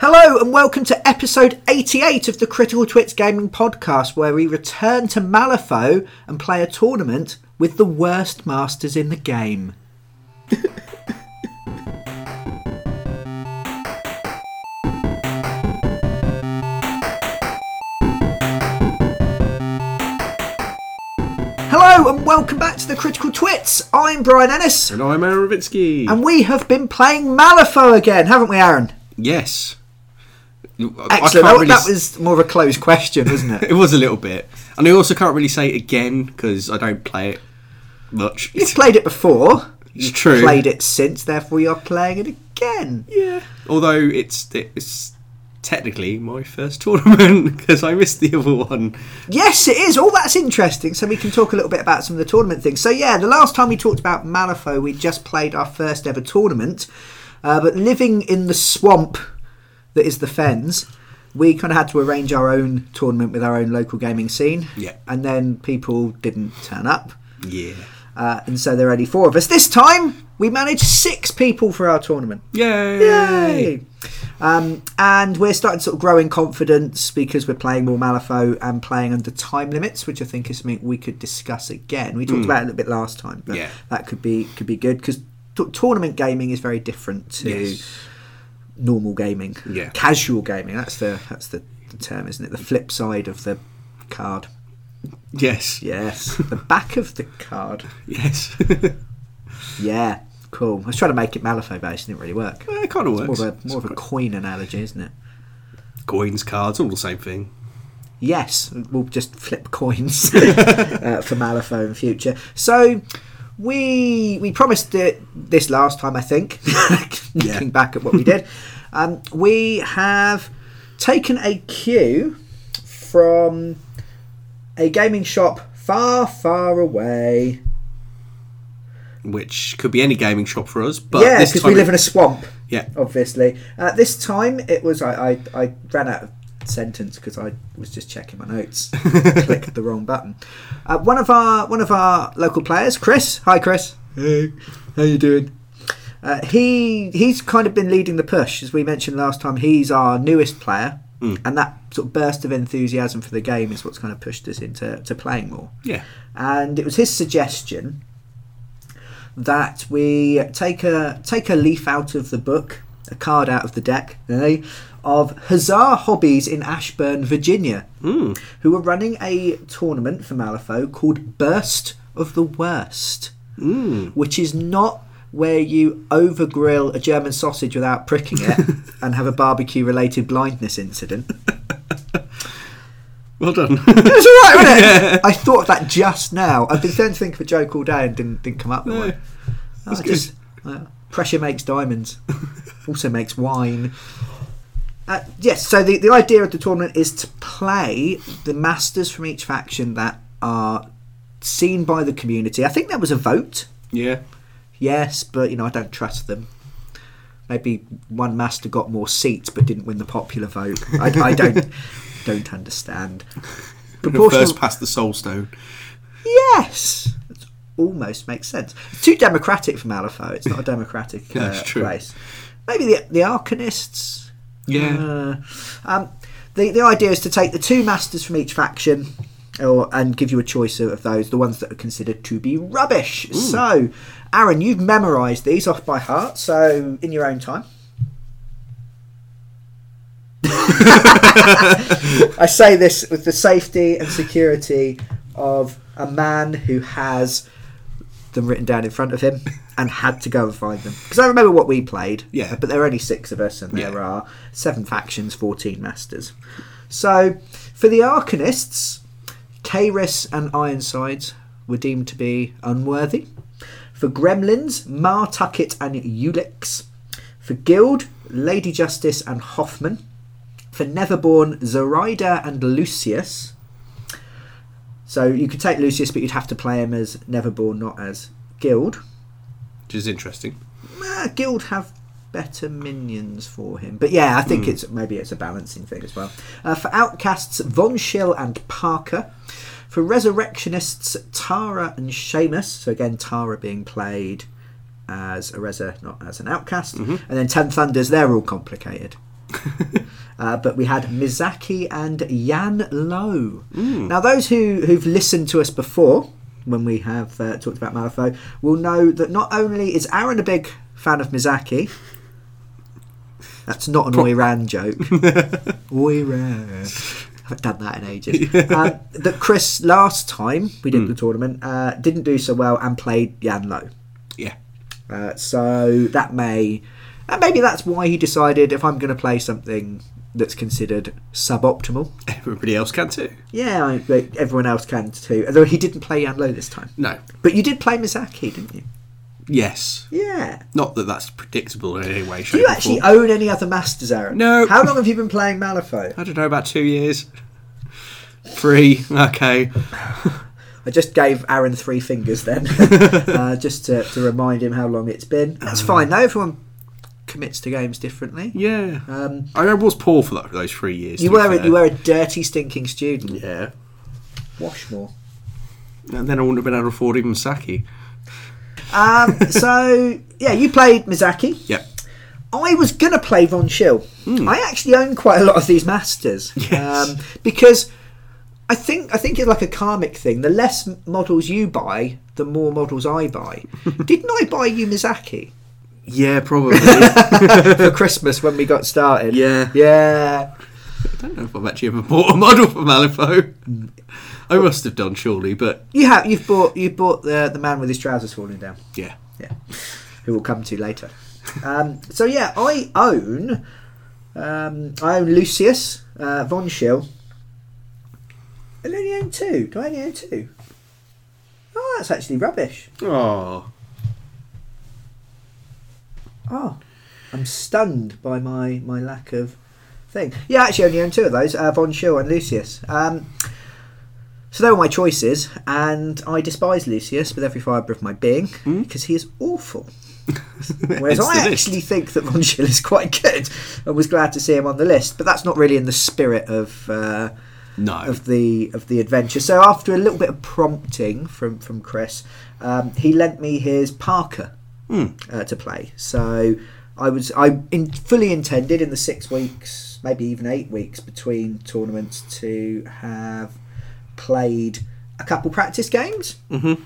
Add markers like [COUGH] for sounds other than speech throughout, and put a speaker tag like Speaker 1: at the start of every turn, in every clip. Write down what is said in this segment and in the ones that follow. Speaker 1: Hello and welcome to episode 88 of the Critical Twits Gaming Podcast, where we return to Malifaux and play a tournament with the worst masters in the game. Hello and welcome back to the Critical Twits. I'm Brian Ennis,
Speaker 2: And I'm Aaron Ravitsky.
Speaker 1: and we have been playing Malifaux again, haven't we, Aaron?
Speaker 2: yes. I- I
Speaker 1: Excellent.
Speaker 2: can't
Speaker 1: That,
Speaker 2: really
Speaker 1: that
Speaker 2: s-
Speaker 1: was more of a closed question, wasn't
Speaker 2: [LAUGHS]
Speaker 1: it?
Speaker 2: It was a little bit. And I also can't really say it again because I don't play it much.
Speaker 1: [LAUGHS] You've played it before.
Speaker 2: It's true.
Speaker 1: Played it since, therefore you're playing it again.
Speaker 2: Yeah. Although it's it's technically my first tournament [LAUGHS] because I missed the other one.
Speaker 1: Yes, it is. All that's interesting. So we can talk a little bit about some of the tournament things. So yeah, the last time we talked about Malifaux, we just played our first ever tournament. Uh, but living in the swamp that is the Fens, we kind of had to arrange our own tournament with our own local gaming scene.
Speaker 2: Yeah.
Speaker 1: And then people didn't turn up.
Speaker 2: Yeah.
Speaker 1: Uh, and so there are only four of us. This time, we managed six people for our tournament.
Speaker 2: Yay!
Speaker 1: Yay! Um, and we're starting to sort of grow in confidence because we're playing more Malifaux and playing under time limits, which I think is something we could discuss again. We talked about it a little bit last time, but
Speaker 2: Hmm. Yeah.
Speaker 1: that could be could be good because tournament gaming is very different to
Speaker 2: Yes.
Speaker 1: normal gaming,
Speaker 2: Yeah.
Speaker 1: casual gaming. That's the that's the, the term, isn't it? The flip side of the card.
Speaker 2: Yes. [LAUGHS]
Speaker 1: Yes, the back of the card.
Speaker 2: Yes. [LAUGHS]
Speaker 1: Yeah, cool. I was trying to make it Malifaux based, it didn't really work.
Speaker 2: it kind of works.
Speaker 1: More of a more of a coin analogy, isn't it?
Speaker 2: Coins, cards, all the same thing.
Speaker 1: Yes, we'll just flip
Speaker 2: [LAUGHS]
Speaker 1: coins uh, for Malifaux in future. So we we promised it this last time, I think. [LAUGHS]
Speaker 2: Yeah.
Speaker 1: Looking back at what we did, um, we have taken a cue from a gaming shop far, far away.
Speaker 2: Which could be any gaming shop for us, but
Speaker 1: yeah,
Speaker 2: this
Speaker 1: because we
Speaker 2: time
Speaker 1: live in a swamp.
Speaker 2: Yeah.
Speaker 1: obviously. Uh, this time it was I I, I ran out of sentence because I was just checking my
Speaker 2: [LAUGHS]
Speaker 1: notes, clicked the wrong button. Uh, one of our one of our local players, Chris. Hi, Chris. Hey, how you doing? Uh, he he's kind of been leading the push as we mentioned last time. He's our newest player,
Speaker 2: Mm.
Speaker 1: and that sort of burst of enthusiasm for the game is what's kind of pushed us into to playing more
Speaker 2: yeah.
Speaker 1: and it was his suggestion that we take a take a leaf out of the book, a card out of the deck, eh, of Huzzah Hobbies in Ashburn, Virginia, who are running a tournament for Malifaux called Burst of the Worst, which is not where you overgrill a German sausage without pricking it and have a barbecue-related blindness incident. [LAUGHS]
Speaker 2: Well done.
Speaker 1: It was all right, wasn't it? I thought of that just now. I've been trying to think of a joke all day and didn't didn't come up with
Speaker 2: No.
Speaker 1: one.
Speaker 2: That's
Speaker 1: I
Speaker 2: good.
Speaker 1: just- uh, pressure makes diamonds. also makes wine. Uh, yes, so the, the idea of the tournament is to play the masters from each faction that are seen by the community. I think there was a vote.
Speaker 2: yeah.
Speaker 1: Yes, but you know I don't trust them. Maybe one master got more seats but didn't win the popular vote. I, I
Speaker 2: [LAUGHS]
Speaker 1: don't don't understand. Proportional
Speaker 2: First past the Soulstone.
Speaker 1: Yes, it almost makes sense. It's too democratic for Malifaux. It's not a democratic
Speaker 2: [LAUGHS] Yeah,
Speaker 1: uh,
Speaker 2: it's true.
Speaker 1: place. Maybe the the Arcanists.
Speaker 2: Yeah.
Speaker 1: Uh, um, the the idea is to take the two masters from each faction, or and give you a choice of, of those, the ones that are considered to be rubbish. So, Aaron, you've memorised these off by heart. So, in your own time. I say this with the safety and security of a man who has them written down in front of him and had to go and find them. Because I remember what we played,
Speaker 2: Yeah.
Speaker 1: but there are only six of us and there
Speaker 2: Yeah.
Speaker 1: are seven factions, 14 masters. So for the Arcanists, Kairis and Ironsides were deemed to be unworthy. For Gremlins, Mar Tuckett and Ulix. For Guild, Lady Justice and Hoffman. For Neverborn, Zoraida and Lucius. So you could take Lucius, but you'd have to play him as Neverborn, not as Guild.
Speaker 2: Which is interesting.
Speaker 1: Uh, Guild have better minions for him, but yeah, I think it's maybe it's a balancing thing as well. Uh, for outcasts, Von Schill and Parker. For resurrectionists, Tara and Seamus. So again, Tara being played as a Reza, not as an outcast. And then Ten Thunders, they're all complicated. Uh, but we had Mizaki and Yan Lo. Now, those who, who've listened to us before, when we have uh, talked about Malifaux, will know that not only is Aaron a big fan of Mizaki, that's not an Oi Ran joke. Oi Ran. haven't done that in ages. uh, that Chris, last time we did the tournament, uh, didn't do so well and played Yan Lo.
Speaker 2: yeah.
Speaker 1: Uh, so that may, and maybe that's why he decided if I'm going to play something that's considered suboptimal,
Speaker 2: Everybody else can too.
Speaker 1: yeah, I, but everyone else can too. Although he didn't play Yanlo this time,
Speaker 2: No.
Speaker 1: but you did play Misaki, didn't you?
Speaker 2: Yes.
Speaker 1: Yeah.
Speaker 2: Not that that's predictable in any way, shape,
Speaker 1: Do you
Speaker 2: or
Speaker 1: actually
Speaker 2: form.
Speaker 1: own any other masters, Aaron?
Speaker 2: No.
Speaker 1: How long have you been playing Malifaux?
Speaker 2: I don't know, about two years. Three. Okay.
Speaker 1: I just gave Aaron three fingers
Speaker 2: [LAUGHS]
Speaker 1: then, uh, just to, to remind him how long it's been. That's
Speaker 2: Uh.
Speaker 1: fine though. Everyone commits to games differently.
Speaker 2: Yeah.
Speaker 1: Um,
Speaker 2: I was poor for tho- those three years.
Speaker 1: you
Speaker 2: to be
Speaker 1: were a,
Speaker 2: fair.
Speaker 1: you were a dirty, stinking student.
Speaker 2: Yeah.
Speaker 1: Wash more.
Speaker 2: And then I wouldn't have been able to afford even Saki.
Speaker 1: Um, so yeah, you played Mizaki.
Speaker 2: Yeah.
Speaker 1: I was gonna play Von Schill. I actually own quite a lot of these masters
Speaker 2: Hmm. [LAUGHS] Yes.
Speaker 1: um, because I think I think it's like a karmic thing. The less m- models you buy, the more models I
Speaker 2: [LAUGHS]
Speaker 1: buy. Didn't I buy you Mizaki
Speaker 2: Yeah, [LAUGHS] probably. I
Speaker 1: for
Speaker 2: [LAUGHS]
Speaker 1: Christmas when we got started?
Speaker 2: Yeah.
Speaker 1: yeah.
Speaker 2: don't know if I've actually ever bought a model for Malifaux. I must have done, surely, but
Speaker 1: You have you've bought you bought the the man with his trousers falling down.
Speaker 2: yeah.
Speaker 1: yeah, who we'll come to later. Um, so yeah, I own um, I own Lucius uh, Von Schill. I only own two. Do I only own two? Oh, that's actually rubbish.
Speaker 2: [LAUGHS] Oh.
Speaker 1: Oh, I'm stunned by my my lack of thing. Yeah, I actually only own two of those: uh, Von Schill and Lucius. Um, so they were my choices, and I despise Lucius with every fibre of my being because he is awful. Whereas
Speaker 2: Hence
Speaker 1: I
Speaker 2: the list.
Speaker 1: actually think that Von Schill is quite good and was glad to see him on the list, but that's not really in the spirit of uh,
Speaker 2: No.
Speaker 1: of the of the adventure. So after a little bit of prompting from from Chris, um, he lent me his Parker
Speaker 2: Hmm.
Speaker 1: uh, to play. So I was I in, fully intended in the six weeks, maybe even eight weeks between tournaments to have played a couple practice games.
Speaker 2: Mhm.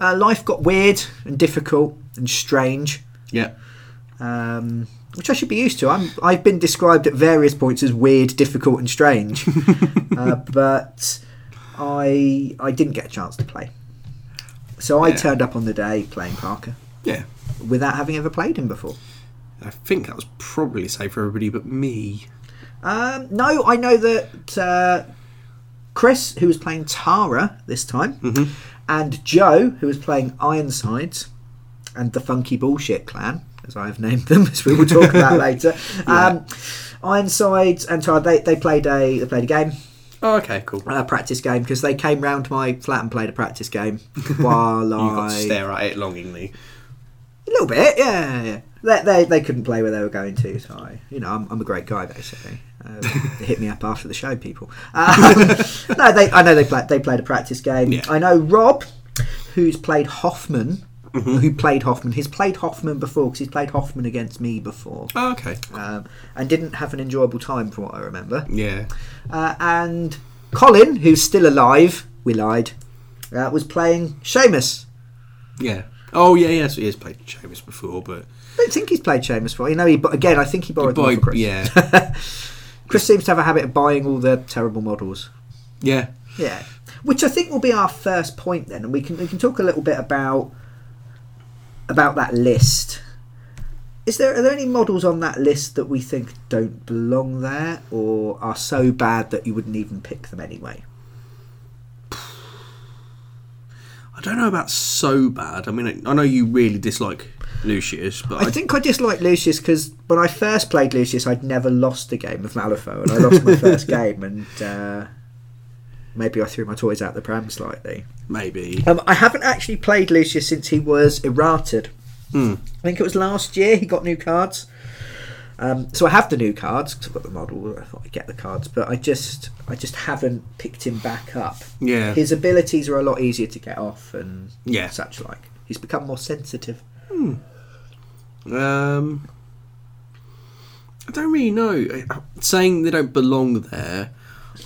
Speaker 1: Uh, life got weird and difficult and strange
Speaker 2: Yeah.
Speaker 1: um, which I should be used to. I'm, I've been described at various points as weird, difficult, and strange, uh, but I I didn't get a chance to play. So I
Speaker 2: Yeah.
Speaker 1: turned up on the day playing Parker
Speaker 2: Yeah.
Speaker 1: without having ever played him before.
Speaker 2: I think that was probably safe for everybody but me.
Speaker 1: Um, no, I know that uh, Chris, who was playing Tara this time,
Speaker 2: Mm-hmm.
Speaker 1: and Joe, who was playing Ironsides, and the Funky Bullshit Clan, as I have named them, [LAUGHS] as we will talk
Speaker 2: [LAUGHS]
Speaker 1: about later. Um, Ironsides and Tara, they, they played a they played a game,
Speaker 2: Oh, okay, cool.
Speaker 1: a practice game, because they came round to my flat and played a practice game while
Speaker 2: [LAUGHS] You got to
Speaker 1: I
Speaker 2: stare at it longingly.
Speaker 1: a little bit, yeah. yeah. They, they, they couldn't play where they were going to, so I, you know, I'm, I'm a great guy basically. Um, they hit me up after the show, people. Um, [LAUGHS] no, they, I know they played they played a practice game.
Speaker 2: Yeah.
Speaker 1: I know Rob, who's played Hoffman, who played Hoffman. He's played Hoffman before because he's played Hoffman against me before,
Speaker 2: Oh, okay.
Speaker 1: um, and didn't have an enjoyable time from what I remember.
Speaker 2: Yeah.
Speaker 1: Uh, and Colin, who's still alive, we lied, uh, was playing Seamus.
Speaker 2: Yeah. Oh, yeah, yeah. So he has played Seamus before, but.
Speaker 1: I don't think he's played Seamus before. You know, he, but again, I think he borrowed them
Speaker 2: Boy,
Speaker 1: off of Chris.
Speaker 2: yeah. [LAUGHS]
Speaker 1: [LAUGHS] Chris seems to have a habit of buying all the terrible models.
Speaker 2: Yeah.
Speaker 1: Yeah, which I think will be our first point then, and we can we can talk a little bit about about that list. Is there are there any models on that list that we think don't belong there, or are so bad that you wouldn't even pick them anyway?
Speaker 2: I don't know about so bad. I mean, I, I know you really dislike Lucius, but I,
Speaker 1: I think I dislike Lucius because when I first played Lucius, I'd never lost a game of Malifaux, and I lost my first
Speaker 2: [LAUGHS]
Speaker 1: game, and uh, maybe I threw my toys out the pram slightly.
Speaker 2: maybe.
Speaker 1: Um, I haven't actually played Lucius since he was errated.
Speaker 2: Hmm.
Speaker 1: I think it was last year he got new cards. Um, so I have the new cards 'cause I've got the model. I thought I'd get the cards, but I just I just haven't picked him back up.
Speaker 2: Yeah.
Speaker 1: His abilities are a lot easier to get off and
Speaker 2: Yeah.
Speaker 1: such like. He's become more sensitive.
Speaker 2: Um, I don't really know. I- Saying they don't belong there,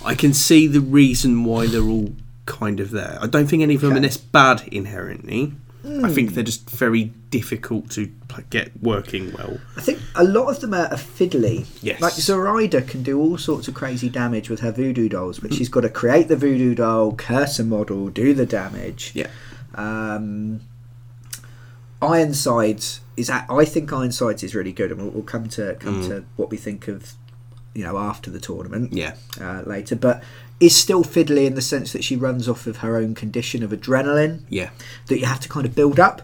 Speaker 2: I can see the reason why they're all kind of there. I don't think any of them are
Speaker 1: Okay.
Speaker 2: this bad inherently. I think they're just very difficult to like, get working well.
Speaker 1: I think a lot of them are, are fiddly.
Speaker 2: Yes.
Speaker 1: Like Zoraida can do all sorts of crazy damage with her voodoo dolls, but she's got to create the voodoo doll, curse a model, do the damage.
Speaker 2: Yeah.
Speaker 1: Um, Ironsides is at, I think Ironsides is really good, and we'll, we'll come to come to what we think of you know after the tournament
Speaker 2: Yeah.
Speaker 1: uh, later, but is still fiddly in the sense that she runs off of her own condition of adrenaline
Speaker 2: Yeah.
Speaker 1: that you have to kind of build up.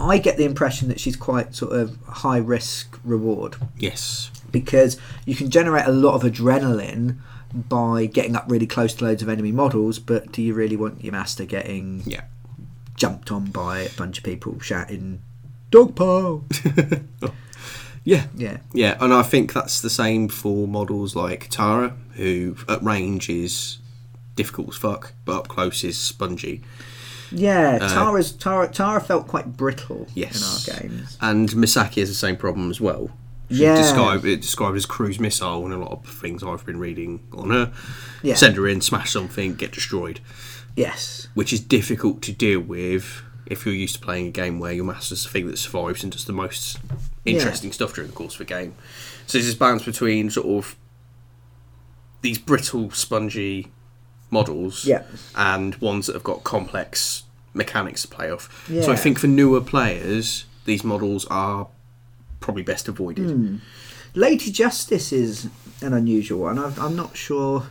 Speaker 1: I get the impression that she's quite sort of high risk reward
Speaker 2: Yes.
Speaker 1: because you can generate a lot of adrenaline by getting up really close to loads of enemy models, but do you really want your master getting
Speaker 2: Yeah.
Speaker 1: jumped on by a bunch of people shouting dog pile?
Speaker 2: Yeah.
Speaker 1: yeah.
Speaker 2: Yeah, and I think that's the same for models like Tara, who at range is difficult as fuck, but up close is spongy.
Speaker 1: Yeah, Tara's Tara Tara felt quite brittle
Speaker 2: Uh, Yes.
Speaker 1: in our games.
Speaker 2: And Misaki has the same problem as well. She's
Speaker 1: Yeah.
Speaker 2: Described, it's described as cruise missile and a lot of things I've been reading on her.
Speaker 1: Yeah.
Speaker 2: Send her in, smash something, get destroyed,
Speaker 1: Yes.
Speaker 2: which is difficult to deal with if you're used to playing a game where your master's the thing that survives and does the most interesting stuff during the course of a game. So there's this balance between sort of these brittle, spongy models
Speaker 1: Yeah.
Speaker 2: and ones that have got complex mechanics to play off. So
Speaker 1: Yeah.
Speaker 2: I think for newer players, these models are probably best avoided.
Speaker 1: Hmm. Lady Justice is an unusual one. I've, I'm not sure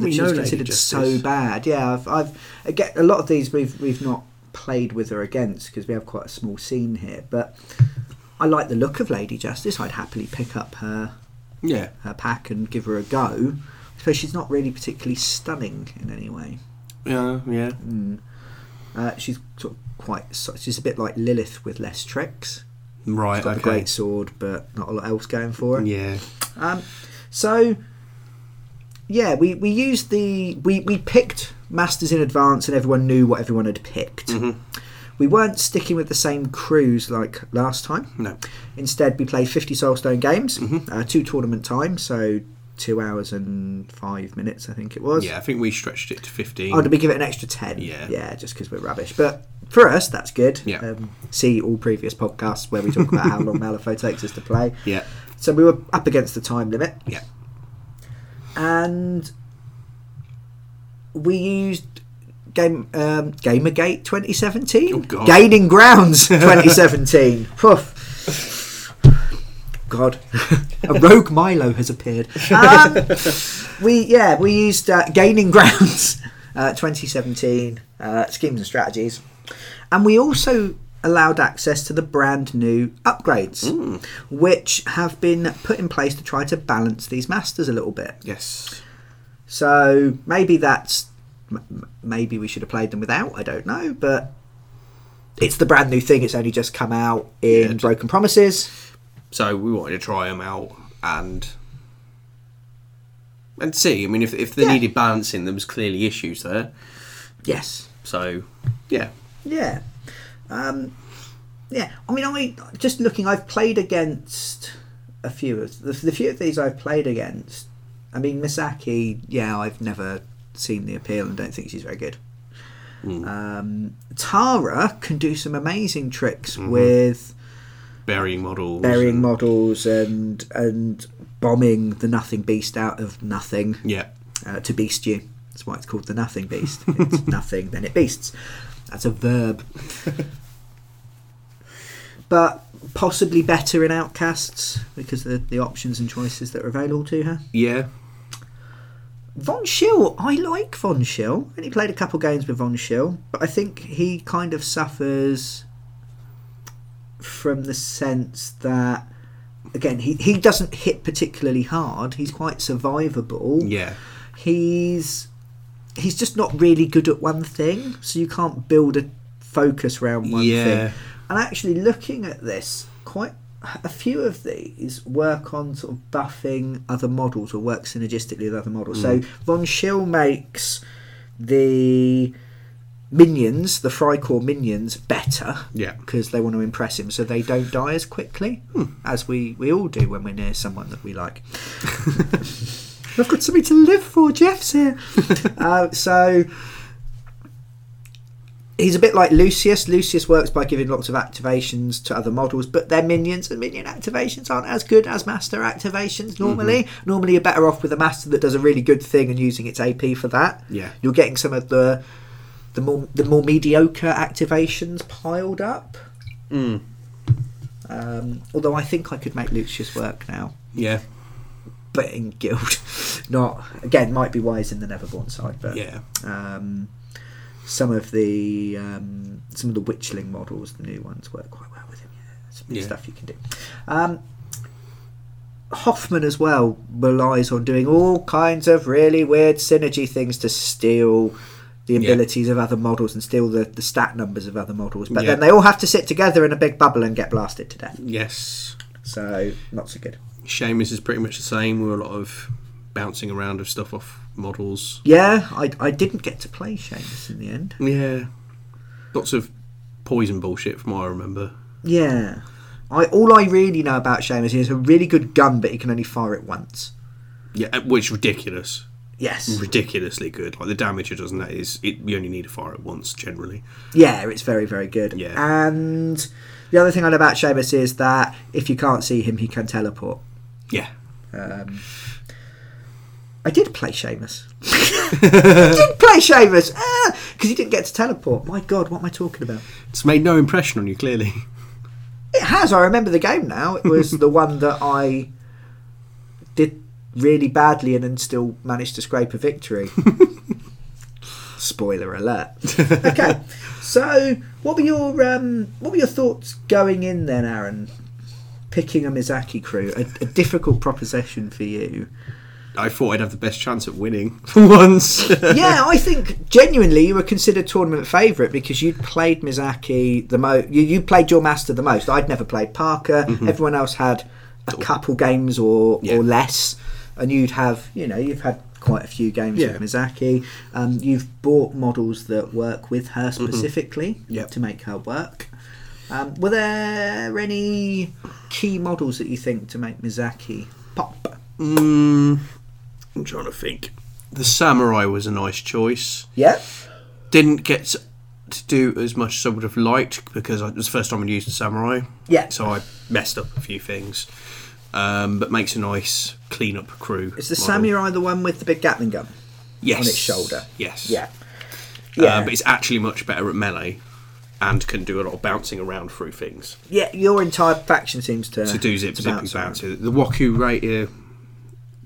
Speaker 1: that
Speaker 2: really
Speaker 1: she
Speaker 2: know
Speaker 1: was
Speaker 2: Lady
Speaker 1: considered so
Speaker 2: Justice.
Speaker 1: bad. Yeah, I've, I've again, a lot of these we've we've not played with her against because we have quite a small scene here. But I like the look of Lady Justice. I'd happily pick up her
Speaker 2: Yeah.
Speaker 1: her pack and give her a go. I suppose she's not really particularly stunning in any way.
Speaker 2: Yeah, yeah.
Speaker 1: Uh, she's sort of quite. so- She's a bit like Lilith with less tricks.
Speaker 2: Right,
Speaker 1: Got a
Speaker 2: okay.
Speaker 1: great sword, but not a lot else going for her.
Speaker 2: Yeah.
Speaker 1: Um, so, yeah, we, we used the. We, we picked Masters in advance and everyone knew what everyone had picked.
Speaker 2: Mm-hmm.
Speaker 1: We weren't sticking with the same crews like last time.
Speaker 2: No. Mm-hmm.
Speaker 1: Instead, we played 50 Soulstone games, uh, two tournament times, so two hours and five minutes, I think it was.
Speaker 2: Yeah, I think we stretched it to 15.
Speaker 1: Oh, did we give it an extra 10?
Speaker 2: Yeah.
Speaker 1: Yeah, just because we're rubbish. But for us, that's good.
Speaker 2: Yeah.
Speaker 1: Um, see all previous podcasts where we talk about how
Speaker 2: [LAUGHS]
Speaker 1: long Malifaux takes us to play.
Speaker 2: yeah.
Speaker 1: So we were up against the time limit
Speaker 2: Yeah.
Speaker 1: and we used game um, Gamergate 2017,
Speaker 2: Oh, God.
Speaker 1: Gaining
Speaker 2: [LAUGHS]
Speaker 1: Grounds 2017. Poof. God, a rogue Milo has appeared. Um, we yeah, we used uh, Gaining Grounds uh, 2017 uh, schemes and strategies, and we also allowed access to the brand new upgrades,
Speaker 2: Mm.
Speaker 1: which have been put in place to try to balance these masters a little bit.
Speaker 2: Yes.
Speaker 1: So maybe that's m- m- maybe we should have played them without. I don't know, but it's the brand new thing. It's only just come out in
Speaker 2: Yeah.
Speaker 1: Broken Promises.
Speaker 2: So we wanted to try them out and and see. I mean, if, if they
Speaker 1: Yeah.
Speaker 2: needed balancing, there was clearly issues there.
Speaker 1: Yes.
Speaker 2: So, yeah.
Speaker 1: Yeah. Um, yeah. I mean, I just looking. I've played against a few of the, the few of these I've played against. I mean, Misaki. Yeah, I've never seen the appeal and don't think she's very good. Um, Tara can do some amazing tricks with
Speaker 2: Burying models.
Speaker 1: burying
Speaker 2: and-
Speaker 1: models and and bombing the nothing beast out of nothing
Speaker 2: Yeah.
Speaker 1: uh, to beast you. That's why it's called the nothing beast. It's nothing, then it beasts. That's a verb. but possibly better in Outcasts because of the, the options and choices that are available to her.
Speaker 2: Yeah.
Speaker 1: Von Schill, I like Von Schill. I only played a couple games with Von Schill, but I think he kind of suffers from the sense that, again, he, he doesn't hit particularly hard. He's quite survivable.
Speaker 2: Yeah.
Speaker 1: He's he's just not really good at one thing, so you can't build a focus around one
Speaker 2: Yeah.
Speaker 1: thing. And actually, looking at this, quite a few of these work on sort of buffing other models or work synergistically with other models. So Von Schill makes the minions, the Frycore minions, better
Speaker 2: Yeah.
Speaker 1: because they want to impress him so they don't die as quickly as we, we all do when we're near someone that we like. I've got something to live for, Jeff's here. uh, so he's a bit like Lucius. Lucius works by giving lots of activations to other models, but their minions and minion activations aren't as good as master activations
Speaker 2: Mm-hmm.
Speaker 1: normally. Normally, you're better off with a master that does a really good thing and using its AP for that.
Speaker 2: Yeah.
Speaker 1: you're getting some of the the more the more mediocre activations piled up. Um, although I think I could make Lucius work now,
Speaker 2: Yeah.
Speaker 1: but in guild, [LAUGHS] not again might be wise in the Neverborn side, but
Speaker 2: Yeah.
Speaker 1: um, some of the um, some of the witchling models, the new ones, work quite well with him. Yeah, some new
Speaker 2: Yeah.
Speaker 1: stuff you can do. Um, Hoffman as well relies on doing all kinds of really weird synergy things to steal the
Speaker 2: Yeah.
Speaker 1: abilities of other models and steal the, the stat numbers of other models. But
Speaker 2: Yeah.
Speaker 1: then they all have to sit together in a big bubble and get blasted to death.
Speaker 2: Yes.
Speaker 1: So not so good.
Speaker 2: Seamus is pretty much the same with a lot of bouncing around of stuff off models.
Speaker 1: Yeah, I, I didn't get to play Seamus in the end.
Speaker 2: Yeah. Lots of poison bullshit from what I remember.
Speaker 1: Yeah. I all I really know about Seamus is he's a really good gun, but he can only fire it once.
Speaker 2: Yeah, which ridiculous.
Speaker 1: Yes.
Speaker 2: Ridiculously good. Like the damage it does on that is it you only need to fire it once generally.
Speaker 1: Yeah, it's very, very good.
Speaker 2: Yeah.
Speaker 1: And the other thing I know about Seamus is that if you can't see him, he can teleport. Um,
Speaker 2: Yeah.
Speaker 1: I did play Seamus. [LAUGHS] I did play Seamus! Because he didn't get to teleport. My God, what am I talking about?
Speaker 2: It's made no impression on you clearly.
Speaker 1: It has. I remember the game now. It was the one that I did really badly and then still managed to scrape a victory. Spoiler alert. Okay, so what were your um, what were your thoughts going in then, Aaron? Picking a Mizaki crew, a, a difficult proposition for you.
Speaker 2: I thought I'd have the best chance at winning [LAUGHS] for once.
Speaker 1: yeah, I think genuinely you were considered tournament favourite because you'd played Mizaki the most. You, you played your master the most. I'd never played Parker. Everyone else had a couple games or
Speaker 2: Mm-hmm. Yeah.
Speaker 1: or less, and you'd have you know you've had quite a few games
Speaker 2: Yeah.
Speaker 1: with Mizaki. Um, you've bought models that work with her
Speaker 2: Mm-hmm.
Speaker 1: specifically
Speaker 2: Yep.
Speaker 1: to make her work. Um, were there any key models that you think to make Mizaki pop? Hmm.
Speaker 2: Mm, I'm trying to think. The samurai was a nice choice.
Speaker 1: Yeah,
Speaker 2: Didn't get to- to do as much as I would have liked because I, it was the first time I'd used the samurai.
Speaker 1: Yeah.
Speaker 2: So I messed up a few things. Um, but makes a nice clean up crew.
Speaker 1: is the
Speaker 2: model.
Speaker 1: samurai the one with the big Gatling gun?
Speaker 2: yes.
Speaker 1: on its shoulder?
Speaker 2: Yes.
Speaker 1: Yeah.
Speaker 2: Uh,
Speaker 1: Yeah,
Speaker 2: Um, but it's actually much better at melee and can do a lot of bouncing around through things.
Speaker 1: yeah. Your entire faction seems to
Speaker 2: To do zip,
Speaker 1: to
Speaker 2: zippy,
Speaker 1: bounce around.
Speaker 2: bouncy. The Waku Raider.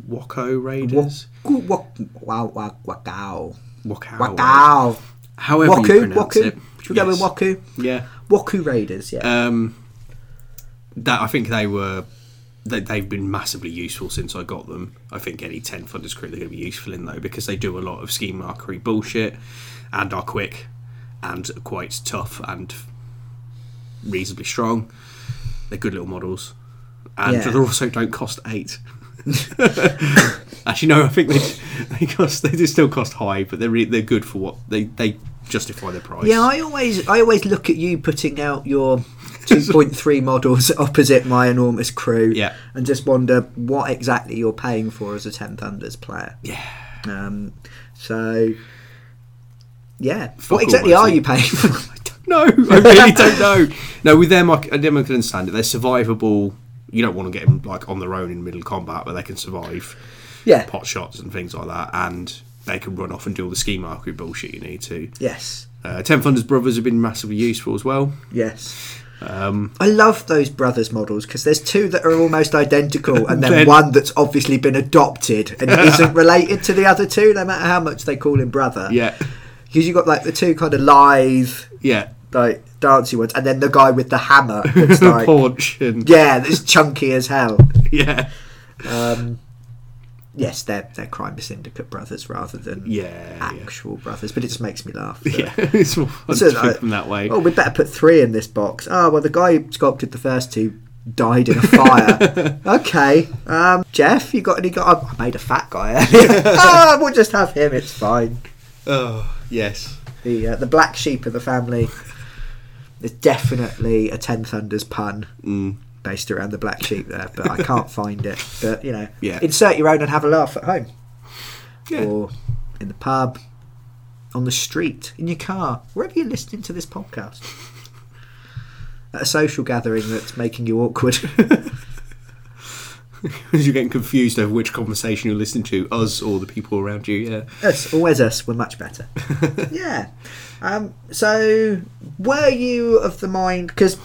Speaker 2: Wako Raiders?
Speaker 1: Goo- wok- Wow, wow, wakao,
Speaker 2: Wakao.
Speaker 1: wakao,
Speaker 2: However you
Speaker 1: waku,
Speaker 2: pronounce
Speaker 1: waku.
Speaker 2: it.
Speaker 1: Should we go with
Speaker 2: Yes.
Speaker 1: waku?
Speaker 2: Yeah.
Speaker 1: Waku Raiders. Yeah,
Speaker 2: Um, that I think they were. They, they've been massively useful since I got them. I think any ten funders crew they're going to be useful in though because they do a lot of scheme markery bullshit and are quick and quite tough and reasonably strong. They're good little models and
Speaker 1: Yeah.
Speaker 2: they also don't cost eight. [LAUGHS] Actually, no. I think they they cost they do still cost high, but they're re- they're good for what they they justify their price.
Speaker 1: yeah. I always, I always look at you putting out your.
Speaker 2: [LAUGHS]
Speaker 1: 2.3 models [LAUGHS] opposite my enormous crew
Speaker 2: Yeah.
Speaker 1: and just wonder what exactly you're paying for as a 10 thunders player
Speaker 2: yeah.
Speaker 1: um, so yeah
Speaker 2: Fuck all,
Speaker 1: what exactly are
Speaker 2: mostly.
Speaker 1: you paying
Speaker 2: [LAUGHS]
Speaker 1: for
Speaker 2: No, I really don't know. No, with them, I, c- I didn't understand it. They're survivable. You don't want to get them like on their own in middle combat, but they can survive
Speaker 1: yeah
Speaker 2: pot shots and things like that, and they can run off and do all the ski markery bullshit you need to.
Speaker 1: yes
Speaker 2: Uh, Ten Thunders brothers have been massively useful as well.
Speaker 1: Yes.
Speaker 2: Um,
Speaker 1: I love those brothers models because there's two that are almost
Speaker 2: [LAUGHS]
Speaker 1: identical, and then,
Speaker 2: Then-
Speaker 1: one that's obviously been adopted and
Speaker 2: [LAUGHS]
Speaker 1: isn't related to the other two, no matter how much they call him brother.
Speaker 2: Yeah,
Speaker 1: Because you've got like the two kind of lithe,
Speaker 2: yeah.
Speaker 1: like dancing ones, and then the guy with the
Speaker 2: [LAUGHS]
Speaker 1: hammer. That's like,
Speaker 2: Porch and
Speaker 1: yeah, that's chunky as hell.
Speaker 2: yeah,
Speaker 1: Yes, they're they're crime syndicate brothers rather than
Speaker 2: yeah, yeah.
Speaker 1: actual brothers, but it just makes me laugh.
Speaker 2: [LAUGHS] yeah. it's more fun
Speaker 1: So,
Speaker 2: to think
Speaker 1: like,
Speaker 2: them that way.
Speaker 1: Oh, we better put three in this box. Oh, well, the guy who sculpted the first two died in a
Speaker 2: [LAUGHS]
Speaker 1: fire. okay, um, Jeff, you got any? oh, Got
Speaker 2: [LAUGHS]
Speaker 1: I made a fat guy. earlier. Ah, we'll just have him. It's fine.
Speaker 2: Oh, yes.
Speaker 1: the uh, the black sheep of the family is definitely a Ten Thunders pun
Speaker 2: Mm.
Speaker 1: based around the black sheep there, but I can't find it. But you know,
Speaker 2: [LAUGHS] Yeah.
Speaker 1: insert your own and have a laugh at home
Speaker 2: Yeah.
Speaker 1: or in the pub, on the street, in your car, wherever you're listening to this podcast. [LAUGHS] At a social gathering that's making you awkward.
Speaker 2: [LAUGHS]
Speaker 1: [LAUGHS]
Speaker 2: You're getting confused over which conversation you're listening to, us or the people around you. Yeah.
Speaker 1: us, always us, we're much better. yeah. Um, so, were you of the mind? Because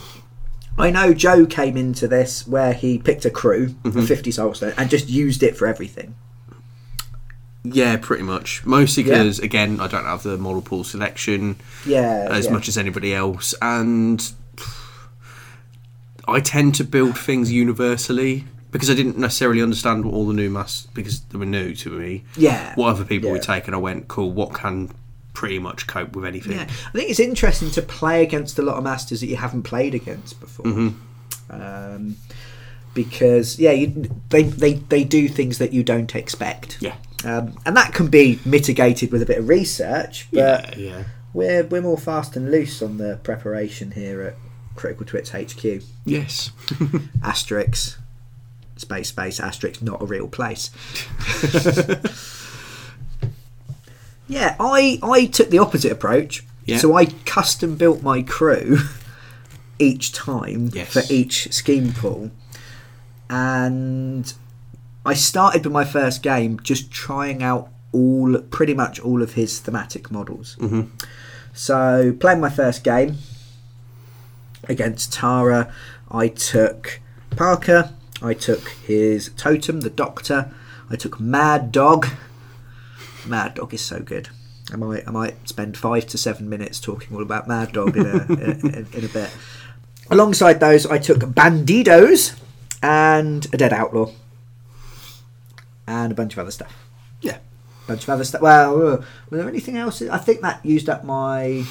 Speaker 1: I know Joe came into this where he picked a crew, a 50 soulstone, and just used it for everything.
Speaker 2: Yeah, pretty much. Mostly because, again, I don't have the model pool selection
Speaker 1: Yeah.
Speaker 2: as
Speaker 1: yeah.
Speaker 2: much as anybody else, and I tend to build things universally because I didn't necessarily understand what all the new mass because they were new to me.
Speaker 1: Yeah.
Speaker 2: What other people were
Speaker 1: Yeah.
Speaker 2: taking, I went, cool. What can pretty much cope with anything?
Speaker 1: Yeah, I think it's interesting to play against a lot of masters that you haven't played against before,
Speaker 2: Mm-hmm.
Speaker 1: um, because yeah, you, they, they they do things that you don't expect.
Speaker 2: Yeah.
Speaker 1: um, and that can be mitigated with a bit of research, but
Speaker 2: yeah. yeah.
Speaker 1: we're we're more fast and loose on the preparation here at Critical Twits HQ.
Speaker 2: Yes.
Speaker 1: Asterix, space space asterisk, not a real place. yeah, I I took the opposite approach.
Speaker 2: Yeah.
Speaker 1: So I custom built my crew each time
Speaker 2: Yes.
Speaker 1: for each scheme pool, and I started with my first game just trying out all pretty much all of his thematic models.
Speaker 2: Mhm.
Speaker 1: So playing my first game against Tara, I took Parker, I took his totem, the Doctor, I took Mad Dog. Mad Dog is so good. I might I might spend five to seven minutes talking all about Mad Dog in a, in, in a bit. Alongside those, I took Bandidos and a Dead Outlaw and a bunch of other stuff.
Speaker 2: [LAUGHS] Yeah.
Speaker 1: bunch of other stuff. Well, uh, was there anything else? I think that used up my.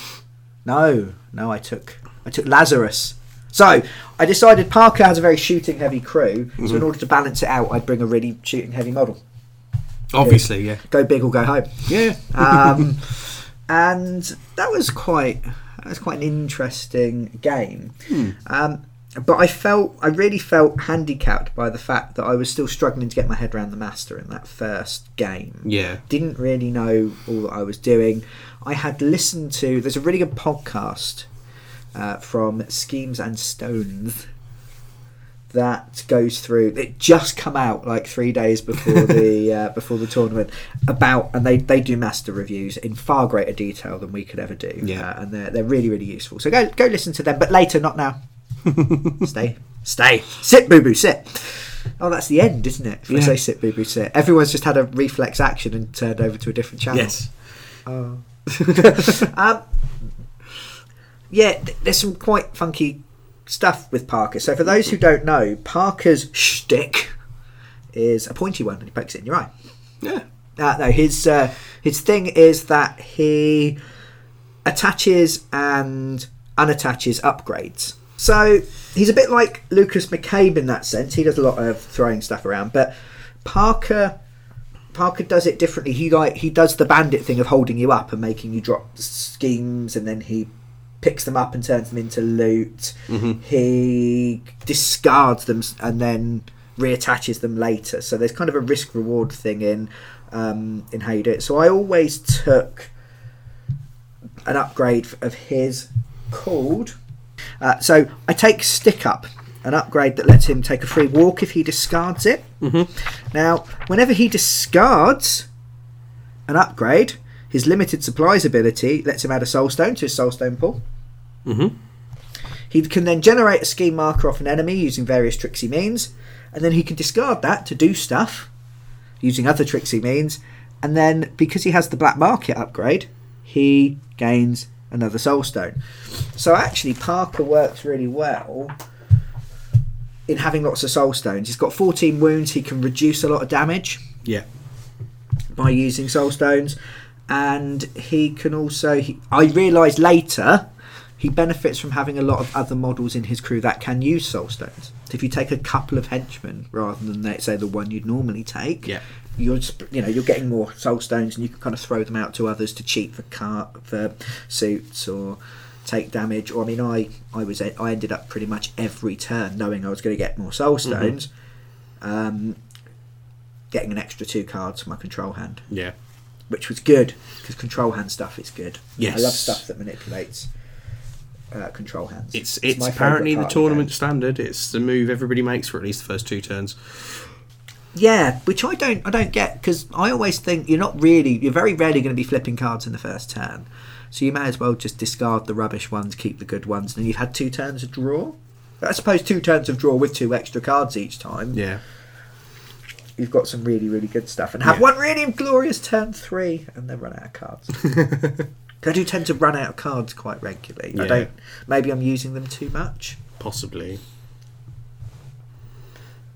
Speaker 1: No, no, I took I took Lazarus. So I decided Parker has a very shooting heavy crew. So in order to balance it out, I'd bring a really shooting heavy model.
Speaker 2: Obviously, yeah.
Speaker 1: Go big or go home.
Speaker 2: Yeah.
Speaker 1: Um, and that was quite that was quite an interesting game. Um, but I felt I really felt handicapped by the fact that I was still struggling to get my head around the master in that first game
Speaker 2: yeah.
Speaker 1: didn't really know all that I was doing. I had listened to there's a really good podcast uh, from Schemes and Stones that goes through it just come out like three days before the uh, before the tournament about and they they do master reviews in far greater detail than we could ever do
Speaker 2: Yeah.
Speaker 1: Uh, and they're, they're really really useful so go go listen to them but later not now stay stay sit boo boo sit oh that's the end isn't it if I
Speaker 2: Yeah.
Speaker 1: say sit boo boo sit everyone's just had a reflex action and turned over to a different channel
Speaker 2: Yes.
Speaker 1: Oh. um, yeah, th- there's some quite funky stuff with Parker. So for those who don't know, Parker's shtick is a pointy one, and he pokes it in your eye.
Speaker 2: Yeah.
Speaker 1: Uh, no, his uh, his thing is that he attaches and unattaches upgrades. So he's a bit like Lucas McCabe in that sense. He does a lot of throwing stuff around, but Parker Parker does it differently. He like he does the bandit thing of holding you up and making you drop schemes, and then he picks them up and turns them into loot. He discards them s- and then reattaches them later. So there's kind of a risk reward thing in um, in how you do it. So I always took an upgrade of his called. Uh, so I take stick up, an upgrade that lets him take a free walk if he discards it. Now, whenever he discards an upgrade, his limited supplies ability lets him add a soulstone to his soulstone pool.
Speaker 2: Mhm.
Speaker 1: He can then generate a scheme marker off an enemy using various tricksy means, and then he can discard that to do stuff using other tricksy means. And then, because he has the black market upgrade, he gains another soulstone. So actually, Parker works really well in having lots of soul stones. He's got 14 wounds. He can reduce a lot of damage
Speaker 2: Yeah.
Speaker 1: by using soul stones, and he can also. He, I realised later he benefits from having a lot of other models in his crew that can use soul stones. So if you take a couple of henchmen rather than let's say the one you'd normally take,
Speaker 2: Yeah.
Speaker 1: you're just, you know you're getting more soul stones and you can kind of throw them out to others to cheat for car for suits or take damage. Or I mean, I I was I ended up pretty much every turn knowing I was going to get more soul
Speaker 2: Mm-hmm.
Speaker 1: stones. Um, getting an extra two cards from my control hand
Speaker 2: Yeah.
Speaker 1: which was good because control hand stuff is good.
Speaker 2: Yes.
Speaker 1: I love stuff that manipulates uh, control hands.
Speaker 2: It's it's,
Speaker 1: my favourite
Speaker 2: apparently the
Speaker 1: part of game.
Speaker 2: tournament standard. It's the move everybody makes for at least the first two turns.
Speaker 1: Yeah, which I don't I don't get because I always think you're not really you're very rarely going to be flipping cards in the first turn, so you may as well just discard the rubbish ones, keep the good ones, and then you've had two turns of draw. I suppose two turns of draw with two extra cards each time.
Speaker 2: Yeah.
Speaker 1: You've got some really, really good stuff, and have
Speaker 2: Yeah.
Speaker 1: one really inglorious turn three, and then run out of cards.
Speaker 2: [LAUGHS]
Speaker 1: 'Cause I do tend to run out of cards quite regularly. I
Speaker 2: Yeah.
Speaker 1: don't. Maybe I'm using them too much.
Speaker 2: Possibly.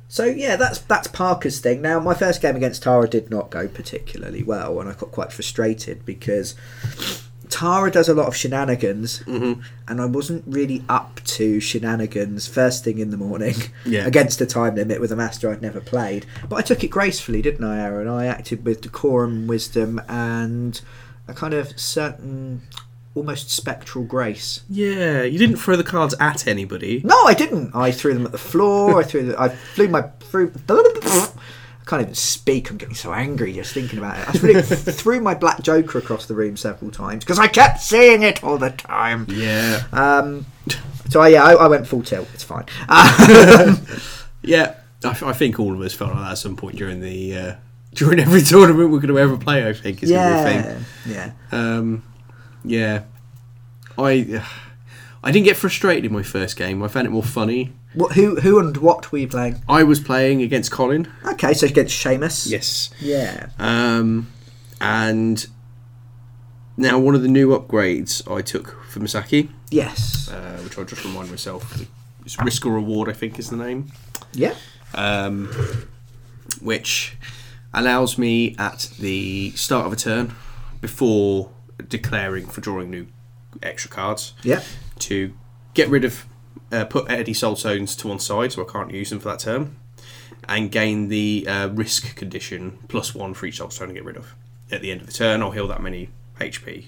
Speaker 1: So yeah, that's that's Parker's thing. Now my first game against Tara did not go particularly well, and I got quite frustrated because Tara does a lot of shenanigans, and I wasn't really up to shenanigans first thing in the morning [LAUGHS]
Speaker 2: Yeah.
Speaker 1: against a time limit with a master I'd never played. But I took it gracefully, didn't I, Aaron? I acted with decorum, wisdom, and a kind of certain almost spectral grace.
Speaker 2: Yeah. You didn't throw the cards at anybody.
Speaker 1: No, I didn't. I threw them at the floor. I threw. The, I flew my through. I can't even speak. I'm getting so angry just thinking about it. I threw, threw my black joker across the room several times because I kept seeing it all the time.
Speaker 2: Yeah.
Speaker 1: Um, so I, yeah, I, I went full tilt. It's fine. [LAUGHS] Uh,
Speaker 2: Yeah. I, I think all of us felt like that at some point during the uh, [LAUGHS] during every tournament we're going to ever play. I think is going to be a thing.
Speaker 1: yeah, yeah.
Speaker 2: Um, yeah, I I didn't get frustrated in my first game. I found it more funny.
Speaker 1: What, who, who, and what were you playing?
Speaker 2: I was playing against Colin.
Speaker 1: Okay, so against Seamus.
Speaker 2: Yes.
Speaker 1: Yeah.
Speaker 2: Um, and now one of the new upgrades I took for Masaki,
Speaker 1: Yes.
Speaker 2: uh, which I'll just remind myself, it's Risk or Reward. I think is the name.
Speaker 1: Yeah.
Speaker 2: um, which allows me at the start of a turn, before declaring for drawing new extra cards,
Speaker 1: Yeah.
Speaker 2: to get rid of, uh, put Eddie Soul Stones to one side so I can't use them for that turn, and gain the uh, risk condition plus one for each Soul Stone to get rid of. At the end of the turn, I'll heal that many HP.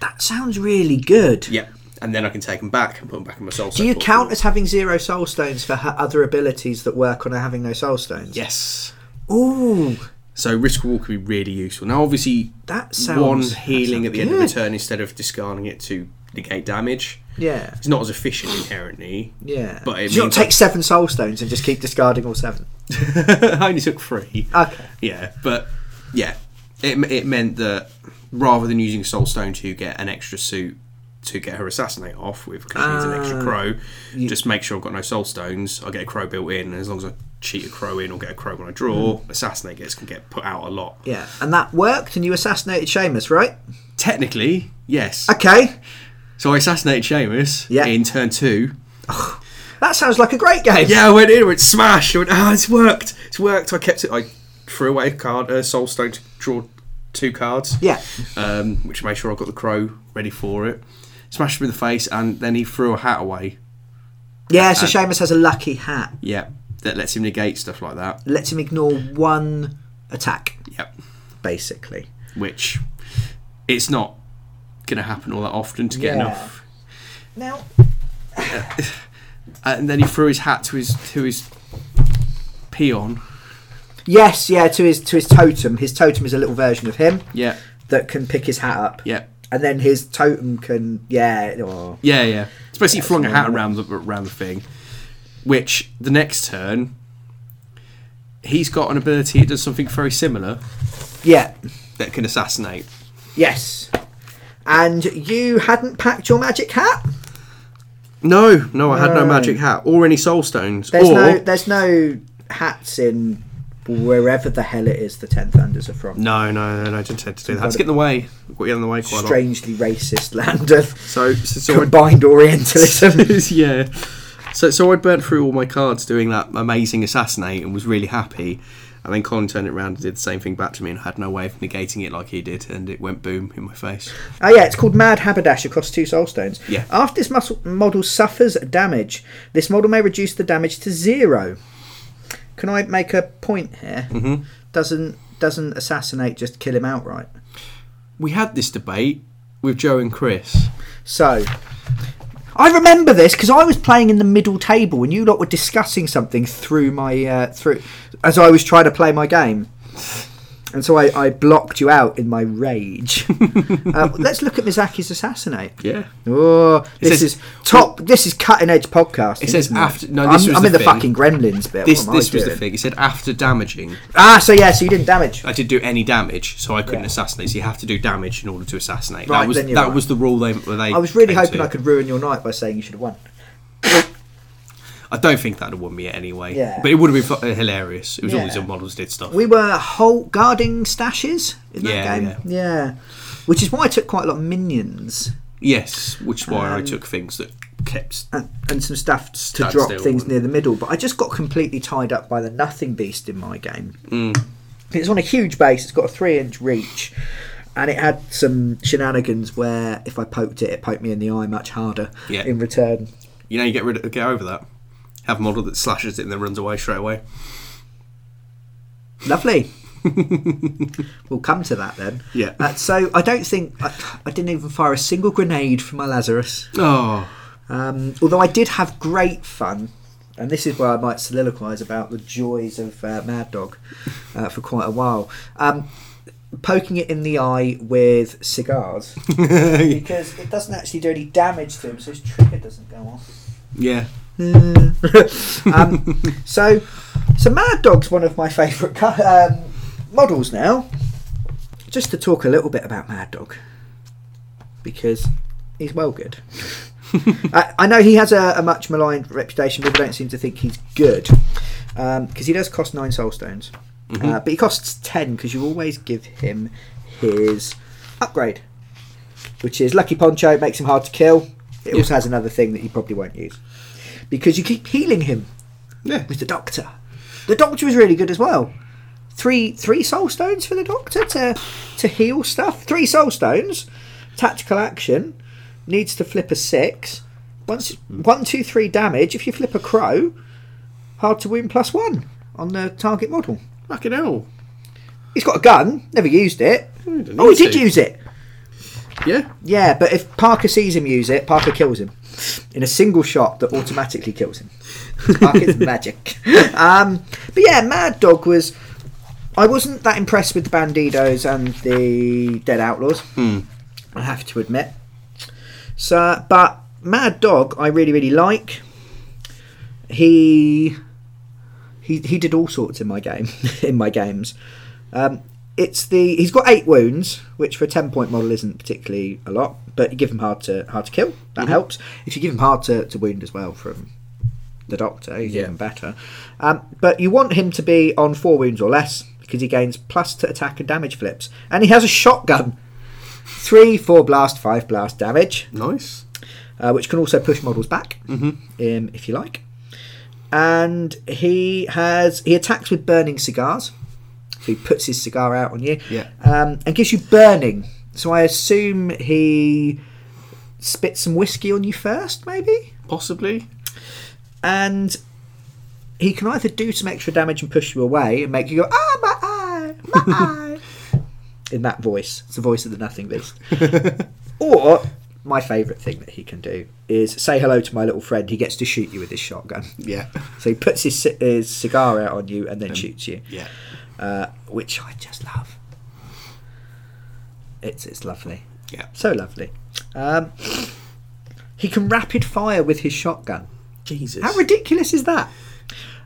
Speaker 1: That sounds really good.
Speaker 2: Yep. And then I can take them back and put them back in my soul.
Speaker 1: Do you count as having zero soul stones for her other abilities that work on her having no soul stones?
Speaker 2: Yes.
Speaker 1: Ooh,
Speaker 2: So risk reward could be really useful. Now, obviously,
Speaker 1: that sounds
Speaker 2: one
Speaker 1: that
Speaker 2: healing
Speaker 1: sounds
Speaker 2: at the end of the
Speaker 1: good.
Speaker 2: turn instead of discarding it to negate damage.
Speaker 1: Yeah,
Speaker 2: It's not as efficient inherently.
Speaker 1: yeah.
Speaker 2: But it
Speaker 1: Do you not
Speaker 2: means-
Speaker 1: take seven soul stones and just keep discarding all seven?
Speaker 2: [LAUGHS] I only took three.
Speaker 1: Okay.
Speaker 2: Yeah, but yeah, it it meant that rather than using Soul Stone to get an extra suit to get her assassinate off with because she needs an
Speaker 1: Ah.
Speaker 2: extra crow, just make sure I've got no Soul Stones. I get a crow built in, and as long as I cheat a crow in or get a crow when I draw, assassinate gets can get put out a lot.
Speaker 1: Mm. Yeah, and that worked, and you assassinated Seamus, right?
Speaker 2: Technically, yes.
Speaker 1: Okay,
Speaker 2: So I assassinated Seamus
Speaker 1: Yeah.
Speaker 2: in turn two.
Speaker 1: that sounds like a great game.
Speaker 2: Yeah, I went in, I went smash. I went, ah, it's worked. It's worked. I kept it. I threw away a card, a soul stone to draw two cards.
Speaker 1: Yeah.
Speaker 2: Um, which made sure I got the crow ready for it. Smashed him in the face, and then he threw a hat away.
Speaker 1: yeah. So Seamus has a lucky hat,
Speaker 2: Yeah, that lets him negate stuff like that.
Speaker 1: lets him ignore one attack,
Speaker 2: Yep.
Speaker 1: basically.
Speaker 2: Which it's not going to happen all that often to get
Speaker 1: Yeah.
Speaker 2: enough.
Speaker 1: Now,
Speaker 2: And then he threw his hat to his to his peon.
Speaker 1: yes, yeah, to his to his totem. His totem is a little version of him
Speaker 2: Yeah.
Speaker 1: that can pick his hat up.
Speaker 2: Yeah.
Speaker 1: And then his totem can, yeah, oh,
Speaker 2: Yeah, yeah. It's basically flung a
Speaker 1: more
Speaker 2: hat
Speaker 1: than
Speaker 2: around the around the thing, which the next turn he's got an ability that does something very similar
Speaker 1: yeah,
Speaker 2: that can assassinate.
Speaker 1: yes. And you hadn't packed your magic hat.
Speaker 2: No, no, I had no
Speaker 1: No.
Speaker 2: magic hat or any soul stones.
Speaker 1: There's
Speaker 2: or
Speaker 1: no, there's no hats in wherever the hell it is the Ten Thunders are from.
Speaker 2: no, no, no, no, I didn't tend to do that. It's getting in the way. Got you in the way quite a lot.
Speaker 1: Strangely racist [LAUGHS] land of
Speaker 2: So, so, so I-
Speaker 1: combined Orientalism.
Speaker 2: [LAUGHS] yeah. So so I burnt through all my cards doing that amazing assassinate and was really happy. And then Colin turned it around and did the same thing back to me, and I had no way of negating it like he did, and it went boom in my face.
Speaker 1: Oh yeah, it's called Mad Haberdash across two soulstones.
Speaker 2: Yeah.
Speaker 1: After this muscle model suffers damage, this model may reduce the damage to zero. Can I make a point here? Mm-hmm. Doesn't doesn't assassinate just kill him outright?
Speaker 2: We had this debate with Joe and Chris.
Speaker 1: So. I remember this because I was playing in the middle table and you lot were discussing something through my uh, through as I was trying to play my game, and so I, I blocked you out in my
Speaker 2: [LAUGHS]
Speaker 1: rage. uh, let's look at Mizaki's assassinate.
Speaker 2: Yeah.
Speaker 1: Oh, this
Speaker 2: says-
Speaker 1: is top. this is cutting edge podcast.
Speaker 2: It says after- no,
Speaker 1: I'm,
Speaker 2: this was
Speaker 1: I'm
Speaker 2: the
Speaker 1: in the
Speaker 2: thing.
Speaker 1: fucking Gremlins bit.
Speaker 2: This
Speaker 1: what am Oh, I
Speaker 2: this was the
Speaker 1: doing?
Speaker 2: thing. He said after damaging,
Speaker 1: Ah, so yeah, so you didn't damage.
Speaker 2: I did do any damage, so I couldn't
Speaker 1: Yeah.
Speaker 2: assassinate. So you have to do damage in order to assassinate.
Speaker 1: Right,
Speaker 2: that was
Speaker 1: then
Speaker 2: that
Speaker 1: you're right.
Speaker 2: was the rule they. they
Speaker 1: I was really
Speaker 2: came
Speaker 1: hoping
Speaker 2: to.
Speaker 1: I could ruin your night by saying you should have won.
Speaker 2: I don't think that'd have won me anyway.
Speaker 1: Yeah.
Speaker 2: But it would have been fu- hilarious. It was all
Speaker 1: Yeah.
Speaker 2: these old models did stuff.
Speaker 1: We were whole guarding stashes in that
Speaker 2: Yeah,
Speaker 1: game. yeah, which is why I took quite a lot of minions.
Speaker 2: yes, which is why I took things that kept.
Speaker 1: and, and some stuff to
Speaker 2: Stand
Speaker 1: drop
Speaker 2: still
Speaker 1: things
Speaker 2: and-
Speaker 1: near the middle. But I just got completely tied up by the nothing beast in my game.
Speaker 2: Mm.
Speaker 1: It's on a huge base. It's got a three-inch reach, and it had some shenanigans where if I poked it, it poked me in the eye much harder.
Speaker 2: Yeah.
Speaker 1: In return,
Speaker 2: You know, you get rid of, get over that. Have a model that slashes it and then runs away straight away. [LAUGHS]
Speaker 1: lovely. we'll come to that then.
Speaker 2: Yeah.
Speaker 1: Uh, so I don't think I, I didn't even fire a single grenade from my Lazarus.
Speaker 2: Oh,
Speaker 1: Um, although I did have great fun, and this is where I might soliloquise about the joys of uh, Mad Dog uh, for quite a while. Um, poking it in the eye with cigars because it doesn't actually do any damage to him, so his trigger doesn't go off.
Speaker 2: [LAUGHS] yeah.
Speaker 1: um, so, so Mad Dog's one of my favourite co- um, models now. Just to talk a little bit about Mad Dog, because he's well good. I, I know he has a, a much maligned reputation. People don't seem to think he's good because he does cost nine soul stones, uh, but he costs ten because you always give him his upgrade, which is Lucky Poncho. It makes him hard to kill. It also has another thing that you probably won't use because you keep healing him
Speaker 2: Yeah.
Speaker 1: with the doctor. The doctor was really good as well. Three three soul stones for the doctor to to heal stuff. Three soul stones. Tactical action needs to flip a six. Once one two three damage. If you flip a crow, hard to wound plus one on the target model.
Speaker 2: Fucking hell.
Speaker 1: He's got a gun. Never used it.
Speaker 2: didn't
Speaker 1: Oh, he
Speaker 2: need
Speaker 1: did
Speaker 2: to.
Speaker 1: use it.
Speaker 2: Yeah.
Speaker 1: Yeah, but if Parker sees him use it, Parker kills him in a single shot that automatically kills him. Parker's magic. Um, but yeah, Mad Dog was. I wasn't that impressed with the Bandidos and the Dead Outlaws. I have to admit. So, but Mad Dog, I really really like. He. He, he did all sorts in my game, [LAUGHS] in my games. Um, it's the he's got eight wounds, which for a ten point model isn't particularly a lot, but you give him hard to hard to kill. That helps. If you give him hard to, to wound as well from the doctor, he's
Speaker 2: Yeah.
Speaker 1: even better. Um, but you want him to be on four wounds or less because he gains plus to attack and damage flips, and he has a shotgun. Three, four blast, five blast damage,
Speaker 2: Nice.
Speaker 1: uh, which can also push models back um, if you like. And he has he attacks with burning cigars. So he puts his cigar out on you
Speaker 2: Yeah.
Speaker 1: um, and gives you burning. So I assume he spits some whiskey on you first, maybe,
Speaker 2: Possibly.
Speaker 1: and he can either do some extra damage and push you away and make you go ah my eye my eye in that voice. It's the voice of the nothing beast. [LAUGHS] or my favourite thing that he can do is say hello to my little friend. He gets to shoot you with his shotgun.
Speaker 2: Yeah.
Speaker 1: So he puts his, ci- his cigar out on you and then shoots you
Speaker 2: Yeah.
Speaker 1: uh, which I just love. It's it's lovely.
Speaker 2: Yeah.
Speaker 1: So lovely. Um, he can rapid fire with his shotgun. [LAUGHS]
Speaker 2: Jesus.
Speaker 1: How ridiculous is that?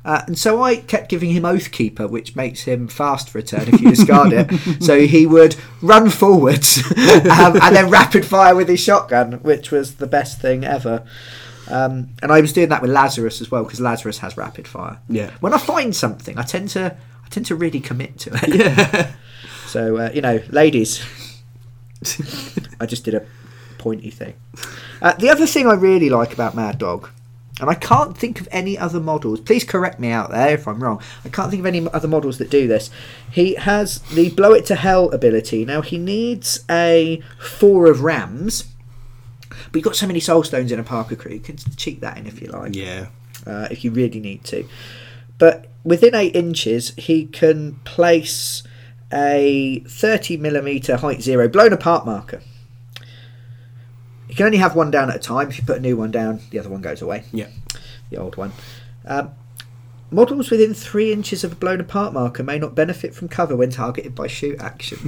Speaker 1: Uh, and so I kept giving him Oath Keeper, which makes him fast for a turn if you
Speaker 2: [LAUGHS]
Speaker 1: discard it. So he would run forwards um, and then rapid fire with his shotgun, which was the best thing ever. Um, and I was doing that with Lazarus as well because Lazarus has rapid fire.
Speaker 2: Yeah.
Speaker 1: When I find something, I tend to I tend to really commit to it.
Speaker 2: Yeah.
Speaker 1: So uh, you know, ladies, I just did a pointy thing. Uh, the other thing I really like about Mad Dog And I can't think of any other models. Please correct me out there if I'm wrong. I can't think of any other models that do this. He has the blow it to hell ability. Now he needs a four of rams, but you've got so many soul stones in a Parker crew. You can cheat that in if you like,
Speaker 2: Yeah.
Speaker 1: uh, if you really need to. But within eight inches, he can place a 30 millimeter height zero blown apart marker. You can only have one down at a time. If you put a new one down, the other one goes away
Speaker 2: Yeah.
Speaker 1: the old one. Um, models within three inches of a blown apart marker may not benefit from cover when targeted by shoot actions.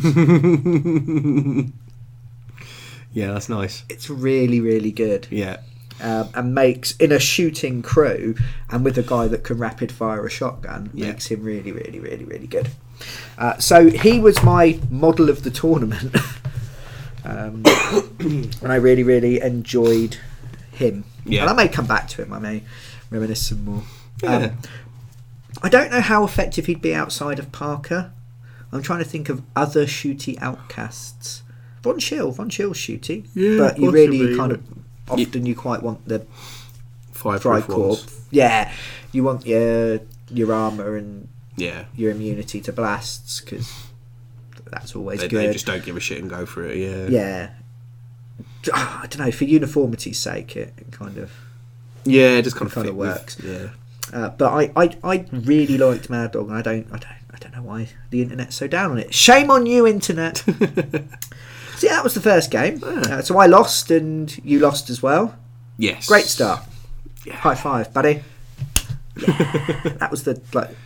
Speaker 2: Yeah, that's nice.
Speaker 1: it's really, really good
Speaker 2: Yeah.
Speaker 1: um, and makes in a shooting crew and with a guy that can rapid fire a shotgun
Speaker 2: Yeah.
Speaker 1: makes him really, really, really, really good. Uh, so he was my model of the tournament, [LAUGHS] um, [COUGHS] and I really, really enjoyed him.
Speaker 2: Yeah.
Speaker 1: And I may come back to him. I may reminisce some more.
Speaker 2: Yeah.
Speaker 1: Um, I don't know how effective he'd be outside of Parker. I'm trying to think of other shooty outcasts. Von Schill, Von Schill's shooty,
Speaker 2: Yeah,
Speaker 1: but you really
Speaker 2: possibly,
Speaker 1: kind of often you quite want the
Speaker 2: Five
Speaker 1: dry corps. Yeah, you want your your armor and
Speaker 2: Yeah.
Speaker 1: your immunity to blasts because that's always
Speaker 2: They,
Speaker 1: good.
Speaker 2: they just don't give a shit and go for it. Yeah.
Speaker 1: yeah. ah, I don't know for uniformity's sake, it it kind of.
Speaker 2: Yeah, it just kind of
Speaker 1: Kinda
Speaker 2: fit with-
Speaker 1: works.
Speaker 2: yeah.
Speaker 1: Uh, but I, I, I really liked Mad Dog, and I don't, I don't, I don't know why the internet's so down on it. Shame on you,
Speaker 2: [LAUGHS]
Speaker 1: internet. so yeah, that was the first game.
Speaker 2: Ah.
Speaker 1: Uh, so I lost, and you lost as well.
Speaker 2: Yes.
Speaker 1: Great start.
Speaker 2: Yeah.
Speaker 1: High five, buddy. Yeah. [LAUGHS] that was the like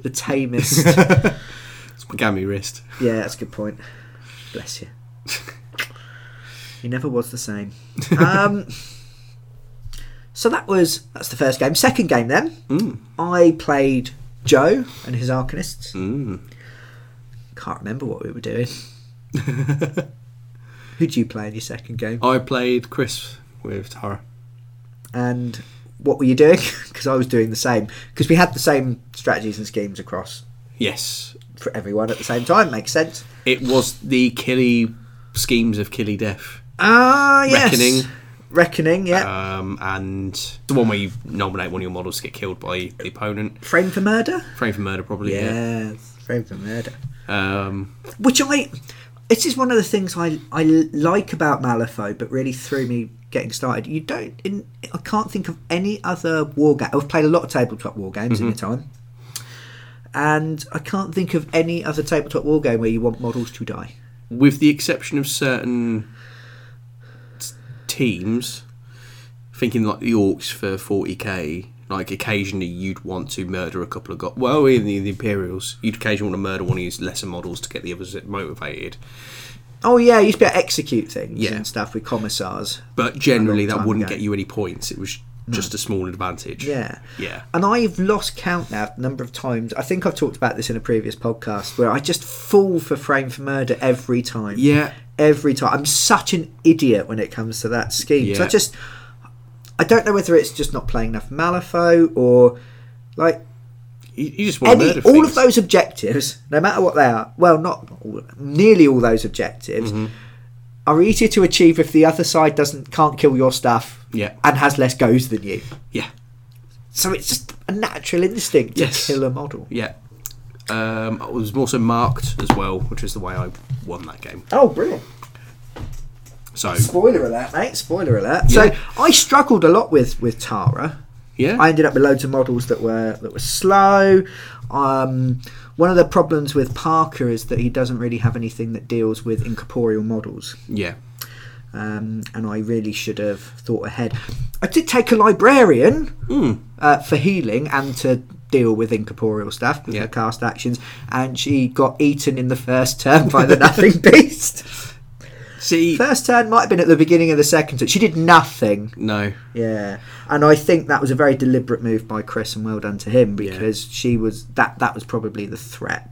Speaker 1: the tamest.
Speaker 2: It's my gammy wrist.
Speaker 1: yeah, that's a good point. Bless you. He never was the same. Um, so that was that's the first game. Second game then.
Speaker 2: Mm.
Speaker 1: I played Joe and his Arcanists.
Speaker 2: Mm.
Speaker 1: Can't remember what we were doing. Who'd you play in your second game?
Speaker 2: I played Chris with Tara.
Speaker 1: And what were you doing? [LAUGHS] Because I was doing the same. Because we had the same strategies and schemes across
Speaker 2: Yes.
Speaker 1: for everyone at the same time. Makes sense.
Speaker 2: It was the Killy schemes of Killy Death.
Speaker 1: Ah, yes.
Speaker 2: Reckoning.
Speaker 1: Reckoning, yeah.
Speaker 2: Um, and the one where you nominate one of your models to get killed by the opponent.
Speaker 1: Frame for murder?
Speaker 2: Frame for murder, probably. Yeah.
Speaker 1: Yes. Frame for murder.
Speaker 2: Um,
Speaker 1: Which I. This is one of the things I, I like about Malifaux, but really threw me getting started. You don't. In, I can't think of any other war game. I've played a lot of tabletop war games
Speaker 2: Mm-hmm.
Speaker 1: in my time. And I can't think of any other tabletop war game where you want models to die.
Speaker 2: with the exception of certain t- teams, thinking like the Orcs for 40k, like occasionally you'd want to murder a couple of guys. Well, in the, the Imperials, you'd occasionally want to murder one of these lesser models to get the others motivated.
Speaker 1: Oh yeah, you used to be able to execute things
Speaker 2: Yeah.
Speaker 1: and stuff with commissars.
Speaker 2: But generally,
Speaker 1: A long
Speaker 2: that
Speaker 1: time
Speaker 2: wouldn't
Speaker 1: ago.
Speaker 2: get you any points. It was just a small advantage.
Speaker 1: Yeah.
Speaker 2: Yeah.
Speaker 1: And I've lost count now the number of times. I think I've talked about this in a previous podcast where I just fall for frame for murder every time.
Speaker 2: Yeah.
Speaker 1: Every time. I'm such an idiot when it comes to that scheme. So I
Speaker 2: Yeah.
Speaker 1: just I don't know whether it's just not playing enough Malifaux or like
Speaker 2: You, you just want to
Speaker 1: any,
Speaker 2: murder
Speaker 1: all
Speaker 2: things.
Speaker 1: of those objectives, no matter what they are, well, not all, nearly all those objectives,
Speaker 2: Mm-hmm.
Speaker 1: are easier to achieve if the other side doesn't can't kill your stuff,
Speaker 2: Yeah.
Speaker 1: and has less goes than you.
Speaker 2: Yeah.
Speaker 1: So it's just a natural instinct
Speaker 2: Yes.
Speaker 1: to kill a model.
Speaker 2: Yeah. Um, it was also marked as well, which is the way I won that game.
Speaker 1: Oh, brilliant!
Speaker 2: So
Speaker 1: Spoiler alert, mate. Spoiler alert.
Speaker 2: Yeah.
Speaker 1: So I struggled a lot with with Tara.
Speaker 2: yeah,
Speaker 1: I ended up with loads of models that were that were slow. Um, one of the problems with Parker is that he doesn't really have anything that deals with incorporeal models.
Speaker 2: yeah,
Speaker 1: um, and I really should have thought ahead. I did take a librarian
Speaker 2: Hmm.
Speaker 1: uh, for healing and to deal with incorporeal stuff with
Speaker 2: Yeah.
Speaker 1: her cast actions, and she got eaten in the first turn by the [LAUGHS] Nothing Beast.
Speaker 2: See,
Speaker 1: First turn might have been at the beginning of the second turn. She did nothing.
Speaker 2: no,
Speaker 1: Yeah, and I think that was a very deliberate move by Chris, and well done to him because she was that that was probably the threat.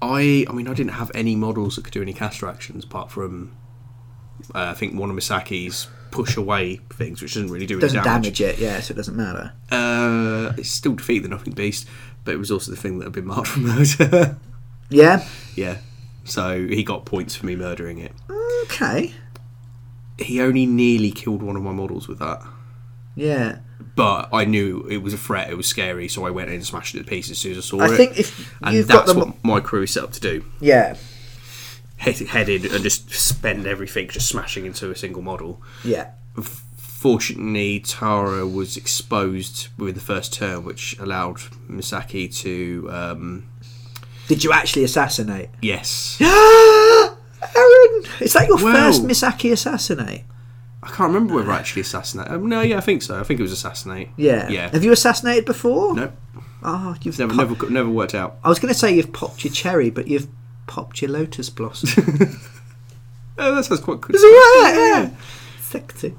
Speaker 2: I, I mean, I didn't have any models that could do any caster actions apart from, uh, I think one of Misaki's push away things, which doesn't really do any
Speaker 1: Doesn't
Speaker 2: damage.
Speaker 1: damage it, yeah, so it doesn't matter.
Speaker 2: Uh, it still defeated the Nothing Beast, but it was also the thing that had been marked for [LAUGHS] murder.
Speaker 1: Yeah.
Speaker 2: yeah, so he got points for me murdering it.
Speaker 1: Okay.
Speaker 2: He only nearly killed one of my models with that.
Speaker 1: Yeah.
Speaker 2: But I knew it was a threat. It was scary, so I went in and smashed it to pieces as soon as I saw
Speaker 1: I
Speaker 2: it.
Speaker 1: think if
Speaker 2: and
Speaker 1: you've got
Speaker 2: that's
Speaker 1: the mo-
Speaker 2: what my crew is set up to do:
Speaker 1: yeah,
Speaker 2: head, head in and just spend everything, just smashing into a single model.
Speaker 1: yeah,
Speaker 2: Fortunately, Tara was exposed with the first turn, which allowed Misaki to um,
Speaker 1: did you actually
Speaker 2: [GASPS]
Speaker 1: assassinate?
Speaker 2: yes.
Speaker 1: Aaron, is that your
Speaker 2: Well-
Speaker 1: first Misaki assassinate?
Speaker 2: I can't remember whether I actually assassinated. Um, no, yeah, I think so. I think it was assassinate.
Speaker 1: Yeah.
Speaker 2: yeah.
Speaker 1: Have you assassinated before?
Speaker 2: no,
Speaker 1: Oh, you've
Speaker 2: never,
Speaker 1: pop-
Speaker 2: never, got- never worked out.
Speaker 1: I was going to say you've popped your cherry, but you've popped your lotus
Speaker 2: [LAUGHS]
Speaker 1: blossom.
Speaker 2: Oh, that sounds quite cool.
Speaker 1: yeah.
Speaker 2: [LAUGHS]
Speaker 1: Sexy.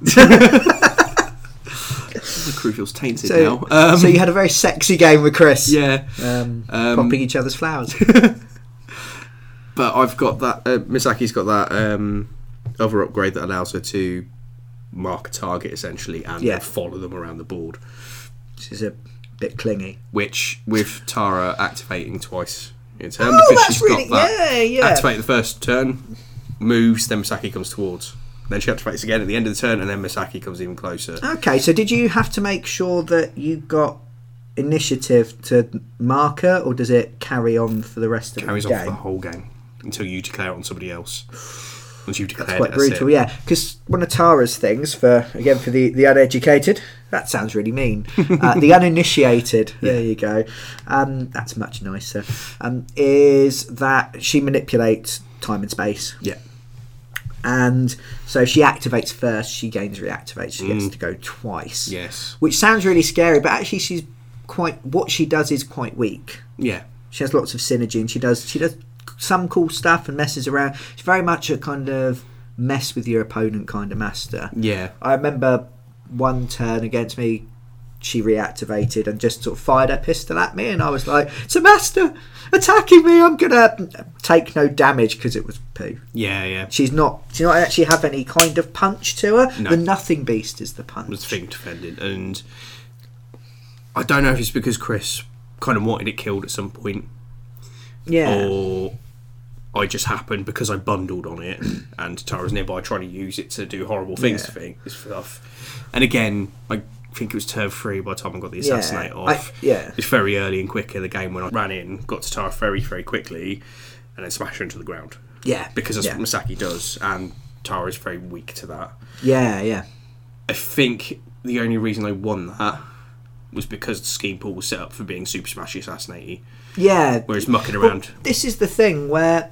Speaker 2: The crew feels tainted
Speaker 1: So,
Speaker 2: now. Um,
Speaker 1: so you had a very sexy game with Chris.
Speaker 2: yeah,
Speaker 1: Um,
Speaker 2: Um,
Speaker 1: popping each other's
Speaker 2: [LAUGHS]
Speaker 1: flowers.
Speaker 2: but I've got that. Uh, Misaki's got that um, other upgrade that allows her to mark a target essentially and
Speaker 1: Yeah.
Speaker 2: follow them around the board,
Speaker 1: This is a bit clingy.
Speaker 2: which with Tara activating twice in turn
Speaker 1: Oh,
Speaker 2: because
Speaker 1: that's
Speaker 2: she's
Speaker 1: really
Speaker 2: got that.
Speaker 1: yeah, yeah.
Speaker 2: Activate the first turn, moves, then Misaki comes towards. Then she activates again at the end of the turn, and then Misaki comes even closer.
Speaker 1: Okay, so did you have to make sure that you got initiative to marker, or does it carry on for the rest of
Speaker 2: carries
Speaker 1: the
Speaker 2: on
Speaker 1: game?
Speaker 2: for the whole game until you declare it on somebody else. Once you've declared
Speaker 1: It's quite
Speaker 2: it, that's
Speaker 1: brutal,
Speaker 2: it.
Speaker 1: yeah. Because one of Tara's things for again for the the uneducated. That sounds really
Speaker 2: [LAUGHS]
Speaker 1: mean. Uh, the uninitiated. There you go. Um, that's much nicer. Um, is that she manipulates time and space,
Speaker 2: Yeah.
Speaker 1: and so if she activates first, she gains reactivate. She gets to go twice.
Speaker 2: Mm. Yes.
Speaker 1: Which sounds really scary, but actually she's quite. What she does is quite weak.
Speaker 2: Yeah.
Speaker 1: She has lots of synergy, and she does she does some cool stuff and messes around. She's very much a kind of mess with your opponent kind of master.
Speaker 2: Yeah.
Speaker 1: I remember one turn against me, she reactivated and just sort of fired her pistol at me, and I was like, "It's a master attacking me. I'm gonna take no damage because it was poo."
Speaker 2: Yeah. Yeah.
Speaker 1: She's not. She not actually have any kind of punch to her.
Speaker 2: No.
Speaker 1: The nothing beast is the punch.
Speaker 2: Was thing defended, and I don't know if it's because Chris kind of wanted it killed at some point,
Speaker 1: yeah.
Speaker 2: or I just happened because I bundled on it, and Tara's nearby trying to use it to do horrible things
Speaker 1: Yeah.
Speaker 2: to thing stuff. And again, I think it was turn three by the time I got the
Speaker 1: Yeah,
Speaker 2: assassinate
Speaker 1: I-
Speaker 2: off.
Speaker 1: yeah.
Speaker 2: it's very early and quick in the game when I ran in, got to Tara very very quickly, and then smashed her into the ground.
Speaker 1: Yeah.
Speaker 2: because that's
Speaker 1: yeah.
Speaker 2: what Masaki does, and Tara is very weak to that.
Speaker 1: yeah. Yeah.
Speaker 2: I think the only reason I won that was because the scheme pool was set up for being Super Smashy Assassinate,
Speaker 1: Yeah.
Speaker 2: whereas mucking around.
Speaker 1: this is the thing where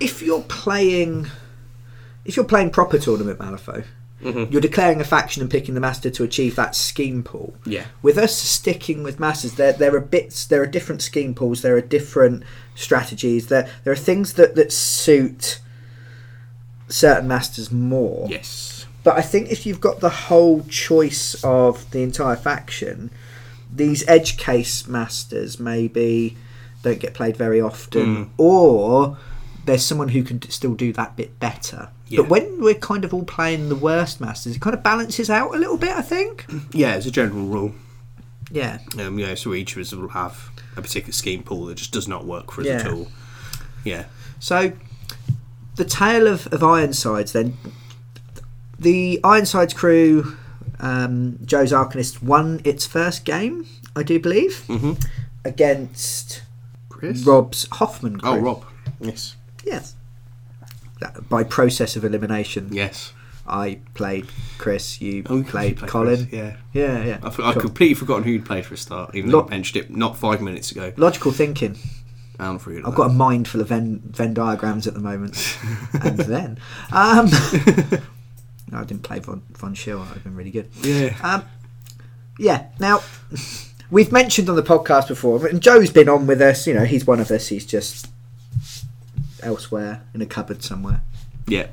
Speaker 1: if you're playing if you're playing proper tournament Malifaux, you're declaring a faction and picking the master to achieve that scheme pool.
Speaker 2: Yeah.
Speaker 1: With us sticking with masters, there there are bits, there are different scheme pools, there are different strategies, there there are things that that suit certain masters more.
Speaker 2: Yes.
Speaker 1: But I think if you've got the whole choice of the entire faction, these edge case masters maybe don't get played very often, or there's someone who can d- still do that bit better.
Speaker 2: Yeah.
Speaker 1: But when we're kind of all playing the worst masters, it kind of balances out a little bit, I think.
Speaker 2: Yeah, as a general rule.
Speaker 1: Yeah.
Speaker 2: Um, yeah, so each of us will have a particular scheme pool that just does not work for us
Speaker 1: Yeah.
Speaker 2: at all. Yeah.
Speaker 1: So, the tale of, of Ironsides then. The Ironsides crew, um, Joe's Arcanist, won its first game, I do believe,
Speaker 2: Mm-hmm.
Speaker 1: against
Speaker 2: Chris?
Speaker 1: Rob's Hoffman crew.
Speaker 2: Oh, Rob. Yes.
Speaker 1: Yes. That- by process of elimination,
Speaker 2: Yes.
Speaker 1: I played Chris, you
Speaker 2: Oh, you
Speaker 1: played
Speaker 2: played
Speaker 1: Colin.
Speaker 2: Chris, yeah.
Speaker 1: Yeah, yeah.
Speaker 2: I, f- I
Speaker 1: Cool.
Speaker 2: completely forgotten who you'd played for a start, even though
Speaker 1: Lo-
Speaker 2: I mentioned it not five minutes ago.
Speaker 1: Logical thinking.
Speaker 2: Alan Freeland.
Speaker 1: I've got a mind full of Venn, Venn diagrams at the moment. and then. Um, [LAUGHS] no, I didn't play Von, Von Schill. I've been really good.
Speaker 2: Yeah.
Speaker 1: Um, yeah. Now, we've mentioned on the podcast before, and Joe's been on with us. You know, he's one of us. He's just elsewhere in a cupboard somewhere,
Speaker 2: Yeah.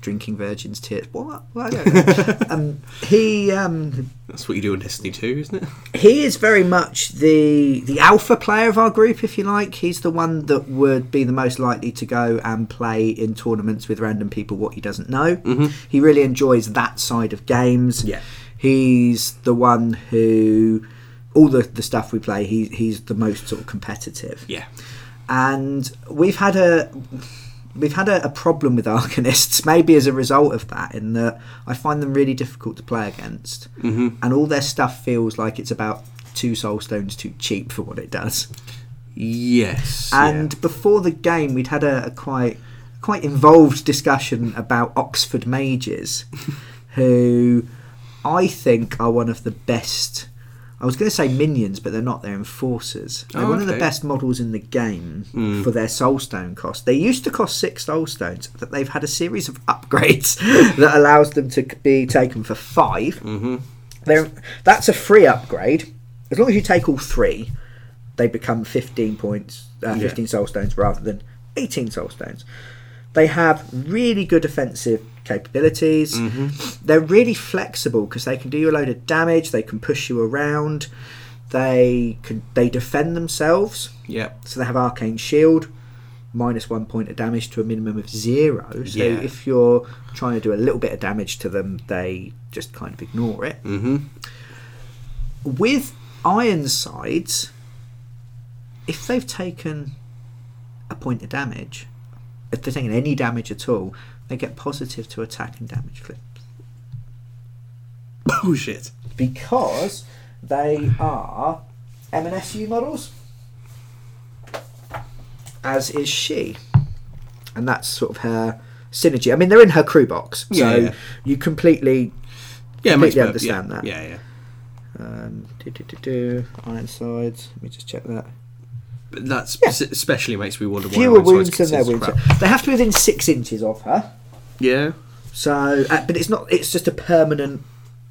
Speaker 1: drinking virgin's tears. What? Well, I don't know. um, he um,
Speaker 2: That's what you do in Destiny 2,
Speaker 1: [LAUGHS]
Speaker 2: isn't it?
Speaker 1: he is very much the the alpha player of our group, if you like. He's the one that would be the most likely to go and play in tournaments with random people what he doesn't know. He really enjoys that side of games.
Speaker 2: Yeah.
Speaker 1: he's the one who all the, the stuff we play. He he's the most sort of competitive
Speaker 2: Yeah.
Speaker 1: and we've had a we've had a, a problem with [LAUGHS] Arcanists, maybe as a result of that, in that I find them really difficult to play against, mm-hmm. and all their stuff feels like it's about two soul stones too cheap for what it does.
Speaker 2: Yes.
Speaker 1: And
Speaker 2: yeah.
Speaker 1: before the game, we'd had a, a quite quite involved discussion about Oxford
Speaker 2: [LAUGHS]
Speaker 1: mages, who I think are one of the best. I was going to say minions, but they're not. They're enforcers. They're
Speaker 2: Oh,
Speaker 1: one of the
Speaker 2: okay. Hmm.
Speaker 1: best models in the game for their soulstone cost. They used to cost six soulstones, but they've had a series of upgrades [LAUGHS] that allows them to c- be taken for 5 Mm-hmm. They're, that's a free upgrade. As long as you take all three, they become fifteen points, uh,
Speaker 2: Yeah.
Speaker 1: fifteen soulstones rather than eighteen soulstones. They have really good offensive capabilities. They're really flexible because they can do you a load of damage. They can push you around. They can they defend themselves.
Speaker 2: Yep.
Speaker 1: So they have arcane shield, minus one point of damage to a minimum of zero. So
Speaker 2: Yeah.
Speaker 1: if you're trying to do a little bit of damage to them, they just kind of ignore it. Mm-hmm. With Ironsides, if they've taken a point of damage, if they're taking any damage at all, they get positive to attack and damage flip [LAUGHS]
Speaker 2: Oh shit.
Speaker 1: because they are M&SU models, as is she, and that's sort of her synergy. I mean, they're in her crew box, so
Speaker 2: Yeah, yeah.
Speaker 1: you completely
Speaker 2: Yeah, it makes
Speaker 1: Completely
Speaker 2: per-
Speaker 1: understand
Speaker 2: yeah,
Speaker 1: that.
Speaker 2: Yeah, yeah.
Speaker 1: um, do do do do Ironsides. Let me just check that.
Speaker 2: But that
Speaker 1: Yeah.
Speaker 2: especially makes me wonder why
Speaker 1: Fewer
Speaker 2: Ironside's
Speaker 1: wounds than their
Speaker 2: considered
Speaker 1: wounds.
Speaker 2: crap.
Speaker 1: They have to be within six inches of her.
Speaker 2: Yeah.
Speaker 1: So, uh, but it's not. It's just a permanent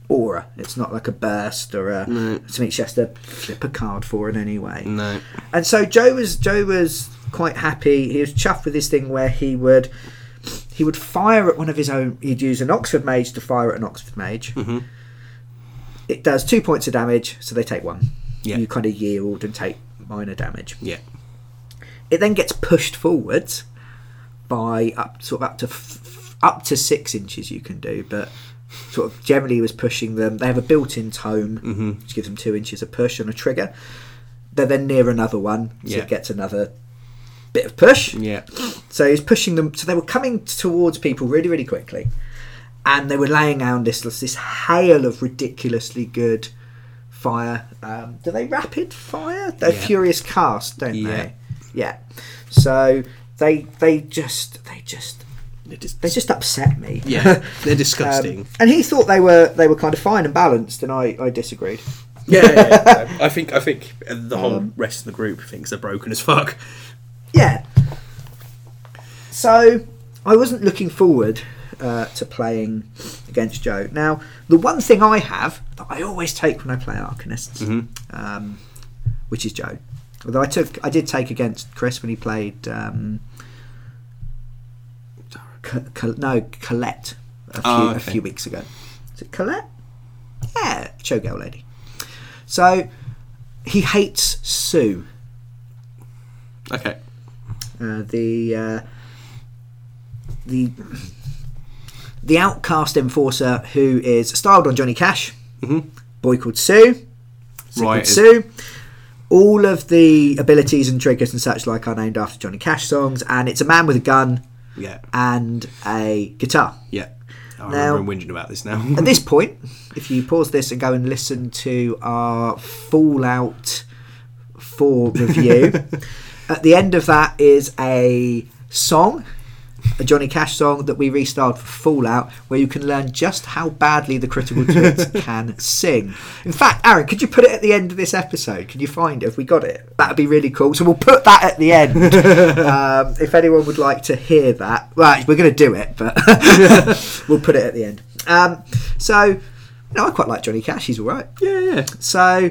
Speaker 1: aura. It's not like a burst or a something. She has to flip a card for in any way.
Speaker 2: No.
Speaker 1: And so Joe was Joe was quite happy. He was chuffed with this thing where he would he would fire at one of his own. He'd use an Oxford mage to fire at an Oxford mage. It does two points of damage, so they take one.
Speaker 2: Yeah.
Speaker 1: You kind of yield and take minor damage.
Speaker 2: Yeah.
Speaker 1: It then gets pushed forwards by up sort of up to f- f- up to six inches. You can do, but sort of generally he was pushing them. They have a built-in tome,
Speaker 2: Mm-hmm.
Speaker 1: which gives them two inches of push on a trigger. They're then near another one, so
Speaker 2: Yeah.
Speaker 1: it gets another bit of push.
Speaker 2: Yeah.
Speaker 1: So he's pushing them. So they were coming towards people really, really quickly, and they were laying down this this hail of ridiculously good fire. Um, do they rapid fire? They're
Speaker 2: Yeah.
Speaker 1: furious cast, don't
Speaker 2: Yeah.
Speaker 1: they? Yeah. So they they just they just
Speaker 2: It is-
Speaker 1: they just upset me.
Speaker 2: [LAUGHS] yeah. They're
Speaker 1: Um,
Speaker 2: disgusting.
Speaker 1: and he thought they were they were kind of fine and balanced, and I, I disagreed.
Speaker 2: yeah, yeah, [LAUGHS] yeah. I think I think the whole rest of the group thinks they're broken as fuck.
Speaker 1: Yeah. So I wasn't looking forward uh, to playing against Joe. Now, the one thing I have that I always take when I play Arcanists, um, which is Joe. Although I took, I did take against Chris when he played. Um, Co- Co- no, Colette a few,
Speaker 2: Oh,
Speaker 1: a
Speaker 2: okay.
Speaker 1: few weeks ago. Is it Colette? Yeah, showgirl lady. So he hates Sue.
Speaker 2: Okay.
Speaker 1: Uh, the uh, the the outcast enforcer who is styled on Johnny Cash, boy called Sue, Sick
Speaker 2: Right.
Speaker 1: with Sue. All of the abilities and triggers and such like are named after Johnny Cash songs, and it's a man with a gun
Speaker 2: Yeah.
Speaker 1: and a guitar.
Speaker 2: Yeah. I
Speaker 1: Now-
Speaker 2: remember him whinging about this now. [LAUGHS]
Speaker 1: At this point, if you pause this and go and listen to our Fallout 4 review, at the end of that is a song, a Johnny Cash song that we restyled for Fallout, where you can learn just how badly the Critical Twits can sing. In fact, Aaron, could you put it at the end of this episode? Can you find it? Have we got it? That'd be really cool. So we'll put that at the end. um, if anyone would like to hear that, well, we're going to do it, but [LAUGHS] we'll put it at the end. Um, so, you know, I quite like Johnny Cash. He's all right.
Speaker 2: yeah, yeah.
Speaker 1: So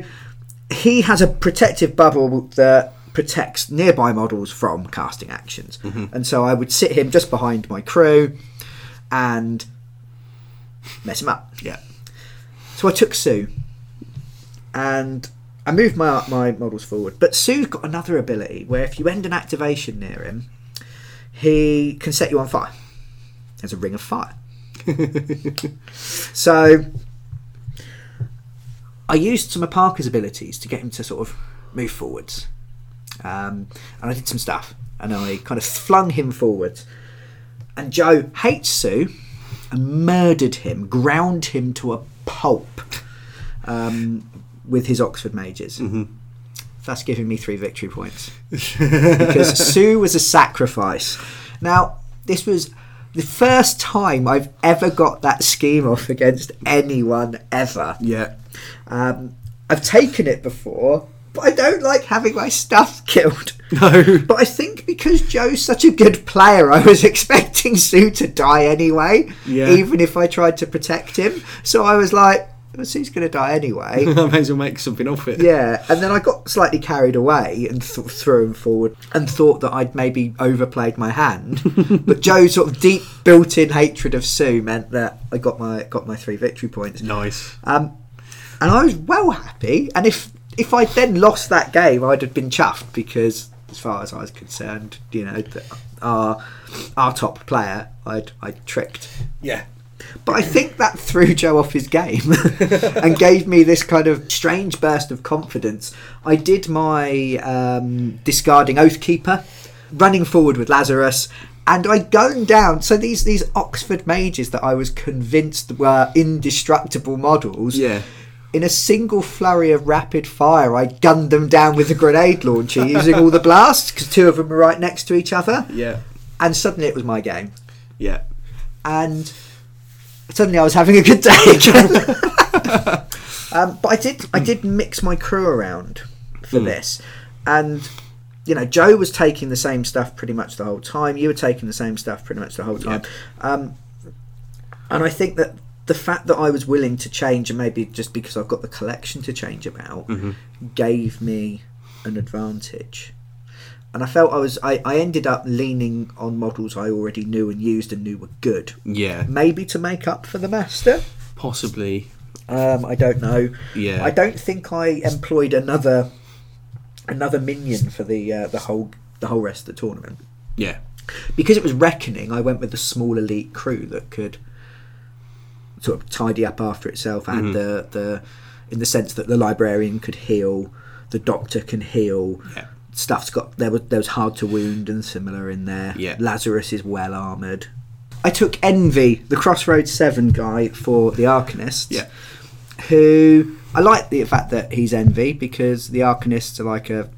Speaker 1: he has a protective bubble that protects nearby models from casting actions. And so I would sit him just behind my crew and mess him up.
Speaker 2: Yeah.
Speaker 1: So I took Sue and I moved my my models forward. But Sue's got another ability where if you end an activation near him, he can set you on fire. There's a ring of fire. so I used some of Parker's abilities to get him to sort of move forwards. Um, and I did some stuff and I kind of flung him forwards. And Joe hates Sue and murdered him, ground him to a pulp um, with his Oxford mages. That's giving me three victory points. because Sue was a sacrifice. Now, this was the first time I've ever got that scheme off against anyone ever.
Speaker 2: [LAUGHS] Yeah.
Speaker 1: Um, I've taken it before, but I don't like having my stuff [LAUGHS] killed.
Speaker 2: No.
Speaker 1: But I think because Joe's such a good player, I was [LAUGHS] expecting Sue to die anyway,
Speaker 2: Yeah.
Speaker 1: even if I tried to protect him. So I was like, well, Sue's going to die
Speaker 2: [LAUGHS]
Speaker 1: anyway.
Speaker 2: I may as well make something off it.
Speaker 1: yeah, and then I got slightly carried away and th- threw him forward and thought that I'd maybe overplayed my
Speaker 2: [LAUGHS]
Speaker 1: hand. but Joe's sort of deep built-in hatred of Sue meant that I got my got my three victory points.
Speaker 2: Nice.
Speaker 1: Um, and I was well happy. And if if I'd then lost that game, I'd have been chuffed because, as far as I was concerned, you know, th- our our top player, I'd I tricked.
Speaker 2: Yeah.
Speaker 1: But I think that threw Joe off his game [LAUGHS] and gave me this kind of strange burst of confidence. I did my um, discarding Oathkeeper, running forward with Lazarus, and I gunned down. So these these Oxford mages that I was convinced were indestructible models.
Speaker 2: Yeah.
Speaker 1: In a single flurry of rapid fire, I gunned them down with the grenade launcher using all the blasts because two of them were right next to each other,
Speaker 2: Yeah.
Speaker 1: and suddenly it was my game
Speaker 2: Yeah.
Speaker 1: and suddenly I was having a good day again. um, but I did I did mix my crew around for this, and you know Joe was taking the same stuff pretty much the whole time. You were taking the same stuff pretty much the whole time, um, and I think that. The fact that I was willing to change, and maybe just because I've got the collection to change about, gave me an advantage and I felt I was I, I ended up leaning on models I already knew and used and knew were good.
Speaker 2: Yeah.
Speaker 1: Maybe to make up for the master.
Speaker 2: Possibly.
Speaker 1: Um, I don't know.
Speaker 2: Yeah.
Speaker 1: I don't think I employed another another minion for the uh, the whole the whole rest of the tournament
Speaker 2: Yeah.
Speaker 1: because it was reckoning. I went with a small elite crew that could sort of tidy up after itself. I
Speaker 2: Mm-hmm.
Speaker 1: had the the in the sense that the librarian could heal, the doctor can heal.
Speaker 2: Yeah.
Speaker 1: Stuff's got there was there was hard to wound and similar in there.
Speaker 2: Yeah.
Speaker 1: Lazarus is well armored. I took Envy, the Crossroads Seven guy for the Arcanist.
Speaker 2: Yeah.
Speaker 1: Who I like the fact that he's Envy because the Arcanists are like a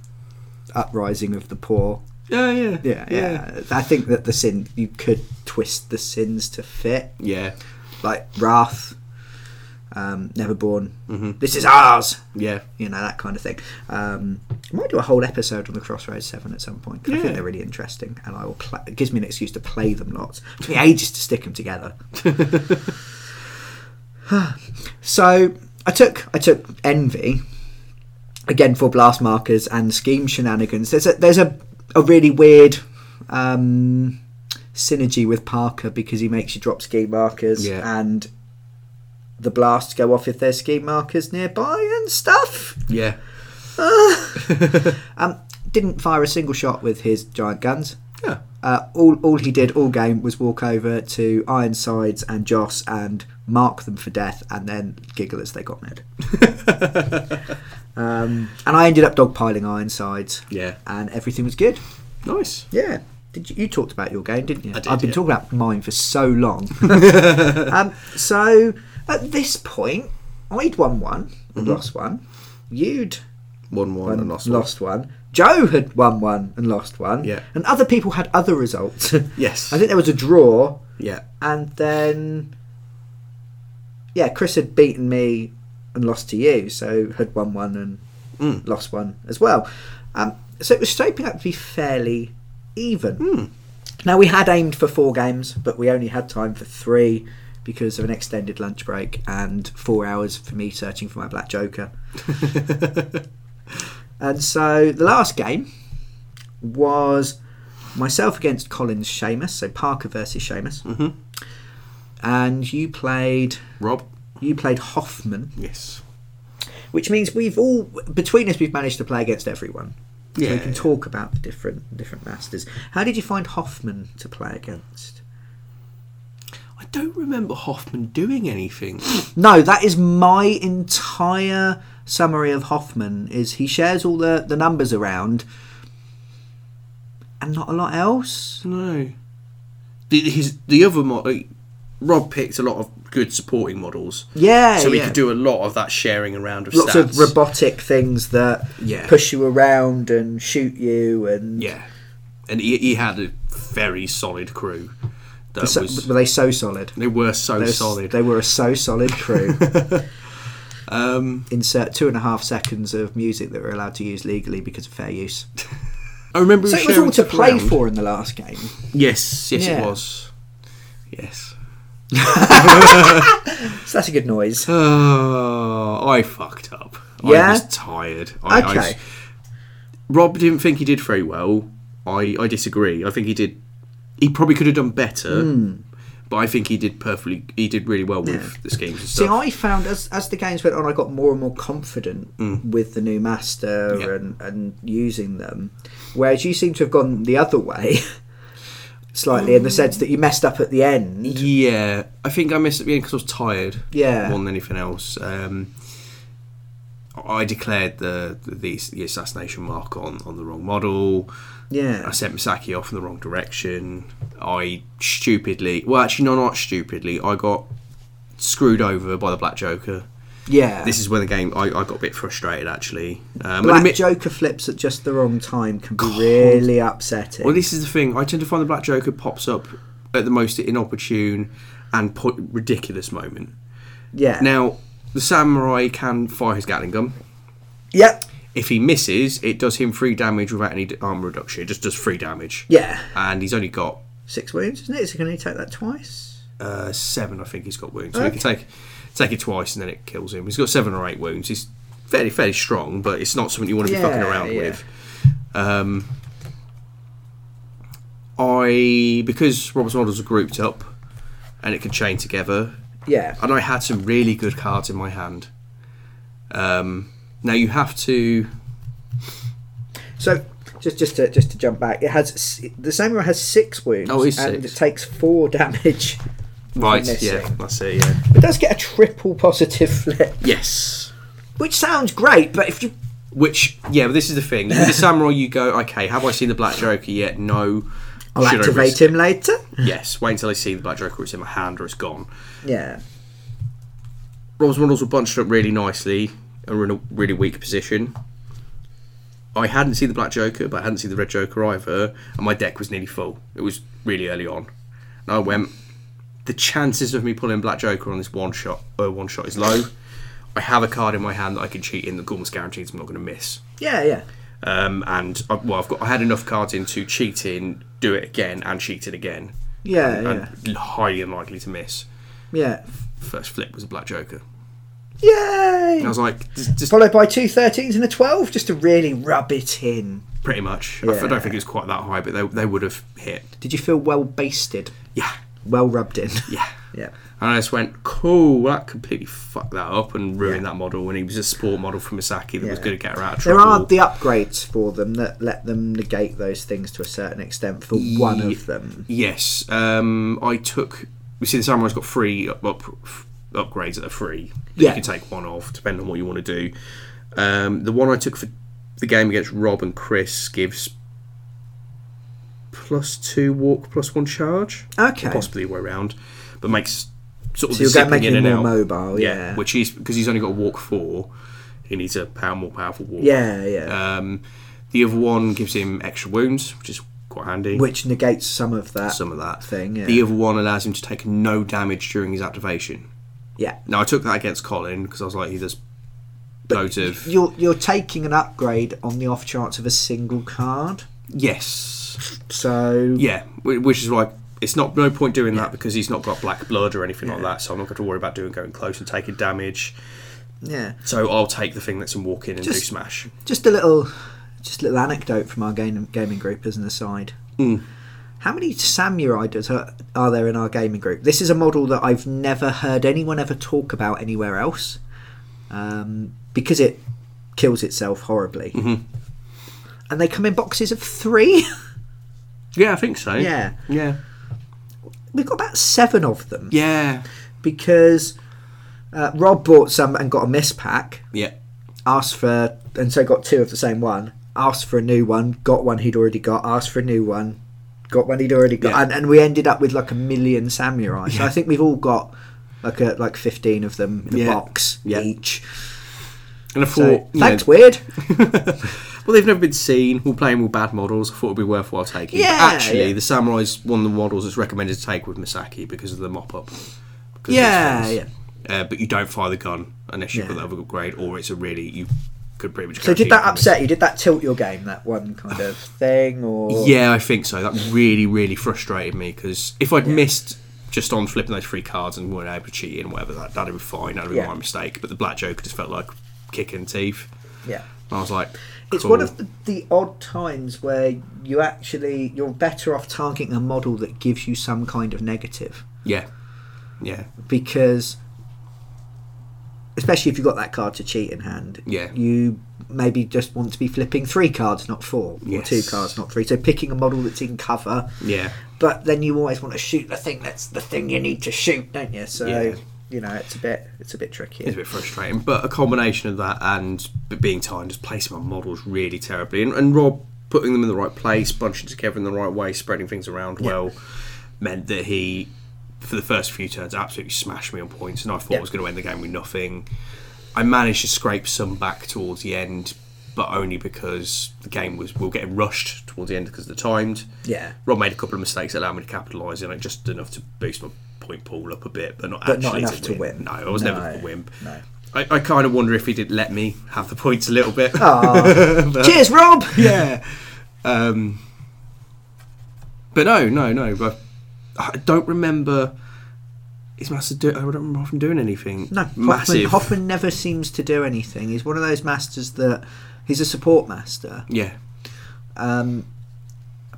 Speaker 1: uprising of the poor
Speaker 2: Yeah. Yeah.
Speaker 1: yeah, yeah. I think that the sin you could twist the sins to fit,
Speaker 2: Yeah.
Speaker 1: like wrath, um, neverborn. This is ours.
Speaker 2: Yeah.
Speaker 1: You know that kind of thing. Um, I might do a whole episode on the Crossroads Seven at some point. 'cause I
Speaker 2: Yeah.
Speaker 1: think they're really interesting, and I will. Pla- it gives me an excuse to play them lots. It took me ages to stick them
Speaker 2: [LAUGHS]
Speaker 1: together. so I took I took Envy again for blast markers and scheme shenanigans. There's a there's a, a really weird um, synergy with Parker because he makes you drop scheme markers
Speaker 2: Yeah.
Speaker 1: and the blasts go off if there's scheme markers nearby and stuff.
Speaker 2: Yeah.
Speaker 1: Um, didn't fire a single shot with his giant guns.
Speaker 2: Yeah.
Speaker 1: Uh, all all he did all game was walk over to Ironsides and Joss and mark them for death and then giggle as they got mad.
Speaker 2: [LAUGHS]
Speaker 1: um, and I ended up dogpiling Ironsides.
Speaker 2: Yeah.
Speaker 1: And everything was good.
Speaker 2: Nice.
Speaker 1: Yeah. Did you, you talked about your game, didn't you?
Speaker 2: I did,
Speaker 1: I've been
Speaker 2: yeah.
Speaker 1: talking about mine for so
Speaker 2: [LAUGHS]
Speaker 1: long. um, so at this point, I'd won one and
Speaker 2: Mm-hmm.
Speaker 1: lost one. You'd
Speaker 2: One one
Speaker 1: won,
Speaker 2: and
Speaker 1: lost,
Speaker 2: lost. one.
Speaker 1: one. Joe had won one and lost one.
Speaker 2: Yeah.
Speaker 1: And other people had other results.
Speaker 2: [LAUGHS] Yes.
Speaker 1: I think there was a draw,
Speaker 2: Yeah.
Speaker 1: and then yeah, Chris had beaten me and lost to you, so had won one and
Speaker 2: Mm.
Speaker 1: lost one as well. Um, so it was shaping up to be fairly even. Now we had aimed for four games, but we only had time for three because of an extended lunch break and four hours for me searching for my black joker. and so the last game was myself against Collins Seamus, so Parker versus Seamus.
Speaker 2: Mhm.
Speaker 1: And you played
Speaker 2: Rob.
Speaker 1: you played Hoffman,
Speaker 2: Yes.
Speaker 1: which means we've all between us we've managed to play against everyone. So we
Speaker 2: Yeah.
Speaker 1: can talk about the different different masters. How did you find Hoffman to play against?
Speaker 2: I don't remember Hoffman doing anything.
Speaker 1: No, that is my entire summary of Hoffman is he shares all the, the numbers around and not a lot else.
Speaker 2: no. the, his the other model. Rob picked a lot of good supporting models,
Speaker 1: Yeah,
Speaker 2: so we
Speaker 1: yeah.
Speaker 2: could do a lot of that sharing around of
Speaker 1: lots
Speaker 2: stats.
Speaker 1: of robotic things that
Speaker 2: Yeah.
Speaker 1: push you around and shoot you and
Speaker 2: yeah, and he, he had a very solid crew. That
Speaker 1: So-
Speaker 2: was
Speaker 1: were they so solid?
Speaker 2: they were so
Speaker 1: They were s-
Speaker 2: solid.
Speaker 1: They were a so solid crew.
Speaker 2: [LAUGHS] Um,
Speaker 1: Insert two and a half seconds of music that we're allowed to use legally because of fair use.
Speaker 2: I remember
Speaker 1: So it was
Speaker 2: sharing
Speaker 1: all to
Speaker 2: stuff
Speaker 1: play
Speaker 2: around.
Speaker 1: for in the last game.
Speaker 2: Yes, yes,
Speaker 1: Yeah.
Speaker 2: it was. Yes.
Speaker 1: So that's a good noise.
Speaker 2: Oh, I fucked up.
Speaker 1: Yeah?
Speaker 2: I was tired. I, I
Speaker 1: Okay.
Speaker 2: s- Rob didn't think he did very well. I, I disagree. I think he did. He probably could have done better,
Speaker 1: Hmm.
Speaker 2: but I think he did perfectly. He did really well with the schemes and
Speaker 1: See,
Speaker 2: stuff.
Speaker 1: I found as as the games went on, I got more and more confident with the new master
Speaker 2: Yeah.
Speaker 1: and and using them. Whereas you seem to have gone the other way [LAUGHS] slightly in the sense that you messed up at the end.
Speaker 2: yeah, I think I missed it because I was tired.
Speaker 1: Yeah.
Speaker 2: more than anything else. Um, I declared the the, the assassination mark on, on the wrong model. I
Speaker 1: Yeah.
Speaker 2: sent Misaki off in the wrong direction. I stupidly, well, actually, no, not stupidly. I got screwed over by the Black Joker.
Speaker 1: Yeah.
Speaker 2: This is when the game. I, I got a bit frustrated actually.
Speaker 1: Black
Speaker 2: Um, and admit-
Speaker 1: Joker flips at just the wrong time can be really upsetting.
Speaker 2: well, this is the thing. I tend to find the Black Joker pops up at the most inopportune and po- ridiculous moment.
Speaker 1: yeah.
Speaker 2: Now, the samurai can fire his Gatling gun.
Speaker 1: Yep.
Speaker 2: If he misses, it does him three damage without any d- armor reduction. It just does three damage.
Speaker 1: Yeah.
Speaker 2: And he's only got
Speaker 1: Six wounds, isn't it? So can only take that twice?
Speaker 2: uh, seven, I think he's got wounds. So he can take take it twice and then it kills him. He's got seven or eight wounds. He's fairly fairly strong, but it's not something you want to be
Speaker 1: Yeah,
Speaker 2: fucking around
Speaker 1: yeah.
Speaker 2: with. Um, I because Robert's models are grouped up and it can chain together,
Speaker 1: Yeah.
Speaker 2: and I had some really good cards in my hand. Um, now you have to
Speaker 1: So just just to just to jump back, it has s- the samurai has six wounds
Speaker 2: Oh, he's
Speaker 1: and
Speaker 2: six.
Speaker 1: it takes four [LAUGHS] damage.
Speaker 2: right,
Speaker 1: missing.
Speaker 2: yeah, that's it, yeah,
Speaker 1: But does get a triple positive [LAUGHS] flip,
Speaker 2: yes.
Speaker 1: which sounds great. But if you
Speaker 2: Which yeah, but this is the
Speaker 1: [LAUGHS]
Speaker 2: thing. With the samurai, you go okay. Have I seen the Black Joker yet? No.
Speaker 1: I'll
Speaker 2: Should I
Speaker 1: activate
Speaker 2: risk-
Speaker 1: him later.
Speaker 2: Yes, wait until I see the Black Joker. It's in my hand or it's gone.
Speaker 1: Yeah.
Speaker 2: Rob's models were bunched up really nicely and were in a really weak position. I hadn't seen the Black Joker, but I hadn't seen the Red Joker either, and my deck was nearly full. It was really early on, and I went. The chances of me pulling Black Joker on this one shot, uh, one shot is low. I have a card in my hand that I can cheat in. The Gorm's guarantees I'm not going to miss.
Speaker 1: Yeah. Yeah.
Speaker 2: Um, and I, well, I've got I had enough cards in to cheat in, do it again, and cheat it again.
Speaker 1: Yeah. yeah.
Speaker 2: And highly unlikely to miss.
Speaker 1: Yeah.
Speaker 2: First flip was a Black Joker.
Speaker 1: Yay!
Speaker 2: And I was like, just, just
Speaker 1: Followed by two 13s and a 12, just to really rub it in.
Speaker 2: pretty much. I f- I
Speaker 1: Yeah.
Speaker 2: don't think it was quite that high, but they, they would have hit.
Speaker 1: Did you feel well basted?
Speaker 2: Yeah,
Speaker 1: Well rubbed in?
Speaker 2: yeah.
Speaker 1: [LAUGHS] Yeah.
Speaker 2: And I just went, cool, that completely fucked that up and ruined
Speaker 1: Yeah.
Speaker 2: that model. And he was a sport model from Misaki that was
Speaker 1: Yeah.
Speaker 2: going to get her out of
Speaker 1: There
Speaker 2: trouble.
Speaker 1: are the upgrades for them that let them negate those things to a certain extent for one
Speaker 2: Ye-
Speaker 1: of them.
Speaker 2: Yes, um, I took. We see the samurai's got three up, up, f- upgrades that are free. That
Speaker 1: Yeah.
Speaker 2: you can take one off, depending on what you want to do. Um, the one I took for the game against Rob and Chris gives plus two walk, plus one charge,
Speaker 1: Okay. So
Speaker 2: possibly a way around, but makes sort of the
Speaker 1: you're going to
Speaker 2: zipping
Speaker 1: make
Speaker 2: in
Speaker 1: him
Speaker 2: and
Speaker 1: more
Speaker 2: out.
Speaker 1: mobile, yeah. Yeah,
Speaker 2: which is because he's only got a walk four. He needs a power more powerful walk.
Speaker 1: yeah.
Speaker 2: Um, the other one gives him extra wounds, which is quite handy
Speaker 1: which negates some of that.
Speaker 2: some of that
Speaker 1: Thing, yeah.
Speaker 2: The other one allows him to take no damage during his activation.
Speaker 1: yeah.
Speaker 2: Now I took that against Colin because I was like, he does loads of
Speaker 1: You're, you're taking an upgrade on the off chance of a single card.
Speaker 2: yes,
Speaker 1: So,
Speaker 2: yeah, whi- which is like it's not no point doing that because he's not got black blood or anything like that, so I'm not going to worry about doing going close and taking damage.
Speaker 1: yeah.
Speaker 2: So I'll take the thing that's in walk in and do
Speaker 1: Just-
Speaker 2: smash.
Speaker 1: Just a little, just a little anecdote from our game, gaming group as an aside.
Speaker 2: Mm.
Speaker 1: How many samurai does are, are there in our gaming group? This is a model that I've never heard anyone ever talk about anywhere else, um, because it kills itself horribly.
Speaker 2: Mm-hmm.
Speaker 1: And they come in boxes of three. [LAUGHS]
Speaker 2: Yeah, I think so.
Speaker 1: Yeah.
Speaker 2: yeah,
Speaker 1: We've got about seven of them
Speaker 2: yeah,
Speaker 1: because uh, Rob bought some and got a miss pack.
Speaker 2: yeah.
Speaker 1: asked for and so got two of the same one asked for a new one got one he'd already got asked for a new one got one he'd already got,
Speaker 2: Yeah.
Speaker 1: and, and we ended up with like a million samurai. So I think we've all got like a like fifteen of them in a
Speaker 2: Yeah.
Speaker 1: box
Speaker 2: Yeah.
Speaker 1: each.
Speaker 2: And I
Speaker 1: So
Speaker 2: thought, you know,
Speaker 1: thanks, weird.
Speaker 2: well, they've never been seen. We're playing with bad models. I thought it'd be worthwhile taking.
Speaker 1: Yeah,
Speaker 2: Actually,
Speaker 1: yeah.
Speaker 2: the samurai's one of the models that's recommended to take with Misaki because of the mop up.
Speaker 1: Yeah, yeah.
Speaker 2: Uh, but you don't fire the gun unless you
Speaker 1: Yeah.
Speaker 2: put that other upgrade, or it's a really you could pretty much.
Speaker 1: So
Speaker 2: guarantee
Speaker 1: did that
Speaker 2: you can miss.
Speaker 1: upset you? Did that tilt your game? That one kind of thing, or
Speaker 2: Yeah, I think so. That really, really frustrated me because if I'd missed just on flipping those three cards and weren't able to cheat and whatever, that, that'd be fine. That'd be
Speaker 1: Yeah.
Speaker 2: my mistake. But the black joker just felt like kicking teeth.
Speaker 1: yeah.
Speaker 2: I was like,
Speaker 1: It's
Speaker 2: cool.
Speaker 1: one of the, the odd times where you actually you're better off targeting a model that gives you some kind of negative
Speaker 2: yeah, yeah,
Speaker 1: because especially if you've got that card to cheat in hand
Speaker 2: Yeah.
Speaker 1: you maybe just want to be flipping three cards not four or two
Speaker 2: Yes.
Speaker 1: cards not three so picking a model that's in cover
Speaker 2: yeah.
Speaker 1: but then you always want to shoot the thing that's the thing you need to shoot don't you so
Speaker 2: Yeah.
Speaker 1: you know it's a bit it's a bit
Speaker 2: It's a
Speaker 1: tricky
Speaker 2: bit frustrating, but a combination of that and b- being tired, and just placing my models really terribly, and, and Rob putting them in the right place, bunching together in the right way, spreading things around well, meant that he, for the first few turns, absolutely smashed me on points, and I thought
Speaker 1: Yeah.
Speaker 2: I was going to end the game with nothing. I managed to scrape some back towards the end, but only because the game was we were getting rushed towards the end because of the timed.
Speaker 1: yeah
Speaker 2: Rob made a couple of mistakes that allowed me to capitalise on it, just enough to boost my point pool up a bit, but not
Speaker 1: But not
Speaker 2: actually
Speaker 1: enough to win.
Speaker 2: No, I was
Speaker 1: No,
Speaker 2: never a wimp.
Speaker 1: no.
Speaker 2: I, I kind of wonder if he did let me have the points a
Speaker 1: [LAUGHS]
Speaker 2: little bit.
Speaker 1: Oh. Ah.
Speaker 2: [LAUGHS]
Speaker 1: cheers rob
Speaker 2: yeah. Um, but no, no, no. But I don't remember. Is Master? Do- I don't remember Hoffman doing anything.
Speaker 1: No, Hoffman,
Speaker 2: massive.
Speaker 1: Hoffman never seems to do anything. He's one of those masters that he's a support master,
Speaker 2: Yeah,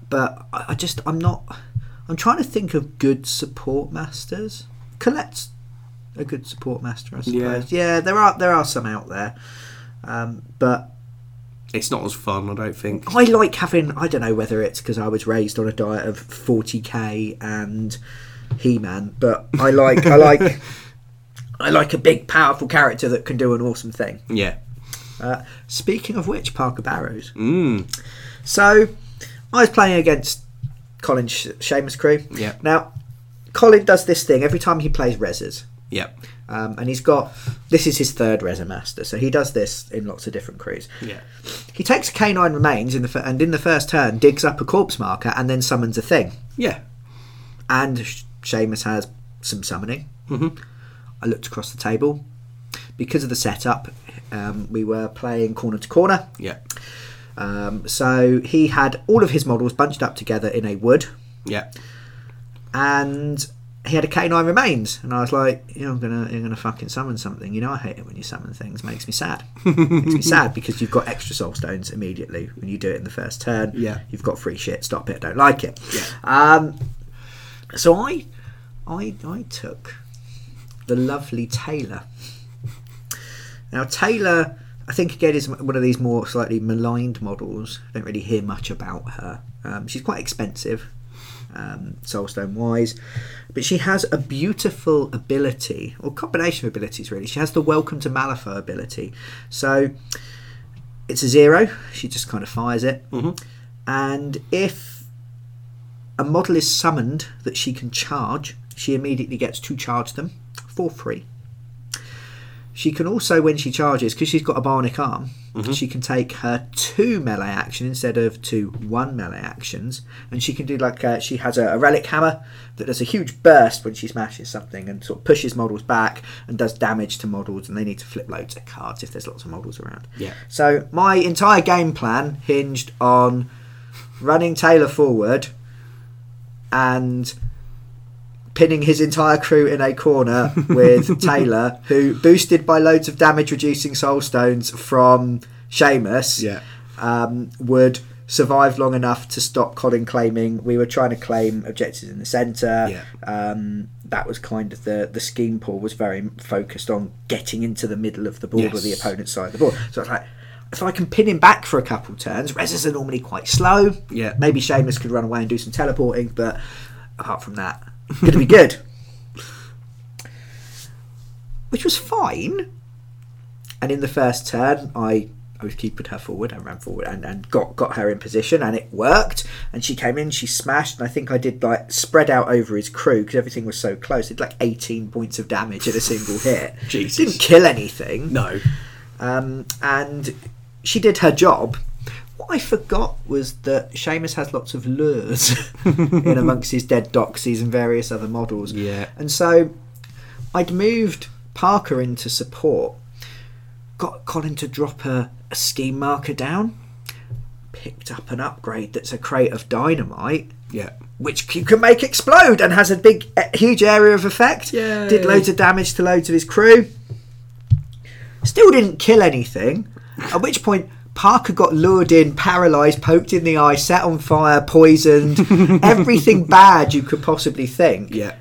Speaker 1: but I I just I'm not. I'm trying to think of good support masters. Colette's a good support master, I suppose. Yeah, there are there are some out there, um, but
Speaker 2: it's not as fun. I don't think.
Speaker 1: I like having. I don't know whether it's because I was raised on a diet of 40k and He-Man, but I like I like. I like a big, powerful character that can do an awesome thing.
Speaker 2: Yeah.
Speaker 1: Uh, speaking of which, Parker Barrows.
Speaker 2: Mm.
Speaker 1: So, I was playing against Colin Sh- Seamus crew.
Speaker 2: Yeah.
Speaker 1: Now, Colin does this thing every time he plays Rezzers.
Speaker 2: Yep.
Speaker 1: Um, and he's got this is his third Rezzer master, so he does this in lots of different crews.
Speaker 2: Yeah.
Speaker 1: He takes a canine remains in the fir- and in the first turn digs up a corpse marker and then summons a thing.
Speaker 2: Yeah.
Speaker 1: And Sh- Seamus has some summoning.
Speaker 2: Mm-hmm.
Speaker 1: I looked across the table because of the setup. Um, we were playing corner to corner,
Speaker 2: Yeah.
Speaker 1: um, so he had all of his models bunched up together in a wood,
Speaker 2: Yeah.
Speaker 1: and he had a canine remains. And I was like, you know, I'm gonna, you're gonna fucking summon something. You know, I hate it when you summon things. Makes me sad. makes me sad because you've got extra soul stones immediately when you do it in the first turn.
Speaker 2: Yeah.
Speaker 1: you've got free shit. Stop it. I don't like it. Um, so I, I, I took the lovely Taylor. Now Taylor, I think again is one of these more slightly maligned models. I don't really hear much about her. Um, she's quite expensive, um, Soulstone wise, but she has a beautiful ability or combination of abilities really. She has the Welcome to Malifaux ability, so it's a zero. She just kind of fires it, and if a model is summoned that she can charge, she immediately gets to charge them for free. She can also, when she charges, because she's got a bionic arm, she can take her two melee action instead of two one melee actions, and she can do like uh she has a, a relic hammer that does a huge burst when she smashes something and sort of pushes models back and does damage to models, and they need to flip loads of cards if there's lots of models around.
Speaker 2: Yeah.
Speaker 1: So my entire game plan hinged on running Taylor forward and pinning his entire crew in a corner with Taylor, who, boosted by loads of damage reducing soul stones from Seamus,
Speaker 2: Yeah.
Speaker 1: um, would survive long enough to stop Colin claiming we were trying to claim objectives in the centre.
Speaker 2: Yeah.
Speaker 1: Um, that was kind of the the scheme. Paul was very focused on getting into the middle of the board or the
Speaker 2: Yes.
Speaker 1: opponent's side of the board. So I was like. If I can pin him back for a couple turns, Rezzers are normally quite slow.
Speaker 2: Yeah.
Speaker 1: Maybe Seamus could run away and do some teleporting, but apart from that, going to be
Speaker 2: [LAUGHS]
Speaker 1: good. Which was fine. And in the first turn, I I was keeping her forward and ran forward and, and got, got her in position, and it worked. and she came in, she smashed, and I think I did like spread out over his crew because everything was so close. Did like 18 points of damage in a single hit.
Speaker 2: [LAUGHS] Jesus.
Speaker 1: Didn't kill anything.
Speaker 2: No.
Speaker 1: Um, and she did her job. What I forgot was that Seamus has lots of lures in amongst his dead doxies and various other models.
Speaker 2: Yeah.
Speaker 1: And so I'd moved Parker into support, got Colin to drop a, a scheme marker down, picked up an upgrade that's a crate of dynamite
Speaker 2: Yeah.
Speaker 1: which you can make explode and has a big, a huge area of effect.
Speaker 2: Yay.
Speaker 1: Did loads of damage to loads of his crew. Still didn't kill anything. At which point, Parker got lured in, paralysed, poked in the eye, set on fire, poisoned, everything bad you could possibly think.
Speaker 2: Yeah.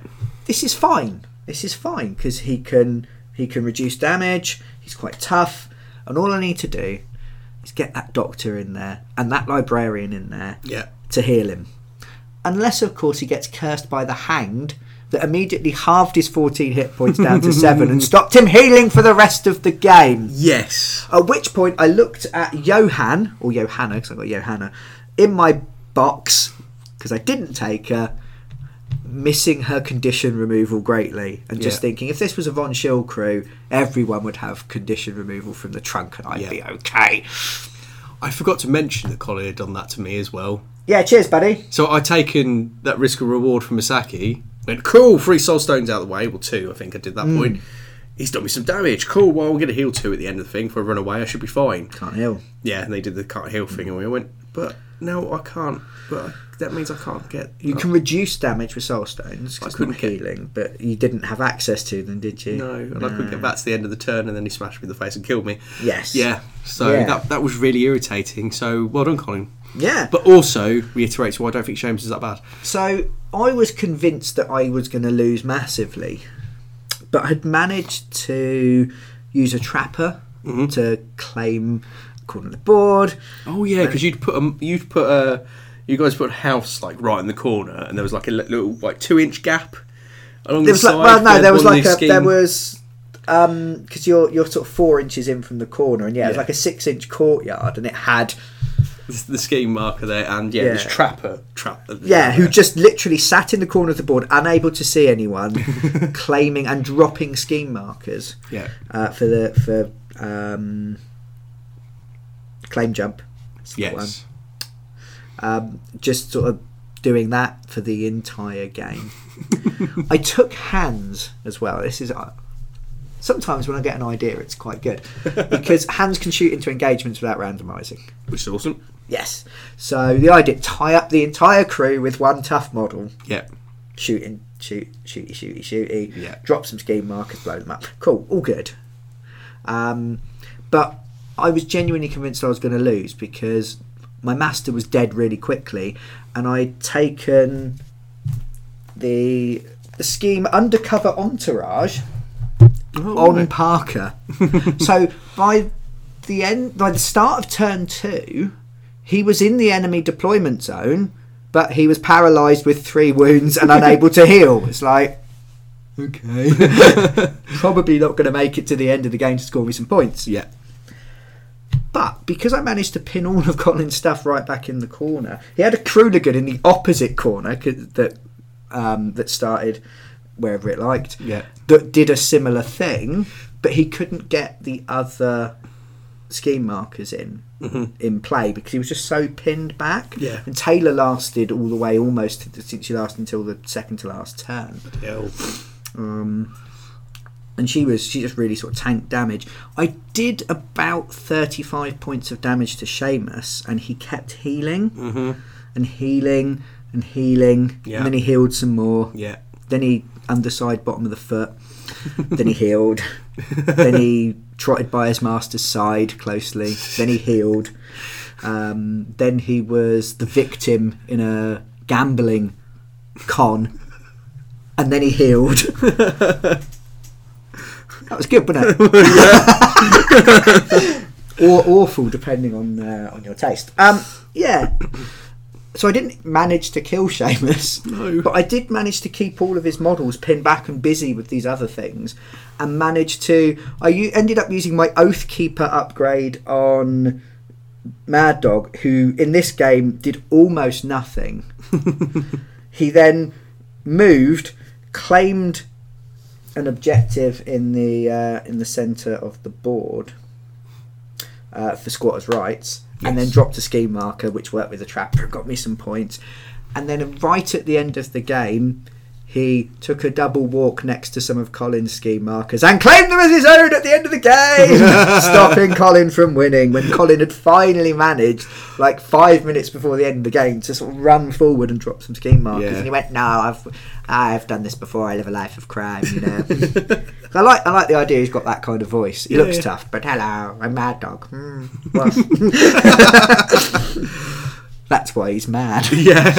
Speaker 1: This is fine. This is fine because he can he can reduce damage. He's quite tough, and all I need to do is get that doctor in there and that librarian in there
Speaker 2: Yeah.
Speaker 1: to heal him. Unless, of course, he gets cursed by the hanged that immediately halved his 14 hit points down to 7
Speaker 2: [LAUGHS]
Speaker 1: and stopped him healing for the rest of the game.
Speaker 2: Yes.
Speaker 1: At which point, I looked at Johan, or Johanna, because I got Johanna, in my box, because I didn't take her, missing her condition removal greatly, and just
Speaker 2: Yeah.
Speaker 1: thinking if this was a Von Schill crew, everyone would have condition removal from the trunk and I'd
Speaker 2: Yeah.
Speaker 1: be okay.
Speaker 2: I forgot to mention that Colin had done that to me as well.
Speaker 1: Yeah, cheers, buddy.
Speaker 2: So I taken that risk of reward from Misaki. Went cool, three soul stones out of the way. Well, two, I think I did that
Speaker 1: Hmm.
Speaker 2: point. He's done me some damage. Cool. Well, we're gonna heal two at the end of the thing. If I run away, I should be fine.
Speaker 1: Can't heal.
Speaker 2: Yeah, and they did the can't heal thing, and we went, but no, I can't. But I, that means I can't get.
Speaker 1: You can reduce damage with soul stones. 'cause
Speaker 2: I
Speaker 1: it's
Speaker 2: couldn't
Speaker 1: not
Speaker 2: get-
Speaker 1: healing, but you didn't have access to them, did you?
Speaker 2: No, and I couldn't get back to the end of the turn, and then he smashed me in the face and killed me.
Speaker 1: Yes.
Speaker 2: Yeah. So
Speaker 1: Yeah.
Speaker 2: that that was really irritating. So well done, Colin.
Speaker 1: Yeah.
Speaker 2: But also reiterates why I don't think James is that bad.
Speaker 1: So I was convinced that I was going to lose massively, but had managed to use a trapper
Speaker 2: Mm-hmm.
Speaker 1: to claim according to the board.
Speaker 2: Oh yeah, because you'd put a you'd put a you guys put a house like right in the corner, and there was like a li- little like two inch gap along
Speaker 1: There
Speaker 2: the
Speaker 1: was
Speaker 2: side.
Speaker 1: like, well, no,
Speaker 2: for
Speaker 1: there was
Speaker 2: one
Speaker 1: like a,
Speaker 2: new
Speaker 1: there
Speaker 2: scheme.
Speaker 1: was um because you're you're sort of four inches in from the corner, and yeah, it was
Speaker 2: Yeah.
Speaker 1: like a six inch courtyard, and it had
Speaker 2: [LAUGHS] the scheme marker there, and yeah, this
Speaker 1: Yeah.
Speaker 2: trapper trap. uh,
Speaker 1: Yeah, [LAUGHS] who just literally sat in the corner of the board, unable to see [LAUGHS] anyone, claiming and dropping scheme markers
Speaker 2: yeah,
Speaker 1: uh, for the for um, claim jump. That's the one.
Speaker 2: yes,
Speaker 1: Um, just sort of doing that for the entire [LAUGHS] game. I took hands as well. This is. Uh, Sometimes when I get an idea, it's quite good [LAUGHS] because hands can shoot into engagements without randomising.
Speaker 2: which is awesome.
Speaker 1: Yes, so the idea tie up the entire crew with one tough model
Speaker 2: Yeah,
Speaker 1: shooting, shoot, shooty, shooty, shooty.
Speaker 2: Yeah.
Speaker 1: Drop some scheme markers, blow them up. Cool, all good. Um, but I was genuinely convinced I was going to lose because my master was dead really quickly, and I'd taken the the scheme undercover entourage
Speaker 2: Oh,
Speaker 1: on Parker. [LAUGHS] so by the end, by the start of turn two, he was in the enemy deployment zone, but he was paralysed with three wounds and unable to heal. It's like
Speaker 2: okay,
Speaker 1: [LAUGHS] probably not going to make it to the end of the game to score me some points.
Speaker 2: yeah,
Speaker 1: But because I managed to pin all of [LAUGHS] Colin's stuff right back in the corner, he had a Kruligan in the opposite corner 'cause that um, that started wherever it liked.
Speaker 2: Yeah.
Speaker 1: That did a similar thing, but he couldn't get the other scheme markers in in play because he was just so pinned back.
Speaker 2: Mm-hmm. Yeah.
Speaker 1: And Taylor lasted all the way almost to the- since she lasted until the second to last turn
Speaker 2: yeah.
Speaker 1: and she was she just really sort of tanked damage. I did about thirty five points of damage to Seamus, and he kept healing and healing and healing,
Speaker 2: Yeah.
Speaker 1: and then he healed some more.
Speaker 2: yeah. [LAUGHS]
Speaker 1: Then he underside bottom of the foot. then he healed. then he trotted by his master's side closely. Then he healed. Um, then he was the victim in a gambling con, and then he healed. that was good, wasn't it? or awful, depending on uh, on your taste. Um, yeah. So I didn't manage to kill Seamus,
Speaker 2: No.
Speaker 1: but I did manage to keep all of his models pinned back and busy with these other things, and managed to. I u- ended up using my Oath Keeper upgrade on Mad Dog, who in this game did almost nothing, he then moved, claimed an objective in the uh, in the centre of the board uh, for squatters' rights, and then
Speaker 2: Yes.
Speaker 1: dropped a scheme marker, which worked with the trapper, got me some points, and then right at the end of the game. He took a double walk next to some of Colin's scheme markers and claimed them as his own at the end of the
Speaker 2: [LAUGHS]
Speaker 1: game, stopping Colin from winning. When Colin had finally managed, like five minutes before the end of the game, to sort of run forward and drop some scheme markers,
Speaker 2: Yeah.
Speaker 1: and he went, "No, I've I've done this before. I live a life of crime." You
Speaker 2: [LAUGHS]
Speaker 1: know, I like I like the idea. He's got that kind of voice. He
Speaker 2: Yeah,
Speaker 1: looks
Speaker 2: yeah.
Speaker 1: tough, but hello, I'm Mad Dog.
Speaker 2: [LAUGHS]
Speaker 1: Hmm, well. [LAUGHS] That's why he's mad.
Speaker 2: [LAUGHS] yeah.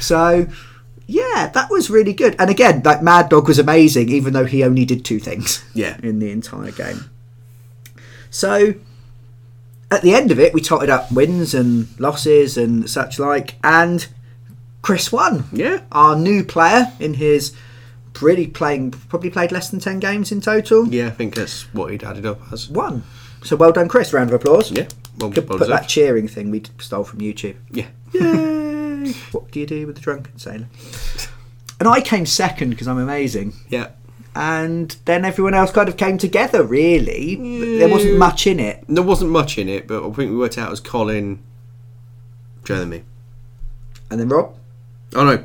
Speaker 1: So, yeah, that was really good. And again, like Mad Dog was amazing, even though he only did two things [LAUGHS]
Speaker 2: Yeah.
Speaker 1: in the entire game. So, at the end of it, we totted up wins and losses and such like, and Chris won.
Speaker 2: Yeah.
Speaker 1: Our new player in his really playing, probably played less than 10 games in total,
Speaker 2: Yeah, I think that's what he'd added up as.
Speaker 1: won. So, well done, Chris. Round of applause.
Speaker 2: Yeah. Well,
Speaker 1: Could
Speaker 2: well
Speaker 1: put that
Speaker 2: deserved.
Speaker 1: cheering thing we stole from YouTube.
Speaker 2: Yeah.
Speaker 1: Yay! what do you do with the drunken sailor? And I came second because I'm amazing.
Speaker 2: [LAUGHS] Yeah.
Speaker 1: And then everyone else kind of came together, really. There wasn't
Speaker 2: Yeah.
Speaker 1: much in it.
Speaker 2: There wasn't much in it, but I think we worked out as Colin, Jeremy.
Speaker 1: And then Rob?
Speaker 2: Oh no,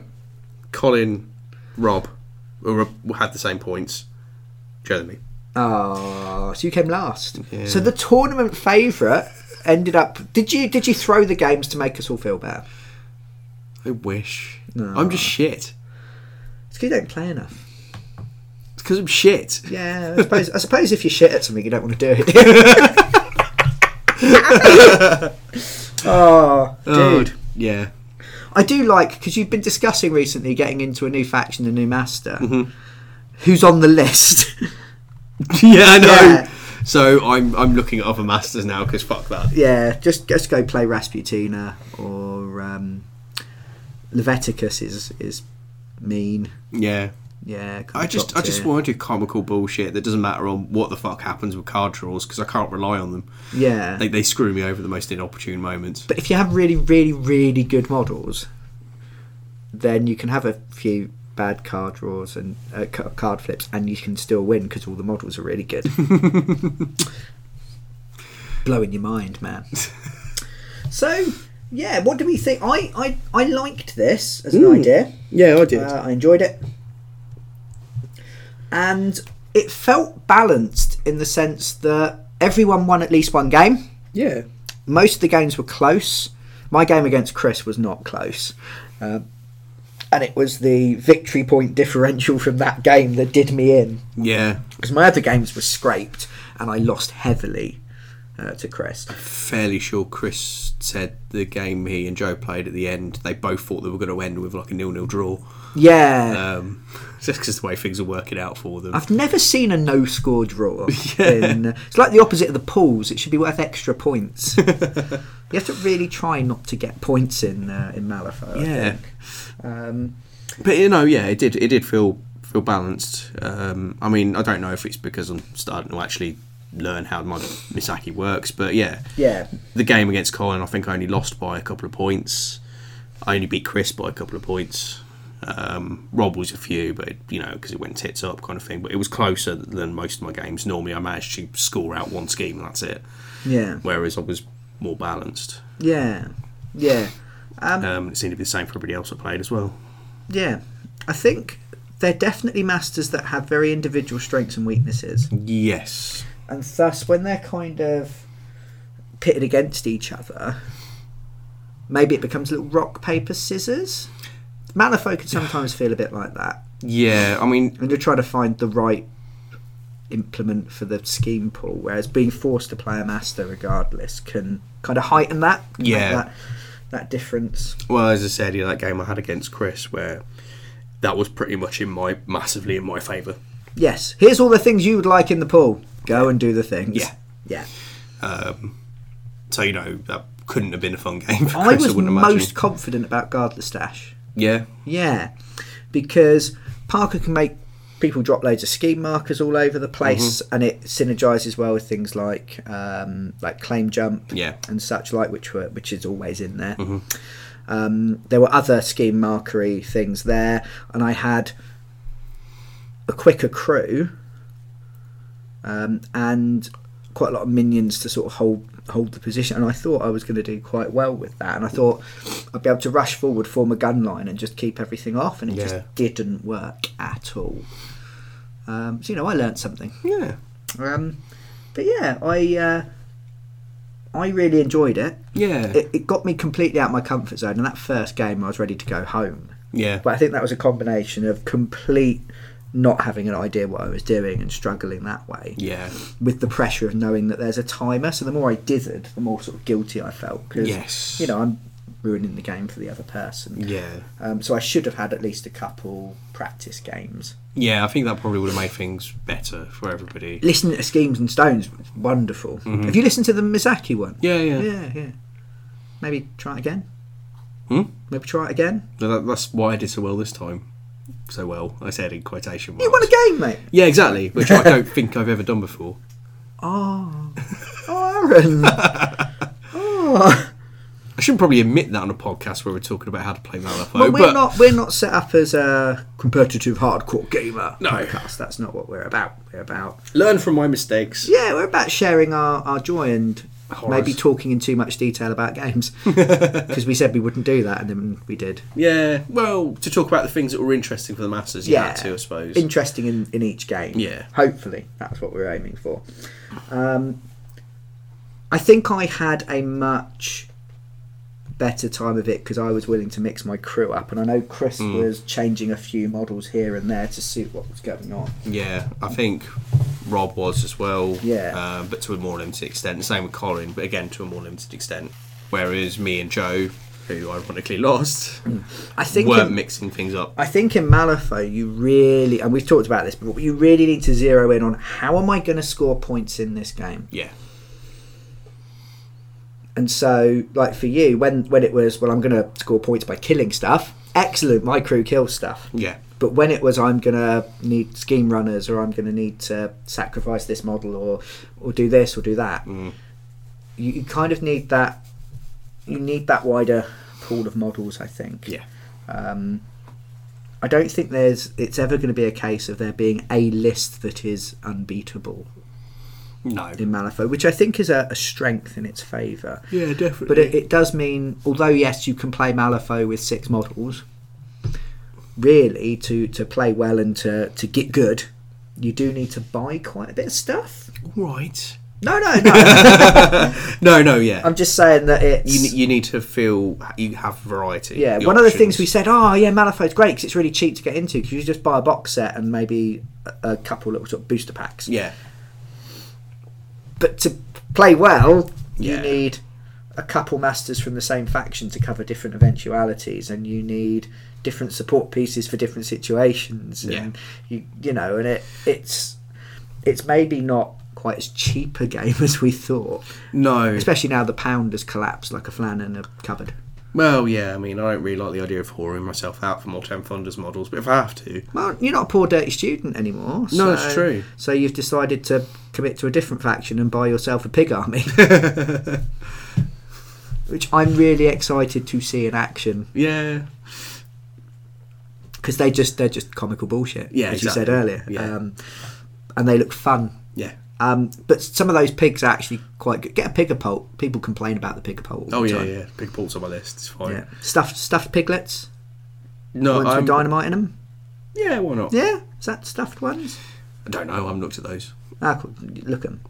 Speaker 2: Colin, Rob, who were- had the same points. Jeremy.
Speaker 1: Oh, so you came last.
Speaker 2: Yeah.
Speaker 1: So the tournament favourite ended up. Did you did you throw the games to make us all feel better?
Speaker 2: I wish. I'm just shit.
Speaker 1: It's because you don't play enough.
Speaker 2: It's because I'm shit.
Speaker 1: Yeah, I suppose, I suppose if you're shit at something, you don't want to do it. [LAUGHS] oh, dude.
Speaker 2: Oh, yeah. [LAUGHS]
Speaker 1: I do like because you've been discussing recently getting into a new faction, a new master,
Speaker 2: Mm-hmm.
Speaker 1: who's on the list. [LAUGHS]
Speaker 2: yeah, I know.
Speaker 1: Yeah.
Speaker 2: So I'm I'm looking at other masters now because fuck that.
Speaker 1: yeah, just just go play Rasputina or um, Leviticus is is mean.
Speaker 2: Yeah.
Speaker 1: Yeah, kinda
Speaker 2: I just
Speaker 1: top
Speaker 2: I just
Speaker 1: tier.
Speaker 2: want to do comical bullshit that doesn't matter on what the fuck happens with card draws because I can't rely on them.
Speaker 1: yeah.
Speaker 2: They they screw me over at the most inopportune moments.
Speaker 1: but if you have really, really, really good models, then you can have a few bad card draws and uh, ca- card flips, and you can still win because all the models are really
Speaker 2: [LAUGHS]
Speaker 1: good. Blowing your mind, man. so, yeah, what do we think? I I, I liked this as an
Speaker 2: Mm.
Speaker 1: idea.
Speaker 2: Yeah, I did.
Speaker 1: Uh, I enjoyed it, and it felt balanced in the sense that everyone won at least one game
Speaker 2: yeah.
Speaker 1: most of the games were close. My game against Chris was not close. Uh, and it was the victory point differential from that game that did me in.
Speaker 2: Yeah.
Speaker 1: Because my other games were scraped and I lost heavily uh, to Chris.
Speaker 2: Fairly sure Chris said the game he and Joe played at the end. They both thought they were going to end with like a nil-nil draw.
Speaker 1: Yeah.
Speaker 2: Um, [LAUGHS] just because the way things are working out for them.
Speaker 1: I've never seen a no score draw. in, it's like the opposite of the pools. It should be worth extra points. you have to really try not to get points in uh, in Malifaux. I
Speaker 2: Yeah.
Speaker 1: think. Um,
Speaker 2: But you know, yeah, it did. It did feel feel balanced. Um, I mean, I don't know if it's because I'm starting to actually learn how my Misaki works, but yeah,
Speaker 1: yeah.
Speaker 2: the game against Colin, I think I only lost by a couple of points. I only beat Chris by a couple of points. Um, Rob was a few, but you know, because it went tits up kind of thing. But it was closer than most of my games. Normally, I managed to score out one scheme and that's it.
Speaker 1: Yeah.
Speaker 2: Whereas I was more balanced.
Speaker 1: Yeah. Yeah.
Speaker 2: Um, it seemed to be the same for everybody else I played as well.
Speaker 1: Yeah, I think they're definitely masters that have very individual strengths and weaknesses,
Speaker 2: Yes.
Speaker 1: and thus when they're kind of pitted against each other, maybe it becomes a little rock paper scissors. Malifaux could sometimes feel a bit like that,
Speaker 2: Yeah. I mean,
Speaker 1: and you're trying to find the right implement for the scheme pool, whereas being forced to play a master regardless can kind of heighten that. make
Speaker 2: Yeah.
Speaker 1: that, that difference.
Speaker 2: Well, as I said, you know, that game I had against Chris, where that was pretty much in my massively in my favour.
Speaker 1: Yes, here's all the things you would like in the pool. Go and do the things.
Speaker 2: Yeah.
Speaker 1: Yeah.
Speaker 2: So you know that couldn't have been a fun [LAUGHS] game for
Speaker 1: I
Speaker 2: Chris. I,
Speaker 1: was
Speaker 2: wouldn't
Speaker 1: most
Speaker 2: imagine.
Speaker 1: confident about Guard Stash.
Speaker 2: Yeah,
Speaker 1: Yeah, because Parker can make people drop loads of scheme markers all over the place,
Speaker 2: Mm-hmm.
Speaker 1: and it synergizes well with things like um, like claim jump
Speaker 2: Yeah.
Speaker 1: and such like, which were which is always in there. Um, there were other scheme markery things there, and I had a quicker crew um, and quite a lot of minions to sort of hold hold the position. And I thought I was going to do quite well with that, and I thought I'd be able to rush forward, form a gun line, and just keep everything off. And it
Speaker 2: Yeah.
Speaker 1: just didn't work at all. Um, so you know, I learnt something.
Speaker 2: Yeah.
Speaker 1: Um, but yeah, I uh, I really enjoyed it.
Speaker 2: Yeah.
Speaker 1: it. It got me completely out of my comfort zone, and that first game I was ready to go home.
Speaker 2: yeah.
Speaker 1: But I think that was a combination of complete not having an idea what I was doing and struggling that way,
Speaker 2: Yeah.
Speaker 1: with the pressure of knowing that there's a timer. So the more I dithered, the more sort of guilty I felt because
Speaker 2: Yes.
Speaker 1: you know I'm ruining the game for the other person.
Speaker 2: Yeah.
Speaker 1: Um, so I should have had at least a couple practice games.
Speaker 2: Yeah, I think that probably would have made things better for everybody.
Speaker 1: Listening to Schemes and Stones was wonderful. Have you listened to the Mizaki one?
Speaker 2: Yeah, yeah.
Speaker 1: yeah, yeah. Maybe try it again.
Speaker 2: Hmm?
Speaker 1: Maybe try it again.
Speaker 2: No, That, that's why I did so well this time. So well, I said in quotation marks.
Speaker 1: You won a game, mate.
Speaker 2: Yeah, exactly. Which I don't [LAUGHS] think I've ever done before. [LAUGHS]
Speaker 1: Oh, oh Aaron.
Speaker 2: I shouldn't probably admit that on a podcast where we're talking about how to play Malifaux.
Speaker 1: But we're
Speaker 2: but
Speaker 1: not we're not set up as a competitive hardcore gamer
Speaker 2: No.
Speaker 1: podcast. That's not what we're about. We're about
Speaker 2: learn from my mistakes.
Speaker 1: yeah, we're about sharing our, our joy and
Speaker 2: Horrors.
Speaker 1: maybe talking in too much detail about
Speaker 2: [LAUGHS]
Speaker 1: games [LAUGHS] because we said we wouldn't do that and then we did.
Speaker 2: Yeah. Well, to talk about the things that were interesting for the masses, you
Speaker 1: Yeah.
Speaker 2: had to, I suppose.
Speaker 1: Interesting in, in each game.
Speaker 2: Yeah.
Speaker 1: hopefully that's what we're aiming for. Um, I think I had a much better time of it because I was willing to mix my crew up, and I know Chris
Speaker 2: Mm.
Speaker 1: was changing a few models here and there to suit what was going on.
Speaker 2: yeah, I think Rob was as well.
Speaker 1: Yeah.
Speaker 2: Uh, but to a more limited extent. The same with Colin, but again to a more limited extent. Whereas me and Joe, who
Speaker 1: [CLEARS THROAT]
Speaker 2: ironically lost,
Speaker 1: I think
Speaker 2: weren't
Speaker 1: in,
Speaker 2: mixing things up.
Speaker 1: I think in Malifaux you really, and we've talked about this before, but you really need to zero in on how am I going to score points in this game.
Speaker 2: Yeah.
Speaker 1: And so, like for you, when when it was, well, I'm going to score points by killing stuff. Excellent, my crew kills stuff.
Speaker 2: Yeah.
Speaker 1: But when it was, I'm gonna need scheme runners, or I'm gonna need to sacrifice this model, or or do this, or do that. You, you kind of need that. You need that wider pool of models, I think.
Speaker 2: Yeah.
Speaker 1: Um, I don't think there's. It's ever going to be a case of there being a list that is unbeatable
Speaker 2: No.
Speaker 1: in Malifaux, which I think is a, a strength in its favour.
Speaker 2: Yeah, definitely.
Speaker 1: But it, it does mean, although yes, you can play Malifaux with six models. Really, to to play well and to to get good, you do need to buy quite a bit of stuff.
Speaker 2: right.
Speaker 1: No, no, [LAUGHS] no.
Speaker 2: No, no, yeah.
Speaker 1: I'm just saying that it's.
Speaker 2: you, ne- you need to feel you have variety.
Speaker 1: yeah, one of the things we said, oh yeah, Malifaux's great because it's really cheap to get into because you just buy a box set and maybe a, a couple little sort of booster packs.
Speaker 2: Yeah,
Speaker 1: But to play well, you
Speaker 2: Yeah.
Speaker 1: need a couple masters from the same faction to cover different eventualities, and you need different support pieces for different situations. And
Speaker 2: Yeah.
Speaker 1: you you know, and it it's it's maybe not quite as cheap a [LAUGHS] game as we thought,
Speaker 2: no.
Speaker 1: especially now the pound has collapsed like a flan in a cupboard.
Speaker 2: Well, yeah. I mean, I don't really like the idea of whoring myself out for more ten funders models, but if I have to,
Speaker 1: Well, you're not a poor dirty student anymore.
Speaker 2: No,
Speaker 1: so,
Speaker 2: that's true.
Speaker 1: So you've decided to commit to a different faction and buy yourself a pig
Speaker 2: [LAUGHS]
Speaker 1: army. Which I'm really excited to see in action
Speaker 2: yeah,
Speaker 1: because they just they're just comical bullshit,
Speaker 2: Yeah,
Speaker 1: as
Speaker 2: exactly.
Speaker 1: you said earlier.
Speaker 2: Yeah.
Speaker 1: Um, and they look fun.
Speaker 2: yeah.
Speaker 1: Um, but some of those pigs are actually quite good. Get a pigger pulp. People complain about the pigger pulp. All
Speaker 2: Oh
Speaker 1: the
Speaker 2: yeah,
Speaker 1: time.
Speaker 2: yeah. Big Paul's on my list. It's fine.
Speaker 1: yeah. Stuffed stuffed piglets.
Speaker 2: No,
Speaker 1: ones
Speaker 2: I'm,
Speaker 1: with dynamite in them.
Speaker 2: yeah. Why not?
Speaker 1: Yeah, is that stuffed ones?
Speaker 2: I don't know. I haven't looked at those
Speaker 1: Ah, cool. look at them.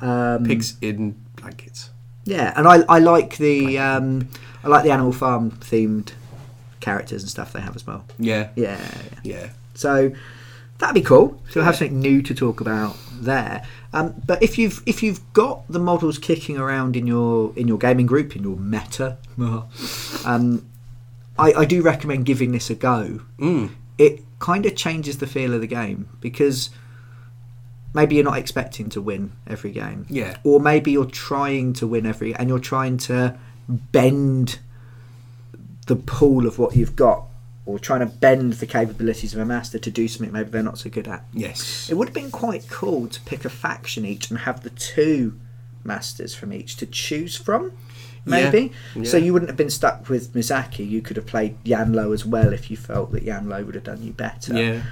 Speaker 1: Um,
Speaker 2: pigs in blankets.
Speaker 1: Yeah, and I, I like the um, I like the Animal Farm themed characters and stuff they have as well.
Speaker 2: Yeah,
Speaker 1: Yeah, yeah.
Speaker 2: yeah,
Speaker 1: so that'd be cool. So we'll have something new to talk about there. Um, but if you've if you've got the models kicking around in your in your gaming group in your meta, um, I, I do recommend giving this a go.
Speaker 2: Mm,
Speaker 1: It kind of changes the feel of the game because maybe you're not expecting to win every game
Speaker 2: yeah,
Speaker 1: or maybe you're trying to win every and you're trying to bend the pool of what you've got or trying to bend the capabilities of a master to do something maybe they're not so good at.
Speaker 2: Yes.
Speaker 1: It would have been quite cool to pick a faction each and have the two masters from each to choose from, maybe.
Speaker 2: Yeah,
Speaker 1: So
Speaker 2: yeah.
Speaker 1: you wouldn't have been stuck with Mizaki. You could have played Yanlo as well if you felt that Yanlo would have done you better.
Speaker 2: Yeah.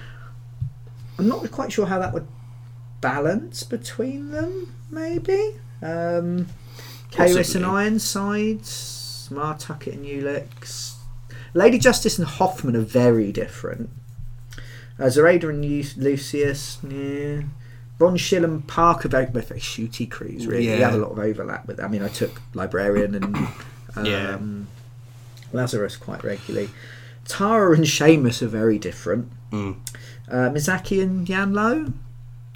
Speaker 1: I'm not quite sure how that would balance between them, maybe. Um, Karis and
Speaker 2: Possibly.
Speaker 1: Ironsides, Martucket and Ulix. Lady Justice and Hoffman are very different. Uh, Zoraida and U- Lucius, yeah. Von Schill and Parker, very, both very shooty crews, really. They
Speaker 2: Yeah.
Speaker 1: have a lot of overlap with I mean, I took Librarian and um,
Speaker 2: Yeah.
Speaker 1: Lazarus quite regularly. Tara and Seamus are very different.
Speaker 2: Mm.
Speaker 1: Uh, Mizaki and Yanlo,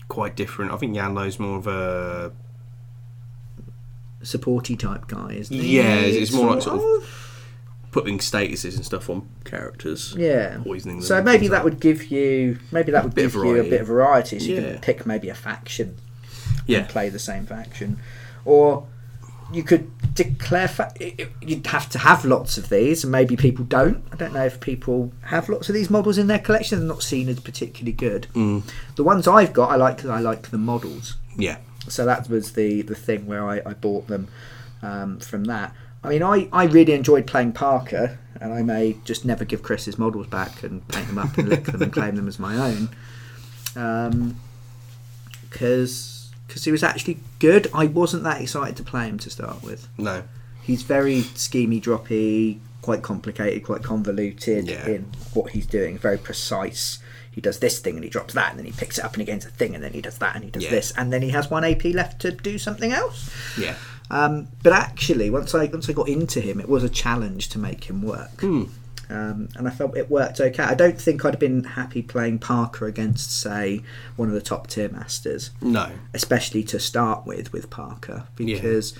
Speaker 2: Quite different. I think Yanlo's more of a
Speaker 1: supporty type guy, isn't he?
Speaker 2: Yeah, it's- it's more like
Speaker 1: Sort
Speaker 2: sort putting statuses and stuff on characters.
Speaker 1: Yeah.
Speaker 2: Poisoning them.
Speaker 1: So maybe that would give you maybe that would
Speaker 2: Bit of
Speaker 1: give you a
Speaker 2: variety.
Speaker 1: bit of variety, so you
Speaker 2: Yeah.
Speaker 1: can pick maybe a faction
Speaker 2: Yeah.
Speaker 1: and play the same faction, or you could declare fa- i- i- you'd have to have lots of these, and maybe people don't. I don't know if people have lots of these models in their collection. They're not seen as particularly good. The ones I've got, I like. I like the models.
Speaker 2: Yeah.
Speaker 1: so that was the the thing where I, I bought them um, from that. I mean, I, I really enjoyed playing Parker, and I may just never give Chris his models back and paint them up and lick them and claim them as my own, because he was actually good. I wasn't that excited to play him to start with.
Speaker 2: No.
Speaker 1: He's very schemy droppy, quite complicated, quite convoluted
Speaker 2: Yeah.
Speaker 1: in what he's doing, very precise. He does this thing and he drops that, and then he picks it up and he gains a thing, and then he does that and he does
Speaker 2: Yeah.
Speaker 1: this, and then he has one AP left to do something else.
Speaker 2: Yeah.
Speaker 1: Um, but actually, once I once I got into him, it was a challenge to make him work,
Speaker 2: Hmm.
Speaker 1: um, and I felt it worked okay. I don't think I'd have been happy playing Parker against, say, one of the top tier masters,
Speaker 2: No.
Speaker 1: especially to start with with Parker,
Speaker 2: Yeah.
Speaker 1: because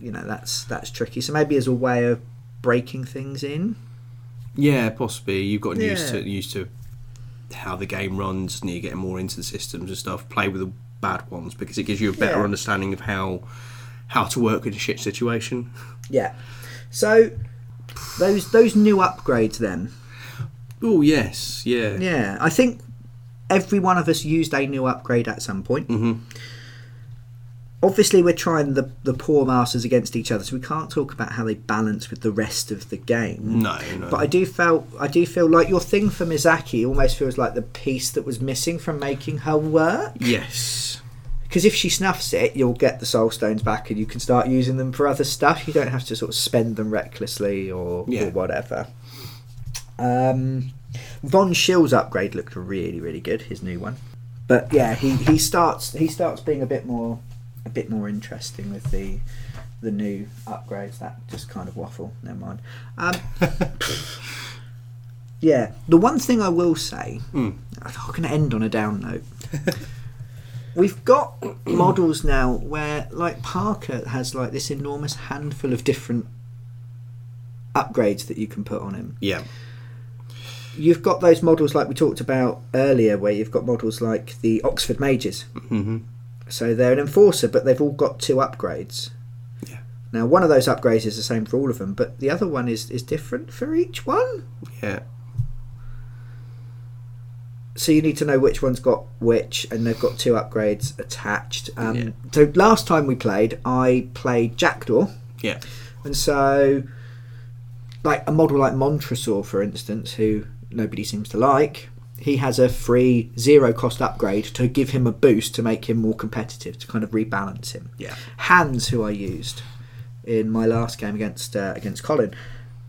Speaker 1: you know that's that's tricky. So maybe as a way of breaking things in,
Speaker 2: Yeah, possibly. You've gotten used
Speaker 1: Yeah.
Speaker 2: to used to how the game runs, and you're getting more into the systems and stuff. Play with the bad ones because it gives you a better
Speaker 1: Yeah.
Speaker 2: understanding of how how to work in a shit situation.
Speaker 1: yeah. So those those new upgrades then,
Speaker 2: Oh yes, yeah,
Speaker 1: yeah. I think every one of us used a new upgrade at some point.
Speaker 2: hmm
Speaker 1: obviously we're trying the, the poor masters against each other so we can't talk about how they balance with the rest of the game
Speaker 2: No, no.
Speaker 1: but i do felt i do feel like your thing for mizaki almost feels like the piece that was missing from making her work
Speaker 2: yes,
Speaker 1: because if she snuffs it you'll get the soul stones back and you can start using them for other stuff you don't have to sort of spend them recklessly or,
Speaker 2: Yeah.
Speaker 1: or whatever um, von schill's upgrade looked really really good his new one but yeah he, he starts he starts being a bit more a bit more interesting with the the new upgrades that just kind of waffle never mind um, yeah the one thing i will say
Speaker 2: Mm.
Speaker 1: i'm going to end on a down note we've got models now where like parker has like this enormous handful of different upgrades that you can put on him
Speaker 2: yeah,
Speaker 1: you've got those models like we talked about earlier where you've got models like the oxford mages
Speaker 2: hmm
Speaker 1: so they're an enforcer, but they've all got two upgrades.
Speaker 2: Yeah.
Speaker 1: Now one of those upgrades is the same for all of them, but the other one is is different for each one.
Speaker 2: yeah,
Speaker 1: So you need to know which one's got which, and they've got two upgrades attached. Um,
Speaker 2: Yeah.
Speaker 1: So last time we played, I played Jackdaw,
Speaker 2: yeah,
Speaker 1: and so like a model like Montresor, for instance, who nobody seems to like. He has a free zero cost upgrade to give him a boost to make him more competitive, to kind of rebalance him.
Speaker 2: yeah,
Speaker 1: Hans, who I used in my last game against uh, against Colin,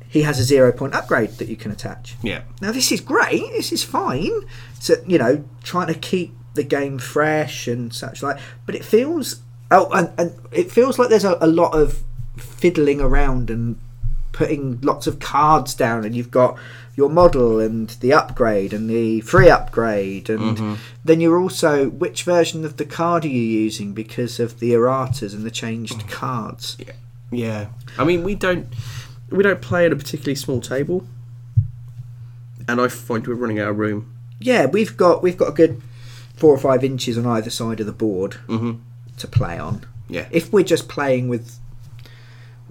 Speaker 1: he has a zero point upgrade that you can attach.
Speaker 2: yeah,
Speaker 1: Now this is great. This is fine. So you know, trying to keep the game fresh and such like. But it feels oh, and, and it feels like there's a, a lot of fiddling around and putting lots of cards down, and you've got your model and the upgrade and the free upgrade, and then you're also which version of the card are you using because of the erratas and the changed cards.
Speaker 2: yeah. I mean, we don't we don't play at a particularly small table, and I find we're running out of room.
Speaker 1: yeah, we've got we've got a good four or five inches on either side of the board to play on.
Speaker 2: Mm-hmm. Yeah.
Speaker 1: If we're just playing with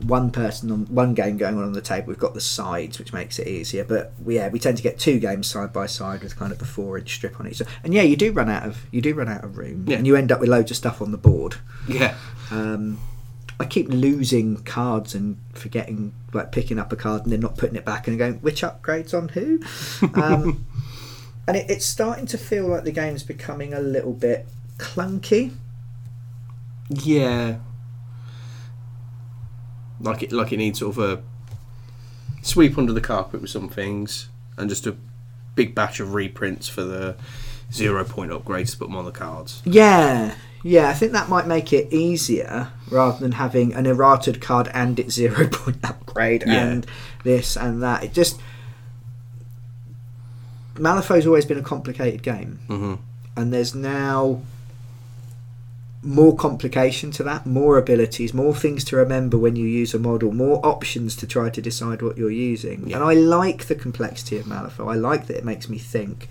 Speaker 1: one person on one game going on on the table. We've got the sides, which makes it easier. But we, yeah, we tend to get two games side by side with kind of the four inch strip on each. And yeah, you do run out of you do run out of room,
Speaker 2: Yeah.
Speaker 1: and you end up with loads of stuff on the board.
Speaker 2: Yeah.
Speaker 1: Um, I keep losing cards and forgetting, like picking up a card and then not putting it back and going, which upgrades on who? Um, and it, it's starting to feel like the game's becoming a little bit clunky.
Speaker 2: Yeah. Like it, like it needs sort of a sweep under the carpet with some things, and just a big batch of reprints for the zero point upgrades to put them on the cards.
Speaker 1: Yeah, yeah, I think that might make it easier rather than having an errated card and its zero [LAUGHS] point upgrade
Speaker 2: Yeah.
Speaker 1: and this and that. It just Malifaux's always been a complicated game,
Speaker 2: Mhm.
Speaker 1: and there's now more complication to that, more abilities, more things to remember when you use a model, more options to try to decide what you're using.
Speaker 2: Yeah.
Speaker 1: And I like the complexity of Malifaux. I like that it makes me think,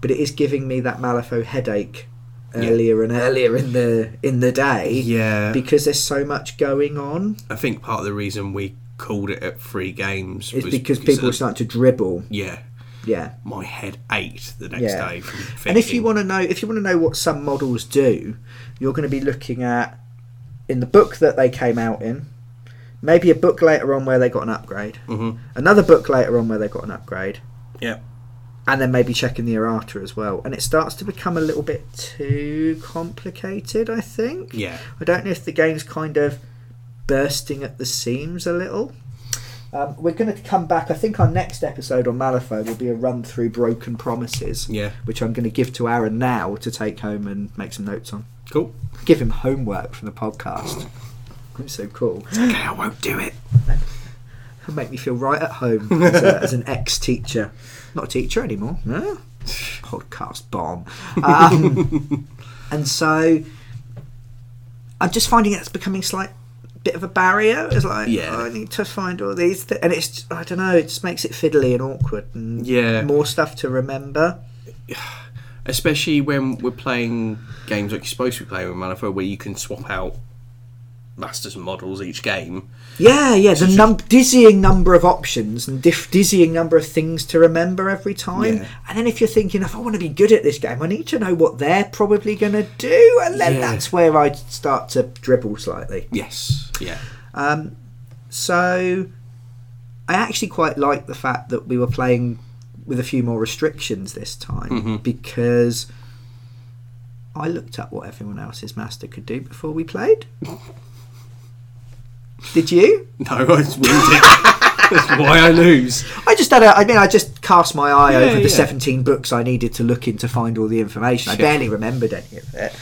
Speaker 1: but it is giving me that Malifaux headache
Speaker 2: Yeah.
Speaker 1: earlier and earlier in the in the day
Speaker 2: Yeah,
Speaker 1: because there's so much going on.
Speaker 2: I think part of the reason we called it at three games
Speaker 1: It's
Speaker 2: was
Speaker 1: because people are
Speaker 2: of-
Speaker 1: starting to dribble.
Speaker 2: yeah,
Speaker 1: Yeah.
Speaker 2: my head ached the next
Speaker 1: Yeah.
Speaker 2: day. From
Speaker 1: And if you
Speaker 2: thinking-
Speaker 1: want to know, if you want to know what some models do, you're going to be looking at in the book that they came out in, maybe a book later on where they got an upgrade,
Speaker 2: Mhm.
Speaker 1: another book later on where they got an upgrade,
Speaker 2: yeah,
Speaker 1: and then maybe checking the errata as well. And it starts to become a little bit too complicated. I think.
Speaker 2: yeah,
Speaker 1: I don't know if the game's kind of bursting at the seams a little. Um, we're going to come back. I think our next episode on Malifaux will be a run through Broken Promises,
Speaker 2: yeah,
Speaker 1: which I'm going to give to Aaron now to take home and make some notes on.
Speaker 2: cool.
Speaker 1: Give him homework from the podcast. It's so cool.
Speaker 2: Okay, I won't do it.
Speaker 1: It'll make me feel right at home as, a, as an ex teacher. Not a teacher anymore. No. Podcast bomb. Um, and so I'm just finding it's becoming slight bit of a barrier. It's like
Speaker 2: Yeah.
Speaker 1: I need to find all these, th- and it's just- I don't know. It just makes it fiddly and awkward, and
Speaker 2: Yeah.
Speaker 1: more stuff to remember.
Speaker 2: especially when we're playing games like you're supposed to be playing with Manifold, where you can swap out masters and models each game.
Speaker 1: Yeah, yeah. The num- dizzying number of options and diff- dizzying number of things to remember every time.
Speaker 2: Yeah.
Speaker 1: And then if you're thinking, if I want to be good at this game, I need to know what they're probably going to do. And then
Speaker 2: Yeah.
Speaker 1: that's where I start to dribble slightly.
Speaker 2: Yes. Yeah. [LAUGHS]
Speaker 1: Um, so I actually quite like the fact that we were playing with a few more restrictions this time
Speaker 2: Mhm.
Speaker 1: because I looked up what everyone else's master could do before we
Speaker 2: [LAUGHS]
Speaker 1: played. Did you?
Speaker 2: No, I just winged it. [LAUGHS] That's why I lose.
Speaker 1: I just had a. I mean, I just cast my eye
Speaker 2: Yeah,
Speaker 1: over the
Speaker 2: yeah.
Speaker 1: seventeen books I needed to look in to find all the information. I
Speaker 2: Sure.
Speaker 1: barely remembered any of it, but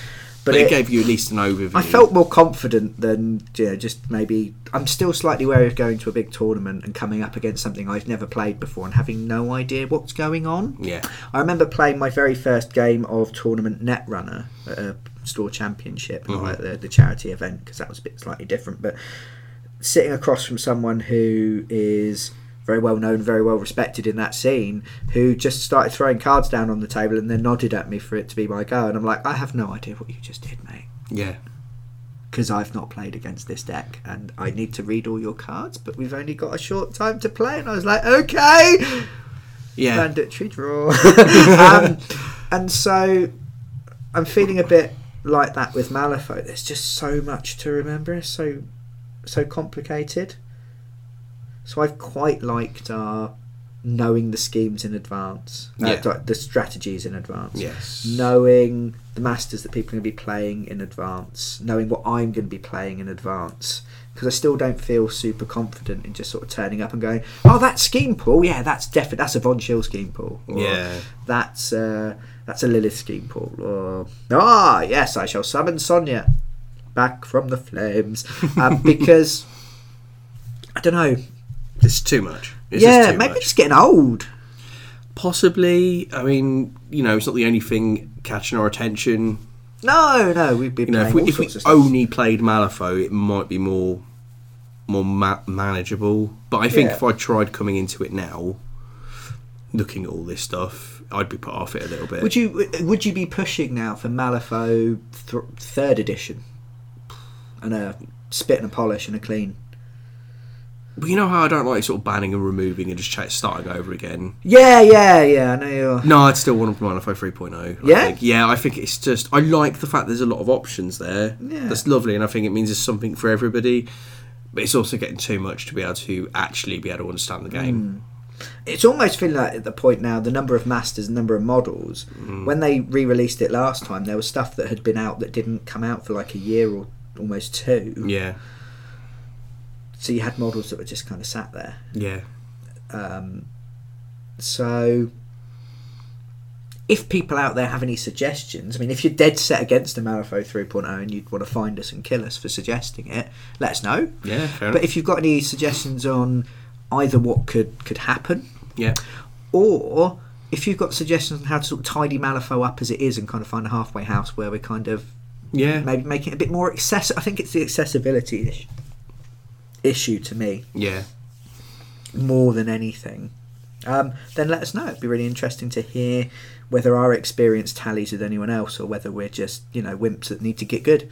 Speaker 2: But it,
Speaker 1: it,
Speaker 2: gave you at least an overview.
Speaker 1: I felt more confident than you know, just maybe. I'm still slightly wary of going to a big tournament and coming up against something I've never played before and having no idea what's going on.
Speaker 2: Yeah.
Speaker 1: I remember playing my very first game of tournament Netrunner at a store championship, not
Speaker 2: Mhm.
Speaker 1: at the, the charity event, because that was a bit slightly different. But sitting across from someone who is very well known, very well respected in that scene, who just started throwing cards down on the table and then nodded at me for it to be my go. And I'm like, I have no idea what you just did, mate.
Speaker 2: Yeah.
Speaker 1: Because I've not played against this deck and I need to read all your cards, but we've only got a short time to play. And I was like, okay,
Speaker 2: Yeah.
Speaker 1: mandatory
Speaker 2: [LAUGHS]
Speaker 1: draw. um, and so I'm feeling a bit like that with Malifaux. There's just so much to remember. It's so so complicated. So I've quite liked our knowing the schemes in advance, uh,
Speaker 2: Yeah.
Speaker 1: like the strategies in advance.
Speaker 2: yes.
Speaker 1: Knowing the masters that people are going to be playing in advance, knowing what I'm going to be playing in advance, because I still don't feel super confident in just sort of turning up and going, "Oh, that scheme pool, yeah, that's definitely that's a Von Schill scheme pool." Or,
Speaker 2: Yeah.
Speaker 1: that's uh, that's a Lilith scheme pool. Or ah, yes, I shall summon Sonia back from the
Speaker 2: [LAUGHS]
Speaker 1: flames um, because I don't know.
Speaker 2: It's too much. It's just
Speaker 1: yeah,
Speaker 2: too
Speaker 1: maybe
Speaker 2: much.
Speaker 1: just getting old.
Speaker 2: Possibly. I mean, you know, it's not the only thing catching our attention.
Speaker 1: No, no, we've been
Speaker 2: You
Speaker 1: playing
Speaker 2: know, if we,
Speaker 1: all
Speaker 2: if we
Speaker 1: sorts of stuff.
Speaker 2: only played Malifaux, it might be more more ma- manageable. But I think
Speaker 1: Yeah.
Speaker 2: if I tried coming into it now, looking at all this stuff, I'd be put off it a little bit.
Speaker 1: Would you would you be pushing now for Malifaux th- third edition and a spit and a polish and a clean?
Speaker 2: But you know how I don't like sort of banning and removing and just ch- starting over again.
Speaker 1: Yeah, yeah, yeah. I know you're.
Speaker 2: No, I'd still want to Manifo 3.0. I
Speaker 1: Yeah?
Speaker 2: think. oh. Yeah, I think it's just. I like the fact there's a lot of options there.
Speaker 1: Yeah.
Speaker 2: That's lovely, and I think it means there's something for everybody. But it's also getting too much to be able to actually be able to understand the game.
Speaker 1: It's almost feeling like at the point now the number of masters, and number of models. When they re-released it last time, there was stuff that had been out that didn't come out for like a year or almost two.
Speaker 2: Yeah.
Speaker 1: So you had models that were just kind of sat there.
Speaker 2: Yeah.
Speaker 1: Um, so, if people out there have any suggestions, I mean, if you're dead set against the Malifaux 3.0 and you'd want to find us and kill us for suggesting it, let us know.
Speaker 2: Yeah. Fair
Speaker 1: But
Speaker 2: enough.
Speaker 1: if you've got any suggestions on either what could could happen,
Speaker 2: Yeah.
Speaker 1: or if you've got suggestions on how to sort of tidy Malifaux up as it is and kind of find a halfway house where we're kind of
Speaker 2: Yeah.
Speaker 1: maybe making it a bit more accessible. I think it's the accessibility ish- issue to me
Speaker 2: Yeah.
Speaker 1: more than anything, um, then let us know. It'd be really interesting to hear whether our experience tallies with anyone else or whether we're just, you know, wimps that need to get good.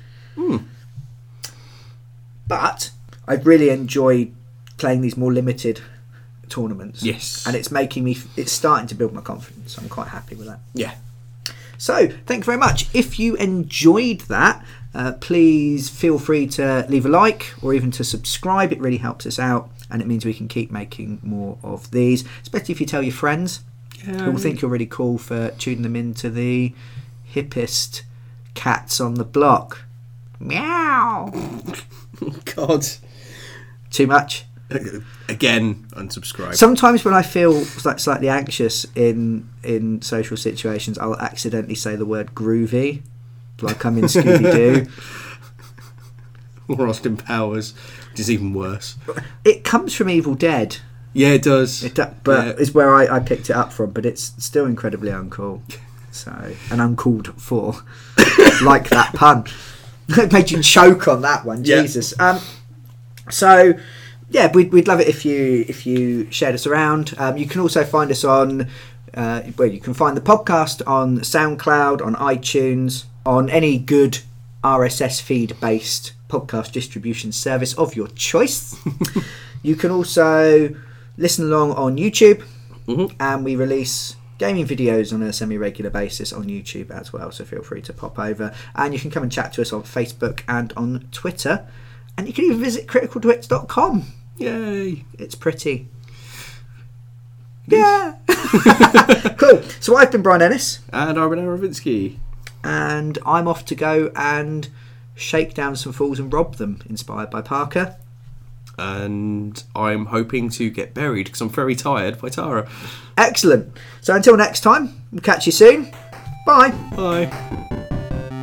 Speaker 1: But I've really enjoyed playing these more limited tournaments.
Speaker 2: Yes.
Speaker 1: And it's making me, it's starting to build my confidence. I'm quite happy with that.
Speaker 2: Yeah. [LAUGHS]
Speaker 1: So, thank you very much. If you enjoyed that, uh, please feel free to leave a like or even to subscribe. It really helps us out and it means we can keep making more of these, especially if you tell your friends who will think you're really cool for tuning them into the hippest cats on the block. Meow!
Speaker 2: God.
Speaker 1: Too much.
Speaker 2: Again, unsubscribe.
Speaker 1: Sometimes when I feel sli- slightly anxious in in social situations, I'll accidentally say the word groovy, like I'm in Scooby Doo.
Speaker 2: or Austin Powers, which is even worse.
Speaker 1: It comes from Evil Dead,
Speaker 2: Yeah, it does.
Speaker 1: it, do- but
Speaker 2: Yeah.
Speaker 1: it's where I, I picked it up from. But it's still incredibly uncool. So, and uncalled for, like that pun. [LAUGHS] it made you choke on that one,
Speaker 2: Yeah.
Speaker 1: Jesus. Um, so, yeah, we'd, we'd love it if you if you shared us around. Um, you can also find us on. Uh, well, you can find the podcast on SoundCloud, on iTunes, on any good RSS feed based podcast distribution service of your choice. You can also listen along on YouTube,
Speaker 2: Mhm.
Speaker 1: and we release gaming videos on a semi regular basis on YouTube as well. So feel free to pop over, and you can come and chat to us on Facebook and on Twitter. And you can even visit criticaldwits.com.
Speaker 2: Yay.
Speaker 1: It's pretty. Yeah. [LAUGHS] cool. So I've been Brian Ennis,
Speaker 2: And Armin Aravinsky.
Speaker 1: and I'm off to go and shake down some fools and rob them, inspired by Parker.
Speaker 2: and I'm hoping to get buried because I'm very tired by Tara.
Speaker 1: Excellent. So until next time, we'll catch you soon. Bye.
Speaker 2: Bye.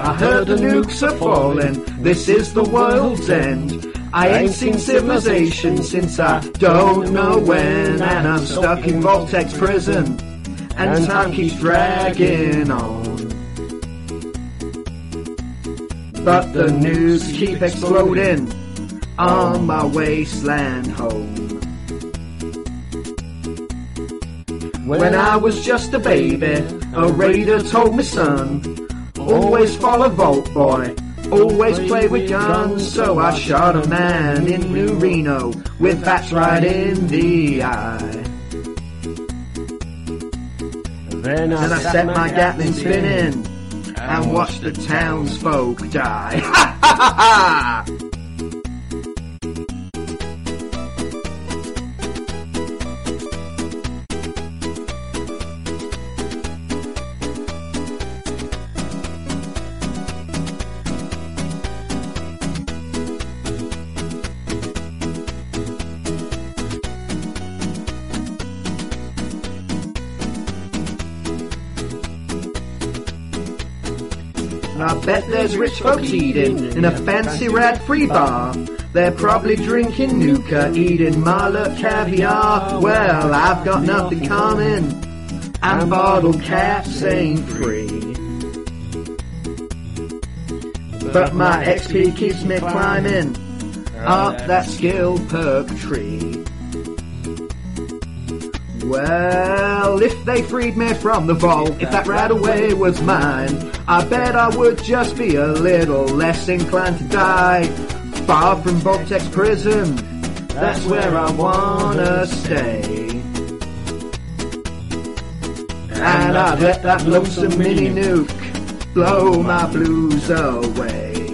Speaker 3: I heard the nukes are falling. This is the world's end. I ain't seen civilization since I don't know when, and I'm stuck in Voltex prison, and time keeps dragging on. But the news keep exploding on my wasteland home. When I was just a baby, a raider told me, son, always follow Volt Boy, always play with guns. So I shot a man in New Reno with bats right in the eye.
Speaker 4: Then I,
Speaker 3: And I set my Gatling spinning and watched the townsfolk die. Ha ha ha ha! And I bet there's rich folks eating in a fancy rat free bar. They're probably drinking nuka, eating marla caviar. Well, I've got nothing common. I'm bottled caps ain't free. But my XP keeps me climbing.
Speaker 1: up that skill perk tree. Well, if they freed me from the vault, if that right away was mine, I bet I would just be a little less inclined to die. Far from Voltex prison, that's where I wanna stay. And I'd let that lonesome mini nuke blow my blues away.